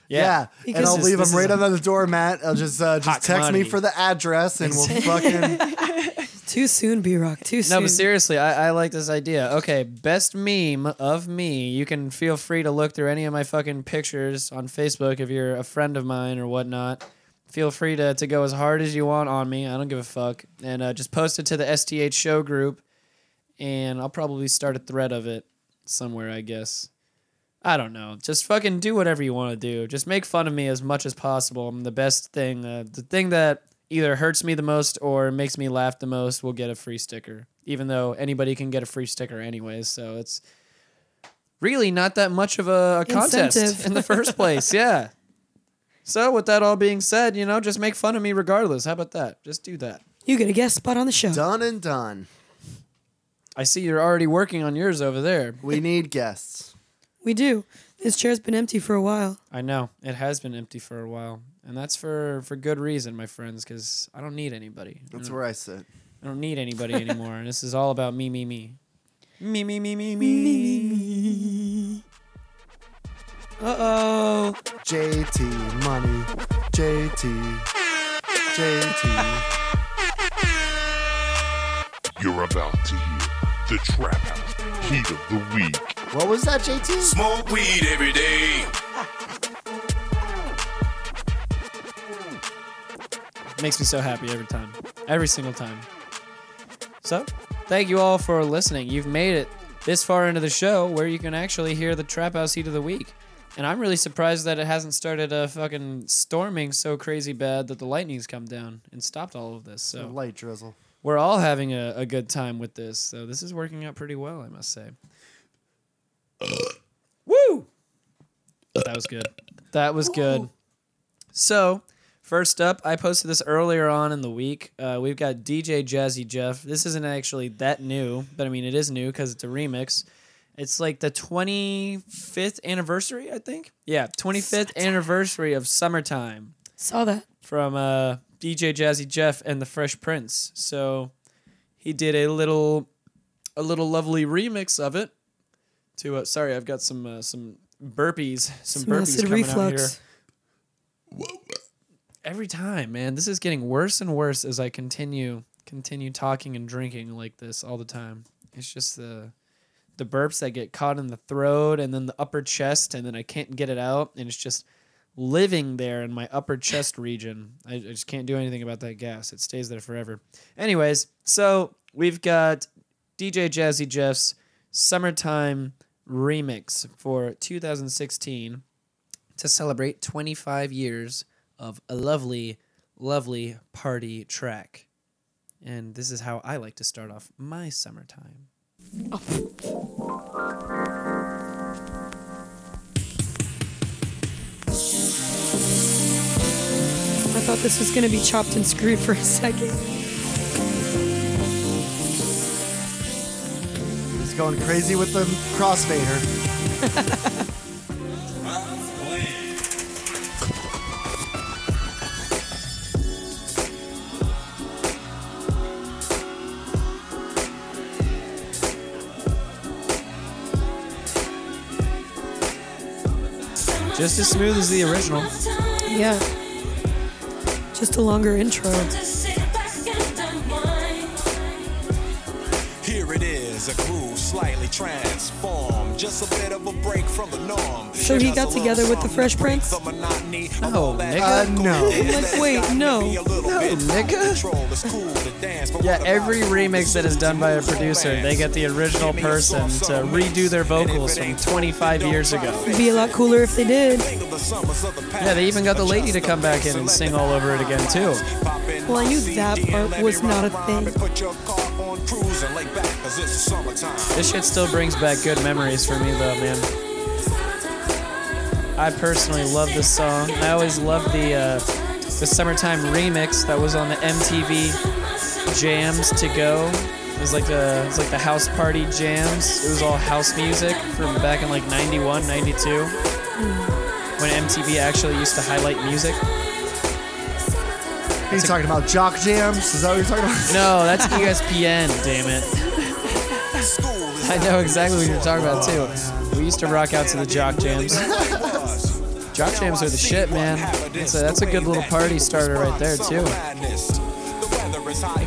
Speaker 2: Yeah, and
Speaker 1: Because
Speaker 2: I'll
Speaker 1: this-
Speaker 2: leave
Speaker 1: this
Speaker 2: them
Speaker 1: is
Speaker 2: right
Speaker 1: a-
Speaker 2: under the door, Matt. I'll just uh,
Speaker 1: Hot
Speaker 2: just text
Speaker 1: commodity.
Speaker 2: me for the address, and we'll fucking
Speaker 3: Too soon, B Rock. Too soon.
Speaker 1: No, but seriously, I, I like this idea. Okay, best meme of me. You can feel free to look through any of my fucking pictures on Facebook if you're a friend of mine or whatnot. Feel free to, to go as hard as you want on me. I don't give a fuck. And uh, just post it to the STH show group, and I'll probably start a thread of it somewhere, I guess. I don't know. Just fucking do whatever you want to do. Just make fun of me as much as possible. I'm the best thing. Uh, the thing that either hurts me the most or makes me laugh the most will get a free sticker. Even though anybody can get a free sticker anyways, so it's really not that much of a, a contest
Speaker 3: Incentive.
Speaker 1: in the first place. Yeah. So with that all being said, you know, just make fun of me regardless. How about that? Just do that.
Speaker 3: you get a guest spot on the show.
Speaker 2: done and done.
Speaker 1: I see you're already working on yours over there.
Speaker 2: We need guests.
Speaker 3: We do. This chair's been empty for a while.
Speaker 1: I know it has been empty for a while, and that's for for good reason, my friends, because I don't need anybody. I
Speaker 2: That's
Speaker 1: don't-
Speaker 2: where I sit.
Speaker 1: I don't need anybody anymore, and this is all about me, me, me, me, me, me, me, me.
Speaker 3: Uh oh.
Speaker 2: JT money. JT. JT.
Speaker 4: You're about to hear the Trap House Heat of the Week.
Speaker 2: What was that, JT?
Speaker 4: Smoke weed every day.
Speaker 1: Makes me so happy every time. Every single time. So, thank you all for listening. You've made it this far into the show where you can actually hear the Trap House Heat of the Week. And I'm really surprised that it hasn't started uh, fucking storming so crazy bad that the lightning's come down and stopped all of this. So,
Speaker 2: Light drizzle.
Speaker 1: we're all having a, a good time with this. So this is working out pretty well, I must say. Woo! That was good. That was good. So, first up, I posted this earlier on in the week. Uh, we've got DJ Jazzy Jeff. This isn't actually that new, but I mean, it is new because it's a remix. It's like the 25th anniversary, I think. Yeah, 25th anniversary of Summertime
Speaker 3: Saw that.
Speaker 1: from uh, DJ Jazzy Jeff and the Fresh Prince. So he did a little, a little lovely remix of it. To uh, sorry, I've got some uh, some burpees, some,
Speaker 3: Some
Speaker 1: burpees
Speaker 3: acid
Speaker 1: coming out here.
Speaker 3: reflux.
Speaker 1: Every time, man, this is getting worse and worse as I continue continue talking and drinking like this all the time. It's just the the burps that get caught in the throat and then the upper chest and then I can't get it out and it's just living there in my upper chest region. I, I just can't do anything about that gas. It stays there forever. Anyways, so we've got DJ Jazzy Jeff's summertime remix for 2016 to celebrate 25 years of a lovely, lovely party track. And this is how I like to start off my summertime.
Speaker 3: I thought this was gonna be chopped and screwed for a second.
Speaker 2: He's going crazy with the crossfader.
Speaker 1: Just as smooth as the original.
Speaker 3: Yeah. Just a longer intro.
Speaker 4: Here it is, a groove slightly transformed. Just a bit of a break from the norm.
Speaker 3: So he got together with the Fresh Prince?
Speaker 1: No,
Speaker 4: No,
Speaker 1: nigga.
Speaker 2: Uh, no.
Speaker 3: I'm like, wait, no.
Speaker 1: No, nigga. Yeah, every remix that is done by a producer, they get the original person to redo their vocals from 25 years ago.
Speaker 3: It'd be a lot cooler if they did.
Speaker 4: Yeah, they even got the lady to come back in and sing all over it again, too.
Speaker 3: Well, I knew that part was not a thing.
Speaker 1: This shit still brings back good memories for me, though, man. I personally love this song. I always loved the uh, the summertime remix that was on the MTV Jams to Go. It was like the it was like the house party jams. It was all house music from back in like 91, 92 when MTV actually used to highlight music.
Speaker 2: Are you talking about jock jams? Is that what you're talking about?
Speaker 1: No, that's E ESPN, damn it. I know exactly what you're talking about too. We used to rock out to the jock jams. Jock jams are the shit, man. That's a, that's a good little party starter right there too.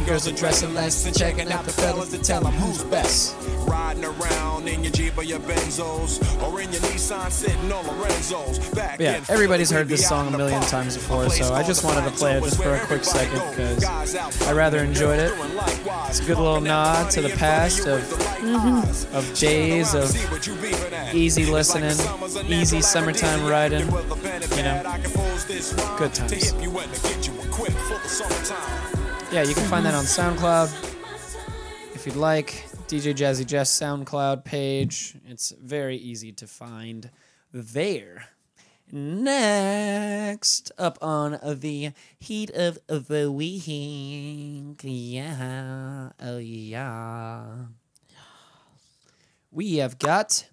Speaker 4: Girls are dressing less and checking out the fellas to tell 'em who's best. Riding around in your Jeep or your Benzos, or in your Nissan sitting on Lorenzo's. Back
Speaker 1: Yeah,
Speaker 4: in
Speaker 1: everybody's heard
Speaker 4: Philly,
Speaker 1: this
Speaker 4: we
Speaker 1: song
Speaker 4: out
Speaker 1: a
Speaker 4: in the
Speaker 1: million
Speaker 4: park.
Speaker 1: times
Speaker 4: A
Speaker 1: before,
Speaker 4: place
Speaker 1: so I
Speaker 4: called
Speaker 1: just
Speaker 4: the
Speaker 1: wanted to
Speaker 4: Pine
Speaker 1: play it
Speaker 4: Top
Speaker 1: just
Speaker 4: is
Speaker 1: for a
Speaker 4: where
Speaker 1: quick
Speaker 4: everybody
Speaker 1: second,
Speaker 4: goes.
Speaker 1: 'cause
Speaker 4: Guys out
Speaker 1: I rather
Speaker 4: front and
Speaker 1: enjoyed
Speaker 4: girls
Speaker 1: it.
Speaker 4: doing likewise.
Speaker 1: It's a good little
Speaker 4: Bumping that
Speaker 1: nod to
Speaker 4: body
Speaker 1: the
Speaker 4: in front
Speaker 1: past
Speaker 4: you
Speaker 1: of- Mhm.
Speaker 4: with the light eyes.
Speaker 1: of
Speaker 4: Turn
Speaker 1: days
Speaker 4: around,
Speaker 1: of
Speaker 4: see what you beeping at.
Speaker 1: easy
Speaker 4: It's like
Speaker 1: listening,
Speaker 4: the summer's a
Speaker 1: easy
Speaker 4: natural
Speaker 1: summertime
Speaker 4: aphrodisiac.
Speaker 1: riding,
Speaker 4: With a pen and
Speaker 1: you know.
Speaker 4: pad, I compose this rhyme
Speaker 1: Good
Speaker 4: to
Speaker 1: times.
Speaker 4: hip you and to get you equipped for the summertime.
Speaker 1: Yeah, you can find that on SoundCloud if you'd like. DJ Jazzy Jeff's SoundCloud page. It's very easy to find there. Next up on the heat of the week. Yeah. Oh, yeah. We have got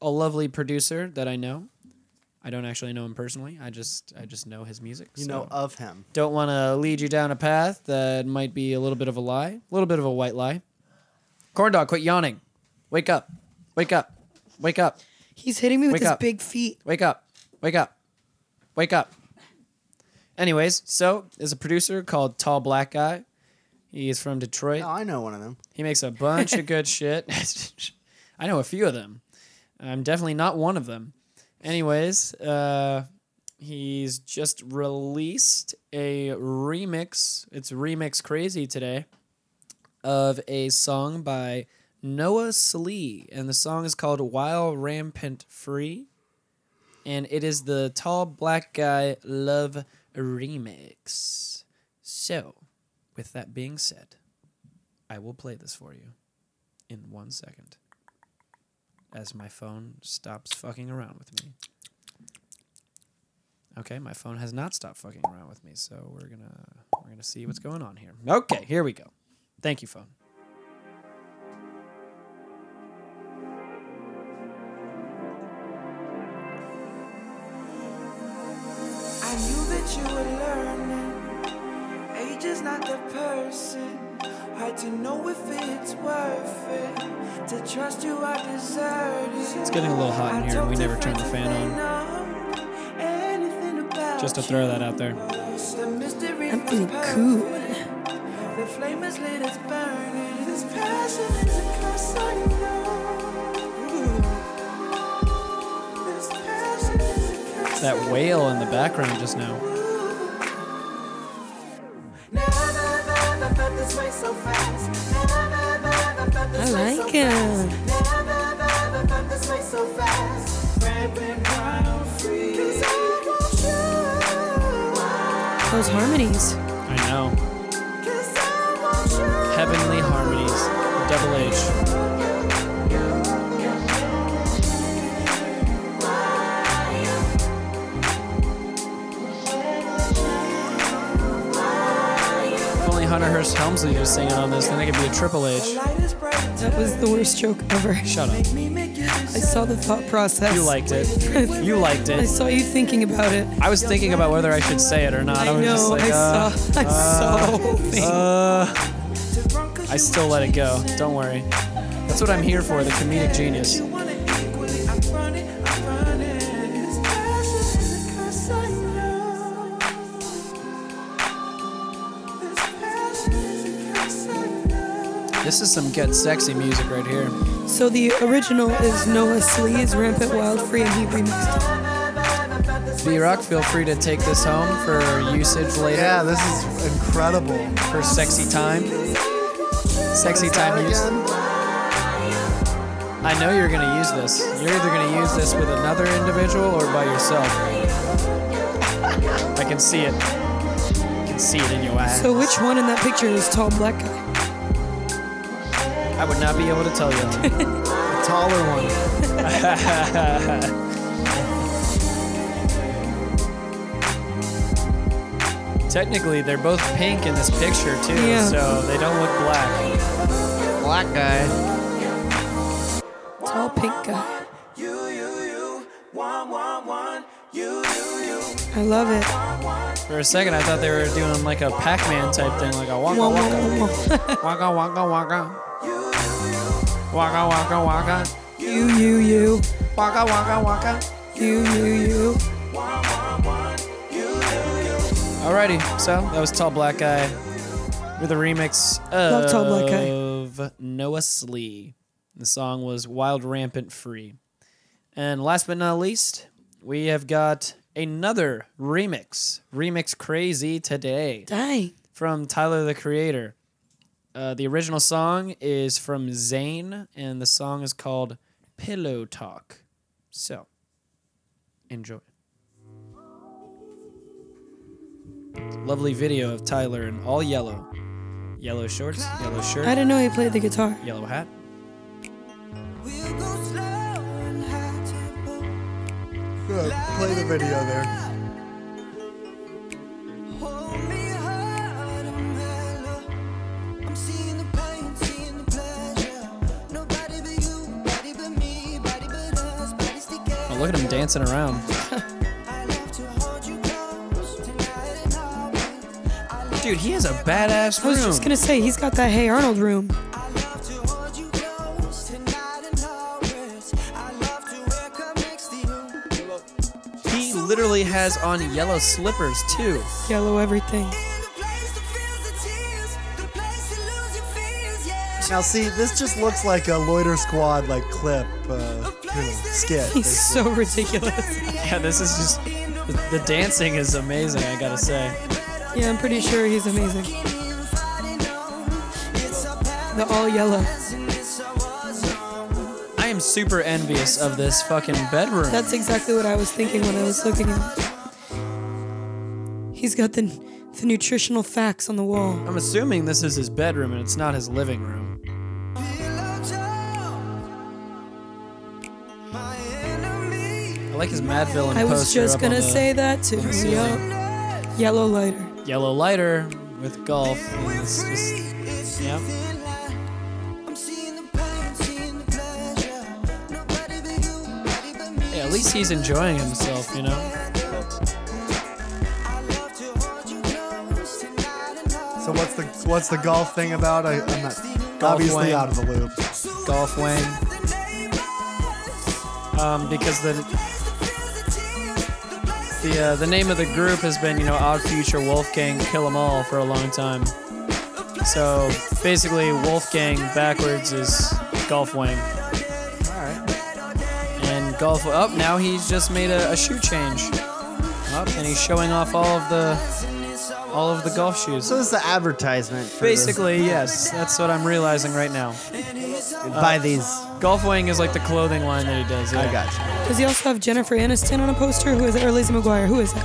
Speaker 1: a lovely producer that I know. I don't actually know him personally. I just I just know his music.
Speaker 2: You
Speaker 1: so-
Speaker 2: know of him.
Speaker 1: don't want to lead you down a path that might be a little bit of a lie, a little bit of a white lie. Corn dog, quit yawning. Wake up. Wake up. Wake up.
Speaker 3: He's hitting me with
Speaker 1: Wake
Speaker 3: his
Speaker 1: up.
Speaker 3: big feet.
Speaker 1: Wake up. Wake up. Wake up. Anyways, so there's a producer called Tall Black Guy. He is from Detroit.
Speaker 2: Oh, I know one of them.
Speaker 1: He makes a bunch of good shit. I know a few of them. I'm definitely not one of them. Anyways, uh, he's just released a remix. It's Remix Crazy today of a song by Noah Slee. And the song is called While Rampant Free. And it is the Tall Black Guy Love Remix. So, with that being said, I will play this for you in one second as my phone stops fucking around with me. Okay, my phone has not stopped fucking around with me, so we're gonna we're gonna see what's going on here. Okay, here we go. Thank you, phone.
Speaker 5: I knew that you were learning. Age is not the person. Hard to know if it's worth it. To trust you, I deserve it.
Speaker 1: It's getting a little hot in here, and we never turn the fan on.
Speaker 5: on.
Speaker 1: Just to throw that out there.
Speaker 5: The mystery
Speaker 3: I'm
Speaker 5: was
Speaker 3: feeling
Speaker 5: perfect.
Speaker 3: cool.
Speaker 5: The flame is lit, it's burning. This passion is a curse, I know. This passion is a curse I
Speaker 1: That wail in the background just now.
Speaker 3: I
Speaker 5: I
Speaker 3: like him. Those harmonies.
Speaker 1: I know. Heavenly harmonies. Double H. If only Hunter Hearst Helmsley was singing on this, then it could be a triple H.
Speaker 3: That was the worst joke ever.
Speaker 1: Shut up.
Speaker 3: I saw the thought process.
Speaker 1: You liked it. You liked
Speaker 3: I
Speaker 1: it.
Speaker 3: saw you thinking about it.
Speaker 1: I was thinking about whether I should say it or not. I,
Speaker 3: I,
Speaker 1: was just
Speaker 3: know.
Speaker 1: like,
Speaker 3: I
Speaker 1: uh,
Speaker 3: saw. I saw the whole thing.
Speaker 1: uh, I still let it go. Don't worry. That's what I'm here for, the comedic genius. This is some get sexy music right here.
Speaker 3: so the original is Noah Slee's "Rampant Wild Free," and he remixed.
Speaker 1: B Rock, feel free to take this home for usage later
Speaker 2: Yeah, this is incredible.
Speaker 1: for sexy time. Sexy time use. I know you're gonna use this. You're either gonna use this with another individual or by yourself. I can see it. I can see it in your eyes.
Speaker 3: it. So which one in that picture is tall black guy?
Speaker 1: I would not be able to tell you.
Speaker 2: The taller one.
Speaker 1: Technically, they're both pink in this picture too,
Speaker 3: Yeah.
Speaker 1: so they don't look black.
Speaker 2: Black guy.
Speaker 3: Tall pink guy. I love it.
Speaker 1: For a second, I thought they were doing like a Pac-Man type thing, like a waka
Speaker 3: Wah,
Speaker 1: waka.
Speaker 3: wah, wah, wah.
Speaker 1: Waka waka waka. Waka waka waka.
Speaker 3: You, you, you.
Speaker 1: Waka waka waka.
Speaker 3: You, you, you.
Speaker 1: Alrighty, so that was Tall Black Guy with a remix of
Speaker 3: Love Tall Black Guy.
Speaker 1: Noah Slee. The song was Wild Rampant Free. And last but not least, we have got another remix. Remix Crazy today.
Speaker 3: Dang.
Speaker 1: from Tyler the Creator. Uh, the original song is from Zayn, and the song is called Pillow Talk. So, enjoy. Lovely video of Tyler in all yellow. Yellow shorts, yellow
Speaker 3: I
Speaker 1: shirt,
Speaker 3: didn't know he played the guitar.
Speaker 1: yellow hat.
Speaker 2: Play the video there.
Speaker 1: Oh, look at him dancing around. Dude, he has a badass
Speaker 3: I
Speaker 1: room.
Speaker 3: was just gonna say he's got that Hey Arnold room.
Speaker 1: he literally has on yellow slippers too.
Speaker 3: Yellow everything.
Speaker 2: Now, see, this just looks like a Loiter Squad like clip uh, you know, skit.
Speaker 3: He's so ridiculous.
Speaker 1: Yeah, this is just the, the dancing is amazing. I gotta say.
Speaker 3: Yeah, I'm pretty sure he's amazing. The all yellow.
Speaker 1: I am super envious of this fucking bedroom.
Speaker 3: That's exactly what I was thinking when I was looking at it. He's got the, the nutritional facts on the wall.
Speaker 1: I'm assuming this is his bedroom and it's not his living room. I like his Mad Villain
Speaker 3: I was
Speaker 1: poster
Speaker 3: just
Speaker 1: up on
Speaker 3: gonna
Speaker 1: the
Speaker 3: say that too.
Speaker 1: ceiling.
Speaker 3: Yup. Yellow lighter.
Speaker 1: yellow lighter with golf. and it's just- yeah. Hey, at least he's enjoying himself, you know.
Speaker 2: So what's the what's the golf thing about? I, I'm not obviously
Speaker 1: wang.
Speaker 2: out of the loop.
Speaker 1: Golf Wayne. Um, because the the uh, the name of the group has been you know Odd Future, Wolfgang, Kill 'Em All for a long time. So basically, Wolfgang backwards is Golf Wayne. And golf up now he's just made a, a shoe change. Up and he's showing off all of the all of the golf shoes.
Speaker 2: So this is the advertisement. For this-
Speaker 1: Basically, yes, that's what I'm realizing right now.
Speaker 2: buy these.
Speaker 1: Golf wing is like the clothing line that he does. Yeah.
Speaker 2: I got you.
Speaker 3: Does he also have Jennifer Aniston on a poster? Who is that? Or Lizzie McGuire? Who is that?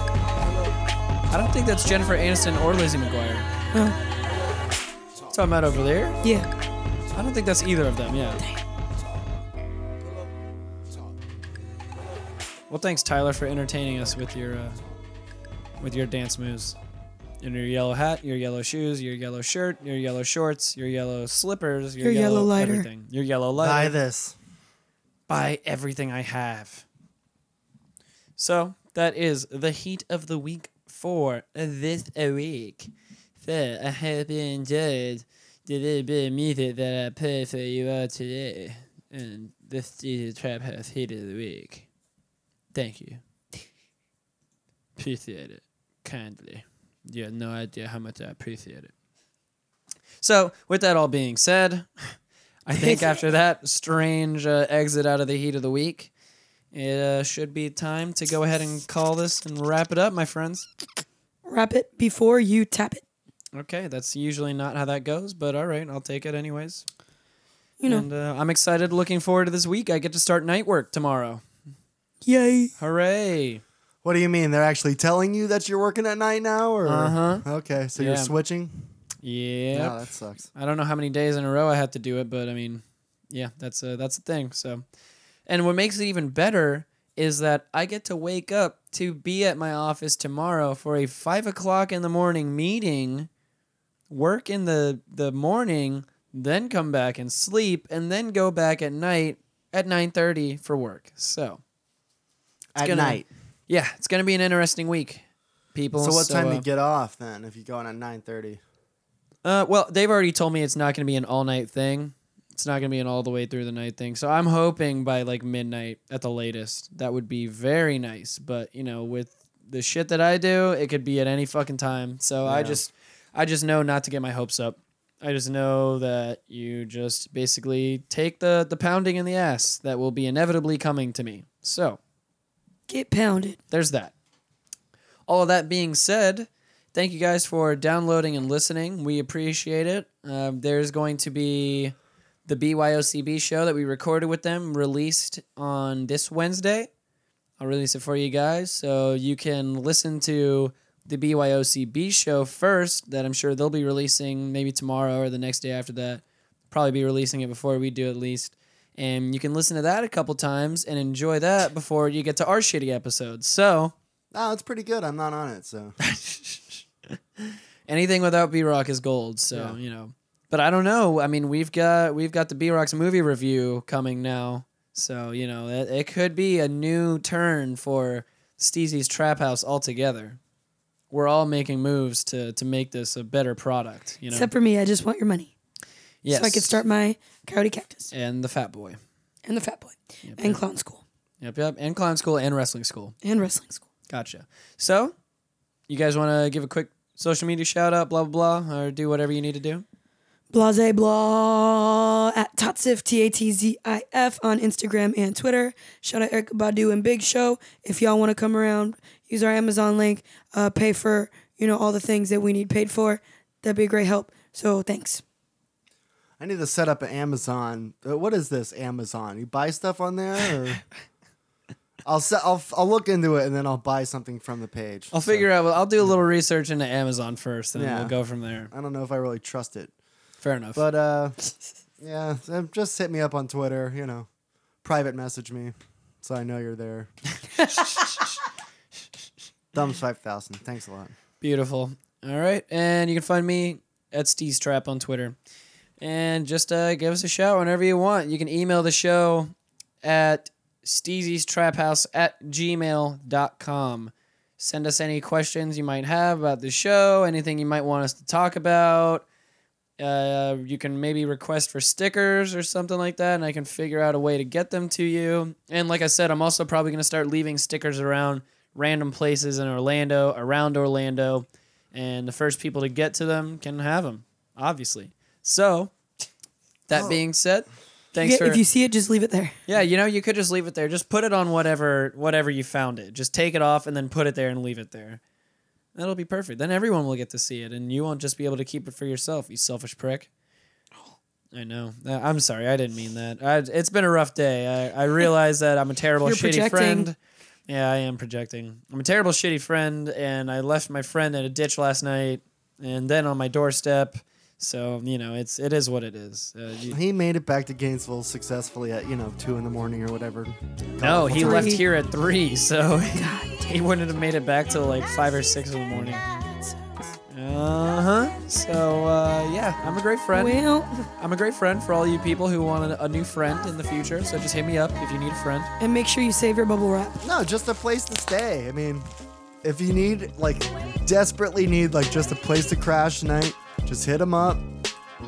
Speaker 1: I don't think that's Jennifer Aniston or Lizzie McGuire.
Speaker 3: Oh,
Speaker 1: Talking about over there.
Speaker 3: yeah.
Speaker 1: I don't think that's either of them. Yeah. Well, thanks Tyler for entertaining us with your uh, with your dance moves, and your yellow hat, your yellow shoes, your yellow shirt, your yellow shorts, your yellow slippers, your,
Speaker 3: Your yellow lighter.
Speaker 1: everything, your yellow lighter.
Speaker 2: Buy this.
Speaker 1: buy everything I have. So that is the heat of the week for this week. So I hope you enjoyed the little bit of music that I played for you all today. And this is the Trap House Heat of the Week. Thank you. Appreciate it. Kindly. You have no idea how much I appreciate it. So, with that all being said, I think after that strange uh, exit out of the heat of the week, it uh, should be time to go ahead and call this and wrap it up, my friends.
Speaker 3: Wrap it before you tap it.
Speaker 1: Okay, that's usually not how that goes, but all right, I'll take it anyways.
Speaker 3: You know.
Speaker 1: And uh, I'm excited, looking forward to this week. I get to start night work tomorrow.
Speaker 3: Yay.
Speaker 1: Hooray!
Speaker 2: What do you mean? They're actually telling you that you're working at night now, or
Speaker 1: Uh-huh.
Speaker 2: okay, so
Speaker 1: Yeah.
Speaker 2: you're switching.
Speaker 1: Yeah.
Speaker 2: Yeah, that sucks.
Speaker 1: I don't know how many days in a row I have to do it, but I mean, yeah, that's a, that's a thing. So, and what makes it even better is that I get to wake up to be at my office tomorrow for a five o'clock in the morning meeting, work in the the morning, then come back and sleep, and then go back at night at nine thirty for work. So,
Speaker 2: At
Speaker 1: gonna-
Speaker 2: night.
Speaker 1: yeah, it's gonna be an interesting week, people.
Speaker 2: So what time do
Speaker 1: uh,
Speaker 2: you get off then? If you go on at nine thirty.
Speaker 1: Uh, well, they've already told me it's not going to be an all night thing. It's not going to be an all the way through the night thing. So I'm hoping by like midnight at the latest. That would be very nice. But you know, with the shit that I do, it could be at any fucking time. So I just, I just know not to get my hopes up. I just know that you just basically take the the pounding in the ass that will be inevitably coming to me. So
Speaker 3: Get pounded.
Speaker 1: there's that. All of that being said, thank you guys for downloading and listening. We appreciate it. Um, there's going to be the BYOCB show that we recorded with them released on this Wednesday. I'll release it for you guys so you can listen to the BYOCB show first, that I'm sure they'll be releasing maybe tomorrow or the next day after that. Probably be releasing it before we do at least. And you can listen to that a couple times and enjoy that before you get to our shitty episode. So,
Speaker 2: Oh, it's pretty good. I'm not on it, so
Speaker 1: anything without B Rock is gold. So
Speaker 2: Yeah.
Speaker 1: you know, but I don't know. I mean, we've got we've got the B Rock's movie review coming now. So you know, it, it could be a new turn for Steezy's Trap House altogether. We're all making moves to to make this a better product. You know,
Speaker 3: Except for me, I just want your money.
Speaker 1: yes,
Speaker 3: So I could start my coyote cactus
Speaker 1: and the Fat Boy.
Speaker 3: and the fat boy and clown school
Speaker 1: Yep, yep, and clown school and wrestling school.
Speaker 3: and wrestling school.
Speaker 1: Gotcha. So, you guys want to give a quick social media shout out, blah blah blah, or do whatever you need to do.
Speaker 3: Blase Blah at Tatzif, T A T Z I F on Instagram and Twitter. Shout out Eric Badu and Big Show. If y'all want to come around, use our Amazon link, uh, pay for, you know, all the things that we need paid for. That'd be a great help. So thanks.
Speaker 2: I need to set up an Amazon. uh, What is this Amazon? You buy stuff on there? Or? I'll set. I'll, f- I'll look into it and then I'll buy something from the page.
Speaker 1: I'll figure out. I'll do a little research into Amazon first, and then
Speaker 2: Yeah.
Speaker 1: we'll go from there.
Speaker 2: I don't know if I really trust it,
Speaker 1: Fair enough.
Speaker 2: but uh, yeah, so just hit me up on Twitter. You know, private message me, so I know you're there. Thumbs five thousand. Thanks a lot.
Speaker 1: Beautiful. All right. And you can find me at Steez Trap on Twitter. And just uh, give us a shout whenever you want. You can email the show at steezystraphouse at gmail.com. Send us any questions you might have about the show, anything you might want us to talk about. Uh, you can maybe request for stickers or something like that, and I can figure out a way to get them to you. And like I said, I'm also probably going to start leaving stickers around random places in Orlando, around Orlando, and the first people to get to them can have them, obviously. So, that being said,
Speaker 3: Oh.
Speaker 1: thanks
Speaker 3: Yeah,
Speaker 1: for
Speaker 3: if you see it, just leave it there.
Speaker 1: yeah, you know, you could just leave it there. Just put it on whatever whatever you found it. Just take it off and then put it there and leave it there. That'll be perfect. Then everyone will get to see it, and you won't just be able to keep it for yourself. You selfish prick. I know. Uh, I'm sorry. I didn't mean that. I, it's been a rough day. I, I realize that I'm a terrible,
Speaker 3: You're projecting.
Speaker 1: shitty friend. Yeah, I am projecting. I'm a terrible, shitty friend, and I left my friend at a ditch last night, and then on my doorstep. So you know, it's it is what it is. Uh, you-
Speaker 2: He made it back to Gainesville successfully at you know two in the morning or whatever.
Speaker 1: No, Oh, he
Speaker 3: Three.
Speaker 1: left here at three, so he wouldn't have made it back till like five or six in the morning. Uh huh. So uh, yeah, I'm a great friend.
Speaker 3: Well,
Speaker 1: I'm a great friend for all you people who want a, a new friend in the future. So just hit me up if you need a friend.
Speaker 3: and make sure you save your bubble wrap.
Speaker 2: No, just a place to stay. I mean, if you need, like, desperately need, like, just a place to crash tonight, just hit him up.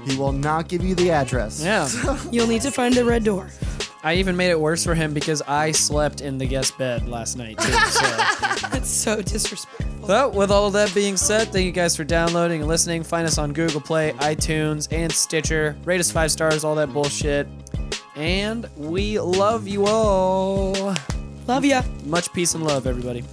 Speaker 2: He will not give you the address.
Speaker 1: Yeah.
Speaker 3: You'll need to find a red door.
Speaker 1: I even made it worse for him because I slept in the guest bed last night too. So.
Speaker 3: That's so disrespectful.
Speaker 1: Well, with all of that being said, thank you guys for downloading and listening. Find us on Google Play, iTunes, and Stitcher. Rate us five stars, all that bullshit. And we love you all.
Speaker 3: Love ya.
Speaker 1: Much peace and love, everybody.